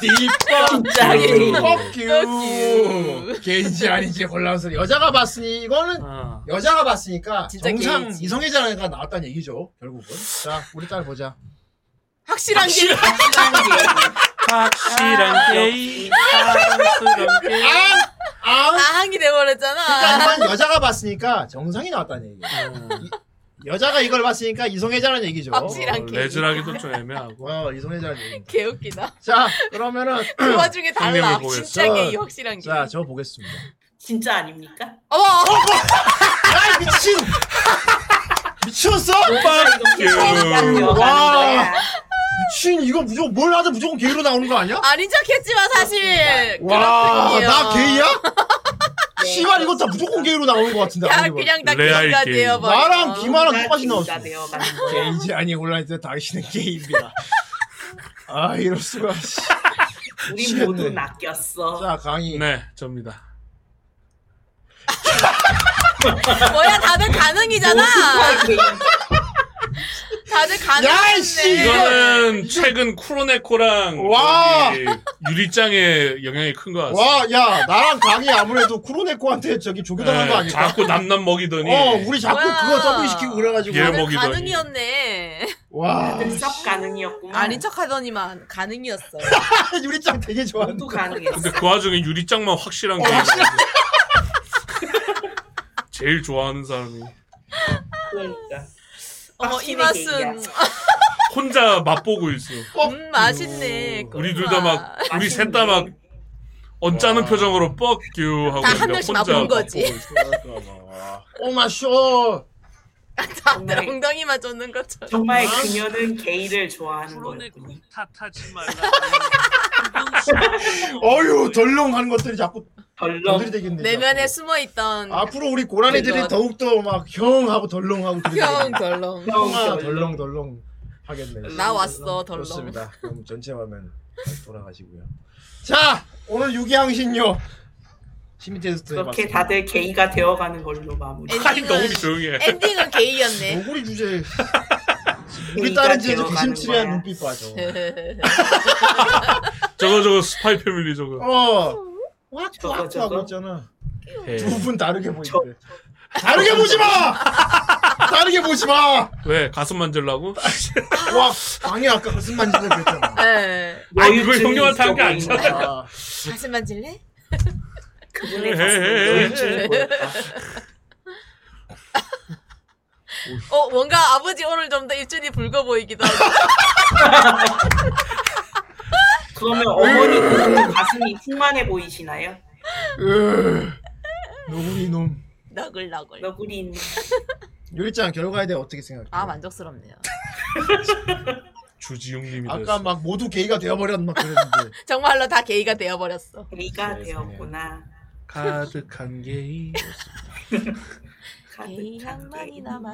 Speaker 7: 진짜기.
Speaker 6: 뻑큐. 개인지 아닌지 혼란스러워. 여자가 봤으니 이거는
Speaker 4: 아.
Speaker 6: 여자가 봤으니까
Speaker 7: 진짜
Speaker 6: 정상
Speaker 7: 개인지.
Speaker 6: 이성애자가 나왔다는 얘기죠. 결국은. 자 우리 딸 보자.
Speaker 7: 확실한 게.
Speaker 4: 확실한 게이.
Speaker 7: 예. 아, 항이 돼버렸잖아.
Speaker 6: 일단 여자가 봤으니까 정상이 나왔다는 얘기. 여자가 이걸 봤으니까 이성애자라는 얘기죠.
Speaker 7: 음. 확실한 게.
Speaker 4: 레즈라기도 좀 애매하고.
Speaker 6: 어, 이성애자라는 얘기.
Speaker 7: 개웃기다.
Speaker 6: 자, 그러면은
Speaker 7: 그 와중에 달라.
Speaker 6: 형님을 보겠어.
Speaker 7: 진짜 게이 확실한 게.
Speaker 6: 자, 저 보겠습니다.
Speaker 5: 진짜 아닙니까?
Speaker 7: 어머.
Speaker 6: 아 미친. 미쳤어?
Speaker 4: 뻑큐.
Speaker 6: 그, 와. 미친 이거 무조건 뭘 하든 무조건 게이로 나오는 거 아니야?
Speaker 7: 아닌 척했지만 사실.
Speaker 6: 와,
Speaker 7: 그렇군요.
Speaker 6: 나 게이야? 씨발 이거 다 무조건 게이로 나오는 거 같은데.
Speaker 7: 야,
Speaker 6: 아무리
Speaker 7: 그냥 뭐. 나
Speaker 6: 봐도.
Speaker 7: 레알 게이가 게이. 되어버려.
Speaker 6: 나랑 김아랑
Speaker 7: 나
Speaker 6: 똑같이
Speaker 7: 게이가
Speaker 6: 나왔어. 게이지 아니 혼란했을 때 당신은 게이입니다. 아 이럴 수가.
Speaker 5: 우리 모두 낚였어.
Speaker 6: 자 강의.
Speaker 4: 네, 접니다.
Speaker 7: 어. 뭐야 다들 가능이잖아. 다들
Speaker 6: 뭐, 야, 씨,
Speaker 7: 가능했네.
Speaker 4: 이거는 최근 쿠로네코랑
Speaker 6: 와.
Speaker 4: 저기 유리장의 영향이 큰 것 같습니다.
Speaker 6: 와, 야, 나랑 강이 아무래도 쿠로네코한테 저기 조교당한 거
Speaker 4: 네,
Speaker 6: 아닐까?
Speaker 4: 자꾸 남남 먹이더니.
Speaker 6: 어, 우리 자꾸 그거 더블 시키고 그래가지고.
Speaker 4: 얘
Speaker 7: 다들
Speaker 4: 먹이더니.
Speaker 7: 가능이었네.
Speaker 6: 와.
Speaker 5: 섭 가능이었구만.
Speaker 7: 아닌 척하더니만 가능이었어.
Speaker 6: 유리짱 되게 좋아한다.
Speaker 5: 또 가능했어.
Speaker 4: 근데 그 와중에 유리짱만 어, 확실한 게. 제일 좋아하는 사람이
Speaker 5: 그러니까.
Speaker 6: 아,
Speaker 7: 어머
Speaker 5: 확실히
Speaker 7: 이맛은
Speaker 4: 혼자 맛보고 있어.
Speaker 7: 음 맛있네.
Speaker 4: 우리 둘 다 막 우리 셋 다 막 언짢은 표정으로 뻑규 하고
Speaker 7: 다 한
Speaker 4: 그냥
Speaker 7: 명씩
Speaker 4: 혼자
Speaker 7: 맛본 거지.
Speaker 4: 맛보고 있어.
Speaker 6: 오마쇼.
Speaker 7: 그
Speaker 6: 네.
Speaker 7: 다들 엉덩이만 쫓는 것처럼.
Speaker 5: 정말 그녀는 게이를 좋아하는 거였군요.
Speaker 8: 탓하지 말라.
Speaker 6: 어휴, 덜렁 하는 것들이 자꾸.
Speaker 5: 덜렁.
Speaker 6: 들이 되겠네. 아,
Speaker 7: 내면에 숨어 있던
Speaker 6: 앞으로 우리 고라니들이 더욱더 막 형하고 덜렁하고. 네.
Speaker 7: 형 덜렁.
Speaker 6: 형아, 덜렁, 덜렁 하겠네.
Speaker 7: 나 왔어, 덜렁.
Speaker 6: 좋습니다. 그럼 전체 화면 돌아가시고요. 자, 오늘 유기양신요. 시민 테스트
Speaker 5: 그렇게
Speaker 6: 해봤습니다.
Speaker 5: 다들 게이가 되어가는 걸로 마무리.
Speaker 6: 엔딩은- 너무 조용히 해. 엔딩은
Speaker 7: 게이였네.
Speaker 6: 너구리 주제. 우리 딸은 이제 개심치레한 눈빛 봐줘.
Speaker 7: 네.
Speaker 4: 저거 저거 스파이 패밀리 저거.
Speaker 6: 어.
Speaker 5: 저거,
Speaker 6: 왁왁
Speaker 5: 저거?
Speaker 6: 하고 있잖아.
Speaker 4: 예.
Speaker 6: 두 분 다르게 보이는데. 다르게 보지 마! 다르게 보지 마!
Speaker 4: 왜 가슴 만질라고?
Speaker 6: 와, 방이 아까 무슨 만지는 그랬잖아.
Speaker 7: 네.
Speaker 4: 아 이걸 형님한테 한게 아니잖아.
Speaker 7: 가슴 만질래?
Speaker 5: 그분의
Speaker 4: 가슴은
Speaker 5: 여유증이 보였다.
Speaker 7: 어 뭔가 아버지 오늘 좀 더 입술이 붉어 보이기도 하고.
Speaker 5: 그러면 어머니도 그 가슴이 풍만해 보이시나요?
Speaker 6: 너구리 놈.
Speaker 7: 너글너글.
Speaker 5: 너구리.
Speaker 6: 요리짱 결과에 대해 어떻게 생각해?
Speaker 7: 아 만족스럽네요.
Speaker 4: 주지용님이
Speaker 6: 아까
Speaker 4: 됐어.
Speaker 6: 막 모두 게이가 되어버렸 막 그랬는데.
Speaker 7: 정말로 다 게이가 되어버렸어.
Speaker 5: 게이가 되었구나.
Speaker 4: 가득한 게이.
Speaker 7: 게이 한 마리 남아.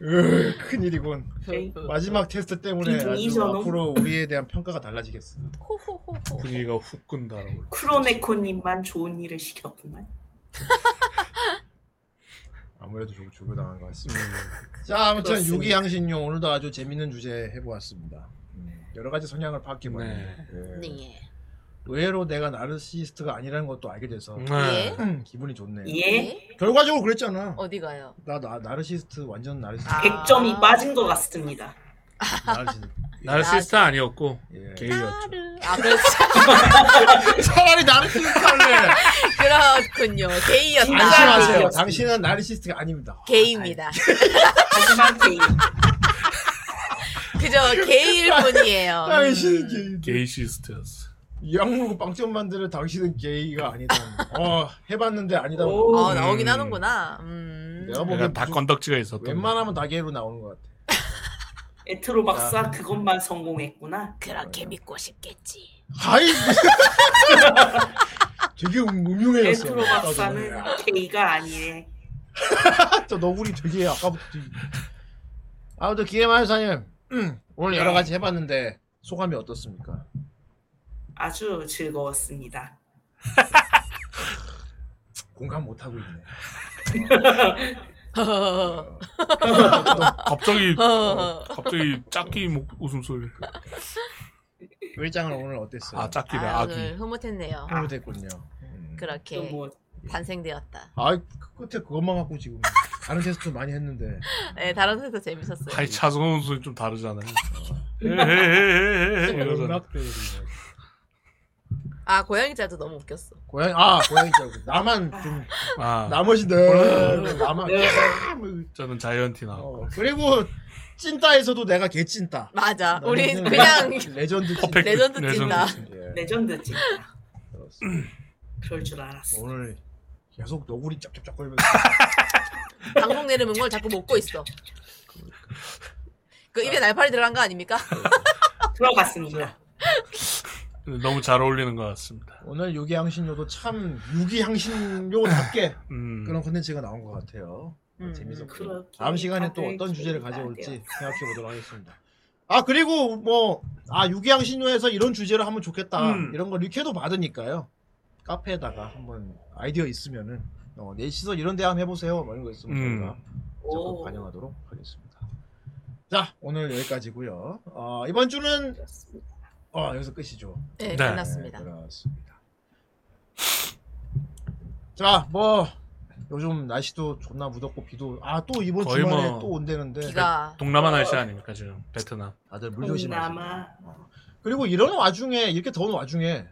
Speaker 6: 으, 큰일이군. 마지막 테스트 때문에 아주
Speaker 5: 이선호?
Speaker 6: 앞으로 우리에 대한 평가가 달라지겠어.
Speaker 4: 분위기가 훅 끈다라고.
Speaker 5: 크로네코님만 좋은 일을 시켰구만.
Speaker 6: 아무래도 조, 조교당한 것 같습니다. 자, 아무튼
Speaker 5: 그렇습니다.
Speaker 6: 유기양신용 오늘도 아주 재밌는 주제 해보았습니다. 음, 여러 가지 성향을 파악해보니 예.
Speaker 7: 네.
Speaker 6: 의외로 내가 나르시스트가 아니라는 것도 알게 돼서
Speaker 4: 네.
Speaker 6: 음, 기분이 좋네요.
Speaker 5: 예?
Speaker 6: 결과적으로 그랬잖아.
Speaker 7: 예? 어디 가요?
Speaker 6: 나, 나 나르시스트 완전 나르시스트.
Speaker 11: 아.
Speaker 5: 100점이
Speaker 7: 아.
Speaker 5: 빠진 것 같습니다. 아.
Speaker 6: 나르시스트. 예.
Speaker 4: 나르시스트 아니었고 게이였죠.
Speaker 7: 아 그렇지.
Speaker 6: 차라리 나르시스트 할래.
Speaker 7: 그렇군요. 게이였다.
Speaker 6: 안심하세요. 당신은 나르시스트가 아닙니다.
Speaker 7: 게이입니다.
Speaker 5: 하지만 게이.
Speaker 7: 그저 게이일 뿐이에요. 음.
Speaker 6: 당신은 아, 게이.
Speaker 4: 음. 게이시스트였어.
Speaker 6: 양물고 빵점 만드는 당신은 게이가 아니다. 어 해봤는데 아니다.
Speaker 7: 어 나오긴 하는구나. 음.
Speaker 6: 내가
Speaker 4: 내가
Speaker 6: 보기엔
Speaker 4: 다 건덕지가 있었던.
Speaker 6: 웬만하면 다 게이로 나오는 것 같아.
Speaker 5: 에트로 박사 그것만 성공했구나.
Speaker 11: 그렇게 믿고 싶겠지.
Speaker 6: 아이 되게 음흉해졌어.
Speaker 5: 에트로 박사는
Speaker 6: 아,
Speaker 5: K가 아니네.
Speaker 6: 저 너구리 되게 아까부터. 되게- 아무튼 기회만 회사님 음, 오늘 여러 가지 해봤는데 소감이 어떻습니까?
Speaker 5: 아주 즐거웠습니다.
Speaker 6: 공감 못 하고 있네.
Speaker 4: 갑자기 어, 갑자기 짝기 목- 웃음소리.
Speaker 6: 일장은 오늘 어땠어요? 음,
Speaker 4: 아 짝기래
Speaker 7: 아,
Speaker 4: 아기.
Speaker 7: 오늘 흐뭇했네요.
Speaker 6: 흐뭇했군요. 음.
Speaker 7: 그렇게
Speaker 6: 뭐.
Speaker 5: 뭐
Speaker 7: 탄생되었다.
Speaker 6: 아 끝에 그것만 갖고 지금 다른 테스트 많이 했는데.
Speaker 7: 네, 다른 선수 재밌었어요.
Speaker 4: 아이 차성훈 선수 좀 다르잖아요. 에헤헤헤헤 네, 이러잖아.
Speaker 7: 아 고양이 자도 너무 웃겼어.
Speaker 6: 고양이 아 고양이 자고 나만 좀
Speaker 4: 아.
Speaker 6: 나머지들 나만
Speaker 7: 네.
Speaker 6: 어,
Speaker 4: 저는 자이언티나.
Speaker 6: 그리고 찐따에서도 내가 개찐따.
Speaker 7: 맞아.
Speaker 6: 나는
Speaker 7: 우리 그냥 네.
Speaker 6: 레전드 예. 찐따.
Speaker 4: 퍼펙트
Speaker 7: 레전드 찐다.
Speaker 5: 레전드 찐다. 그럴 줄 알았어.
Speaker 6: 오늘 계속 너구리 짭짭짭 걸면서
Speaker 7: 방송 내리는 걸 자꾸 먹고 있어. 그 입에 날파리 들어간 거 아닙니까?
Speaker 5: 들어갔습니다.
Speaker 4: 너무 잘 어울리는 것 같습니다.
Speaker 6: 오늘 유기양신료도 참 유기양신료답게
Speaker 4: 음.
Speaker 6: 그런 콘텐츠가 나온 것 같아요. 어, 재밌었고
Speaker 5: 음, 그렇게
Speaker 6: 다음 시간에 또
Speaker 5: 다들
Speaker 6: 어떤 주제를
Speaker 5: 재밌다
Speaker 6: 가져올지
Speaker 5: 돼요.
Speaker 6: 생각해 보도록 하겠습니다. 아 그리고 뭐 아 유기양신료에서 이런 주제로 하면 좋겠다
Speaker 4: 음.
Speaker 6: 이런 거 리퀘도 받으니까요. 카페에다가 한번 아이디어 있으면은 어, 넷이서 이런 대화 해보세요. 뭐 이런 거 있으면
Speaker 4: 음.
Speaker 6: 저희가 적극 반영하도록 하겠습니다. 자 오늘 여기까지고요. 어, 이번 주는 어, 여기서 끝이죠.
Speaker 7: 네, 끝났습니다.
Speaker 6: 끝났습니다. 자, 뭐 요즘 날씨도 존나 무덥고 비도 아 또 이번
Speaker 4: 거의
Speaker 6: 주말에
Speaker 4: 뭐
Speaker 6: 또 온대는데
Speaker 4: 동남아 날씨 아닙니까 지금 베트남.
Speaker 6: 다들 물 조심하세요.
Speaker 5: 동남아
Speaker 6: 그리고 이런 와중에 이렇게 더운 와중에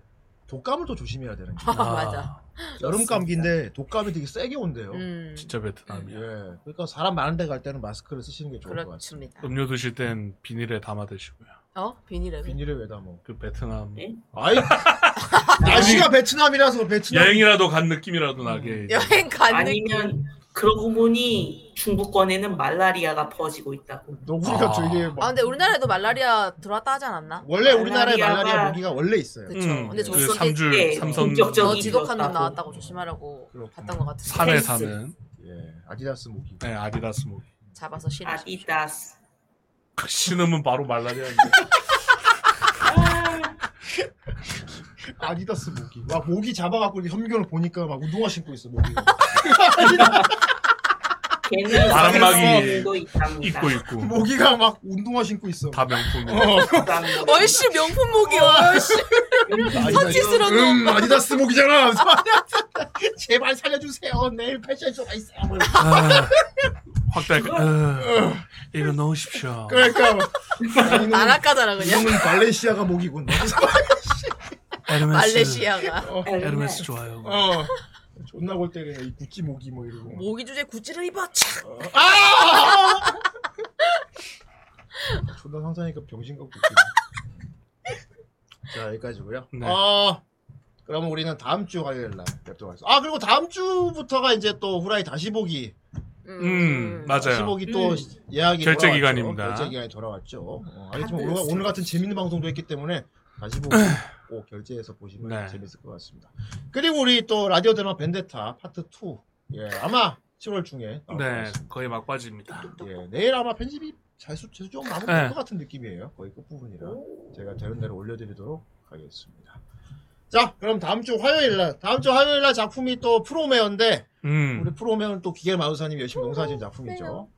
Speaker 6: 독감을 또 조심해야 되는 게
Speaker 4: 아, 맞아.
Speaker 6: 여름 감기인데 독감이 되게 세게 온대요.
Speaker 7: 음.
Speaker 4: 진짜 베트남이야.
Speaker 6: 예, 그러니까 사람 많은 데 갈 때는 마스크를 쓰시는 게 좋을 것 같습니다.
Speaker 7: 그렇습니다.
Speaker 4: 음료 드실 땐 비닐에 담아 드시고요.
Speaker 7: 어 비닐에
Speaker 6: 비닐에 왜 담어?
Speaker 4: 그 베트남.
Speaker 7: 예?
Speaker 6: 아이 날씨가 베트남이라서 베트남
Speaker 4: 여행이라도 간 느낌이라도 나게.
Speaker 7: 여행 간
Speaker 5: 아니면 그러고 보니 중부권에는 말라리아가 퍼지고 있다고.
Speaker 6: 너구리가 되게
Speaker 7: 아 근데 우리나라에도 말라리아 들어왔다 하지 않았나?
Speaker 6: 원래 우리나라에
Speaker 5: 말라리아가-
Speaker 6: 말라리아 모기가 원래 있어요.
Speaker 7: 그쵸. 근데 예, 저
Speaker 4: 그 삼줄, 삼선.
Speaker 7: 더
Speaker 4: 본격적인
Speaker 7: 지독한 놈
Speaker 4: 이었다고.
Speaker 7: 나왔다고 조심하라고 봤던 것 같은데
Speaker 4: 산에 사는.
Speaker 7: 그
Speaker 6: 예, 아디다스 모기.
Speaker 4: 네, 아디다스 모기.
Speaker 7: 잡아서 신으
Speaker 5: 아디다스
Speaker 4: 신으면 바로 말라리아.
Speaker 5: 아,
Speaker 6: 아디다스 모기. 와 모기 잡아갖고 이렇게 현미경을 보니까 막 운동화 신고 있어 모기.
Speaker 5: 걔는
Speaker 4: 바람막이
Speaker 5: 사회성도 있답니다.
Speaker 4: 입고 있고.
Speaker 6: 모기가 막 운동화 신고 뭐. 있어.
Speaker 4: 다 명품.
Speaker 7: 어, 얼씨 명품 목이야 얼씨
Speaker 5: 네,
Speaker 6: 사치스러운 음, 아디다스 모기잖아. 제발 살려주세요. 내일 패션쇼가 있어요. 뭐 이러고.
Speaker 4: 아, 확대할 거. 어, 이거 넣으십시오.
Speaker 6: 그러니까
Speaker 7: 아라카잖아 그냥
Speaker 6: 이놈은 발렌시아가 모기군.
Speaker 4: 에르메스.
Speaker 7: 말레시아가
Speaker 5: 네.
Speaker 4: 에르메스 좋아요.
Speaker 6: 어. 존나 볼 때는 이 구찌 모기 뭐 이러고.
Speaker 7: 모기 주제 구찌를 입어 착
Speaker 6: 아! 존나 상상하니까 병신 같고. 웃기네. 자 여기까지고요.
Speaker 4: 네.
Speaker 6: 어, 그럼 우리는 다음 주 화요일 날 뵙도록 하겠습니다. 아 그리고 다음 주부터가 이제 또 후라이 다시 보기.
Speaker 4: 음, 맞아요.
Speaker 6: 다시 보기 또
Speaker 4: 음.
Speaker 6: 예약이
Speaker 4: 결제
Speaker 6: 돌아왔죠.
Speaker 4: 기간입니다.
Speaker 6: 결제 기간이 돌아왔죠. 어, 알겠지만
Speaker 4: 다들
Speaker 6: 오늘,
Speaker 4: 스트레스.
Speaker 6: 오늘 같은 재밌는 방송도 했기 때문에 다시 보기 꼭 결제해서 보시면
Speaker 4: 네.
Speaker 6: 재밌을 것 같습니다. 그리고 우리 또 라디오 드라마 벤데타 파트 2. 예, 아마 7월 중에 나올 것
Speaker 4: 네,
Speaker 6: 같습니다.
Speaker 4: 거의 막바지입니다.
Speaker 6: 예, 내일 아마 편집이 잘수 좀 마무리될
Speaker 4: 네.
Speaker 6: 것 같은 느낌이에요. 거의 끝부분이라 제가 되는 대로 올려드리도록 하겠습니다. 자, 그럼 다음 주 화요일 날, 다음 주 화요일 날 작품이 또 프로메어인데
Speaker 4: 음.
Speaker 6: 우리 프로메어는 네, 어, 또 기계 마우사님 이 열심히 농사지은 작품이죠.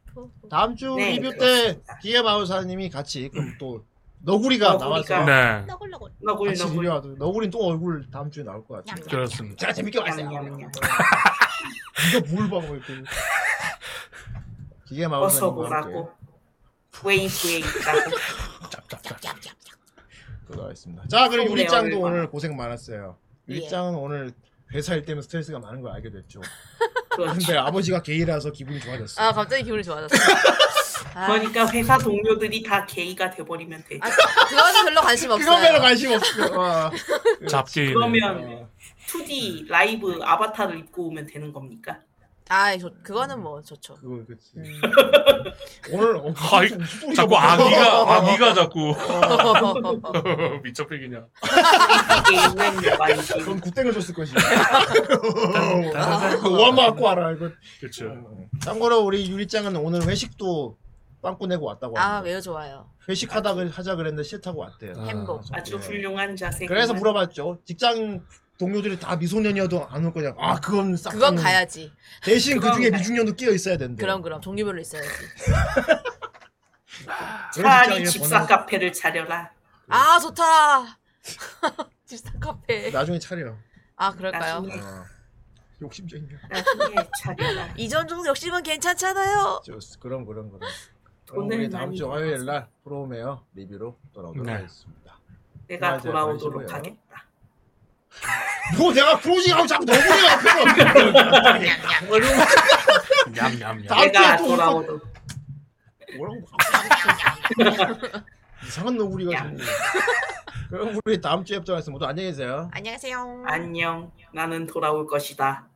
Speaker 6: 다음 주
Speaker 4: 네,
Speaker 6: 리뷰 때 기계 마우사님이 같이 그럼 또 너구리가
Speaker 4: 너구리가.
Speaker 6: 나와서
Speaker 4: 네.
Speaker 5: 너굴
Speaker 6: 같이
Speaker 5: 너굴
Speaker 6: 리뷰하도 너구리는 또 얼굴 다음 주에 나올 것 같아요.
Speaker 4: 그렇습니다.
Speaker 6: 제가 재밌게 봤어요. 이거 뭘 봐, 뭐 이렇게. 기계
Speaker 5: 어서
Speaker 6: 마우사님과 함께
Speaker 5: 보라고. 웨이브 웨이브라고.
Speaker 6: 그거 알겠습니다. 자, 그리고
Speaker 5: 서울의
Speaker 6: 유리짱도
Speaker 5: 얼굴.
Speaker 6: 오늘 고생 많았어요.
Speaker 5: 예.
Speaker 6: 유리짱은 오늘 회사 일 때문에 스트레스가 많은 걸 알게 됐죠.
Speaker 5: 그렇죠.
Speaker 6: 근데 아버지가 게이라서 기분이 좋아졌어.
Speaker 7: 아 갑자기 기분이 좋아졌어 아,
Speaker 5: 그러니까 회사 동료들이 다 게이가 돼버리면 되지.
Speaker 7: 그거는 별로 관심 없어요
Speaker 6: 그건 별로 관심 아, 없어.
Speaker 5: 아,
Speaker 6: 와.
Speaker 4: 잡게.
Speaker 5: 그러면 2D 라이브 아바타를 입고 오면 되는 겁니까?
Speaker 7: 아, 저, 그거는 뭐 좋죠.
Speaker 6: 그거 그치.
Speaker 5: 음.
Speaker 6: 오늘 어,
Speaker 4: 아이, 자꾸 아기가 아기가 자꾸 미쳐피기냐.
Speaker 6: 그럼 구땡을 줬을 것이. 오한마 갖고 와라 이거.
Speaker 4: 그렇죠.
Speaker 6: 참고로 우리 유리짱은 오늘 회식도 빵꾸 내고 왔다고.
Speaker 7: 아,
Speaker 6: 합니다.
Speaker 7: 매우 좋아요.
Speaker 6: 회식하다 그- 하자 그랬는데 싫다고 왔대요. 예.
Speaker 7: 행복.
Speaker 5: 아주 훌륭한 자세.
Speaker 6: 네. 그래서 물어봤죠. 직장 동료들이 다 미소년이어도 안 올 거냐? 아 그건 싹.
Speaker 7: 그건
Speaker 6: 가는-
Speaker 7: 가야지.
Speaker 6: 대신 그
Speaker 7: 그건
Speaker 6: 중에
Speaker 7: 가야지.
Speaker 6: 미중년도 끼어 있어야 된대.
Speaker 7: 그럼 그럼 종류별로 있어야지.
Speaker 5: 차라리 집사 카페를 차려라.
Speaker 7: 아, 좋다. 집사 카페.
Speaker 6: 나중에 차려.
Speaker 7: 아, 그럴까요?
Speaker 6: 어. 욕심쟁이야.
Speaker 7: 이전 종 욕심은 괜찮잖아요.
Speaker 6: 좋스. 그럼 그럼 그럼. 그럼
Speaker 5: 돈을
Speaker 6: 우리 다음
Speaker 5: 많이
Speaker 6: 주 화요일 날 프로메어 리뷰로 돌아오도록
Speaker 5: 네.
Speaker 6: 하겠습니다.
Speaker 5: 내가
Speaker 6: 수고하세요.
Speaker 5: 돌아오도록
Speaker 6: 많이 쉬고요.
Speaker 5: 하겠다.
Speaker 6: 뭐 내가 프로징하고 자꾸 너구리 앞에서.
Speaker 4: 냠냠냠.
Speaker 6: 다음
Speaker 5: 내가
Speaker 6: 주에 아, 또
Speaker 5: 돌아오도록.
Speaker 6: 뭐라고? 이상한 너구리가 자꾸. 그럼 우리 다음 주에 뵙도록 하겠습니다. 모두 안녕히 계세요.
Speaker 7: 안녕하세요.
Speaker 5: 안녕. 나는 돌아올 것이다.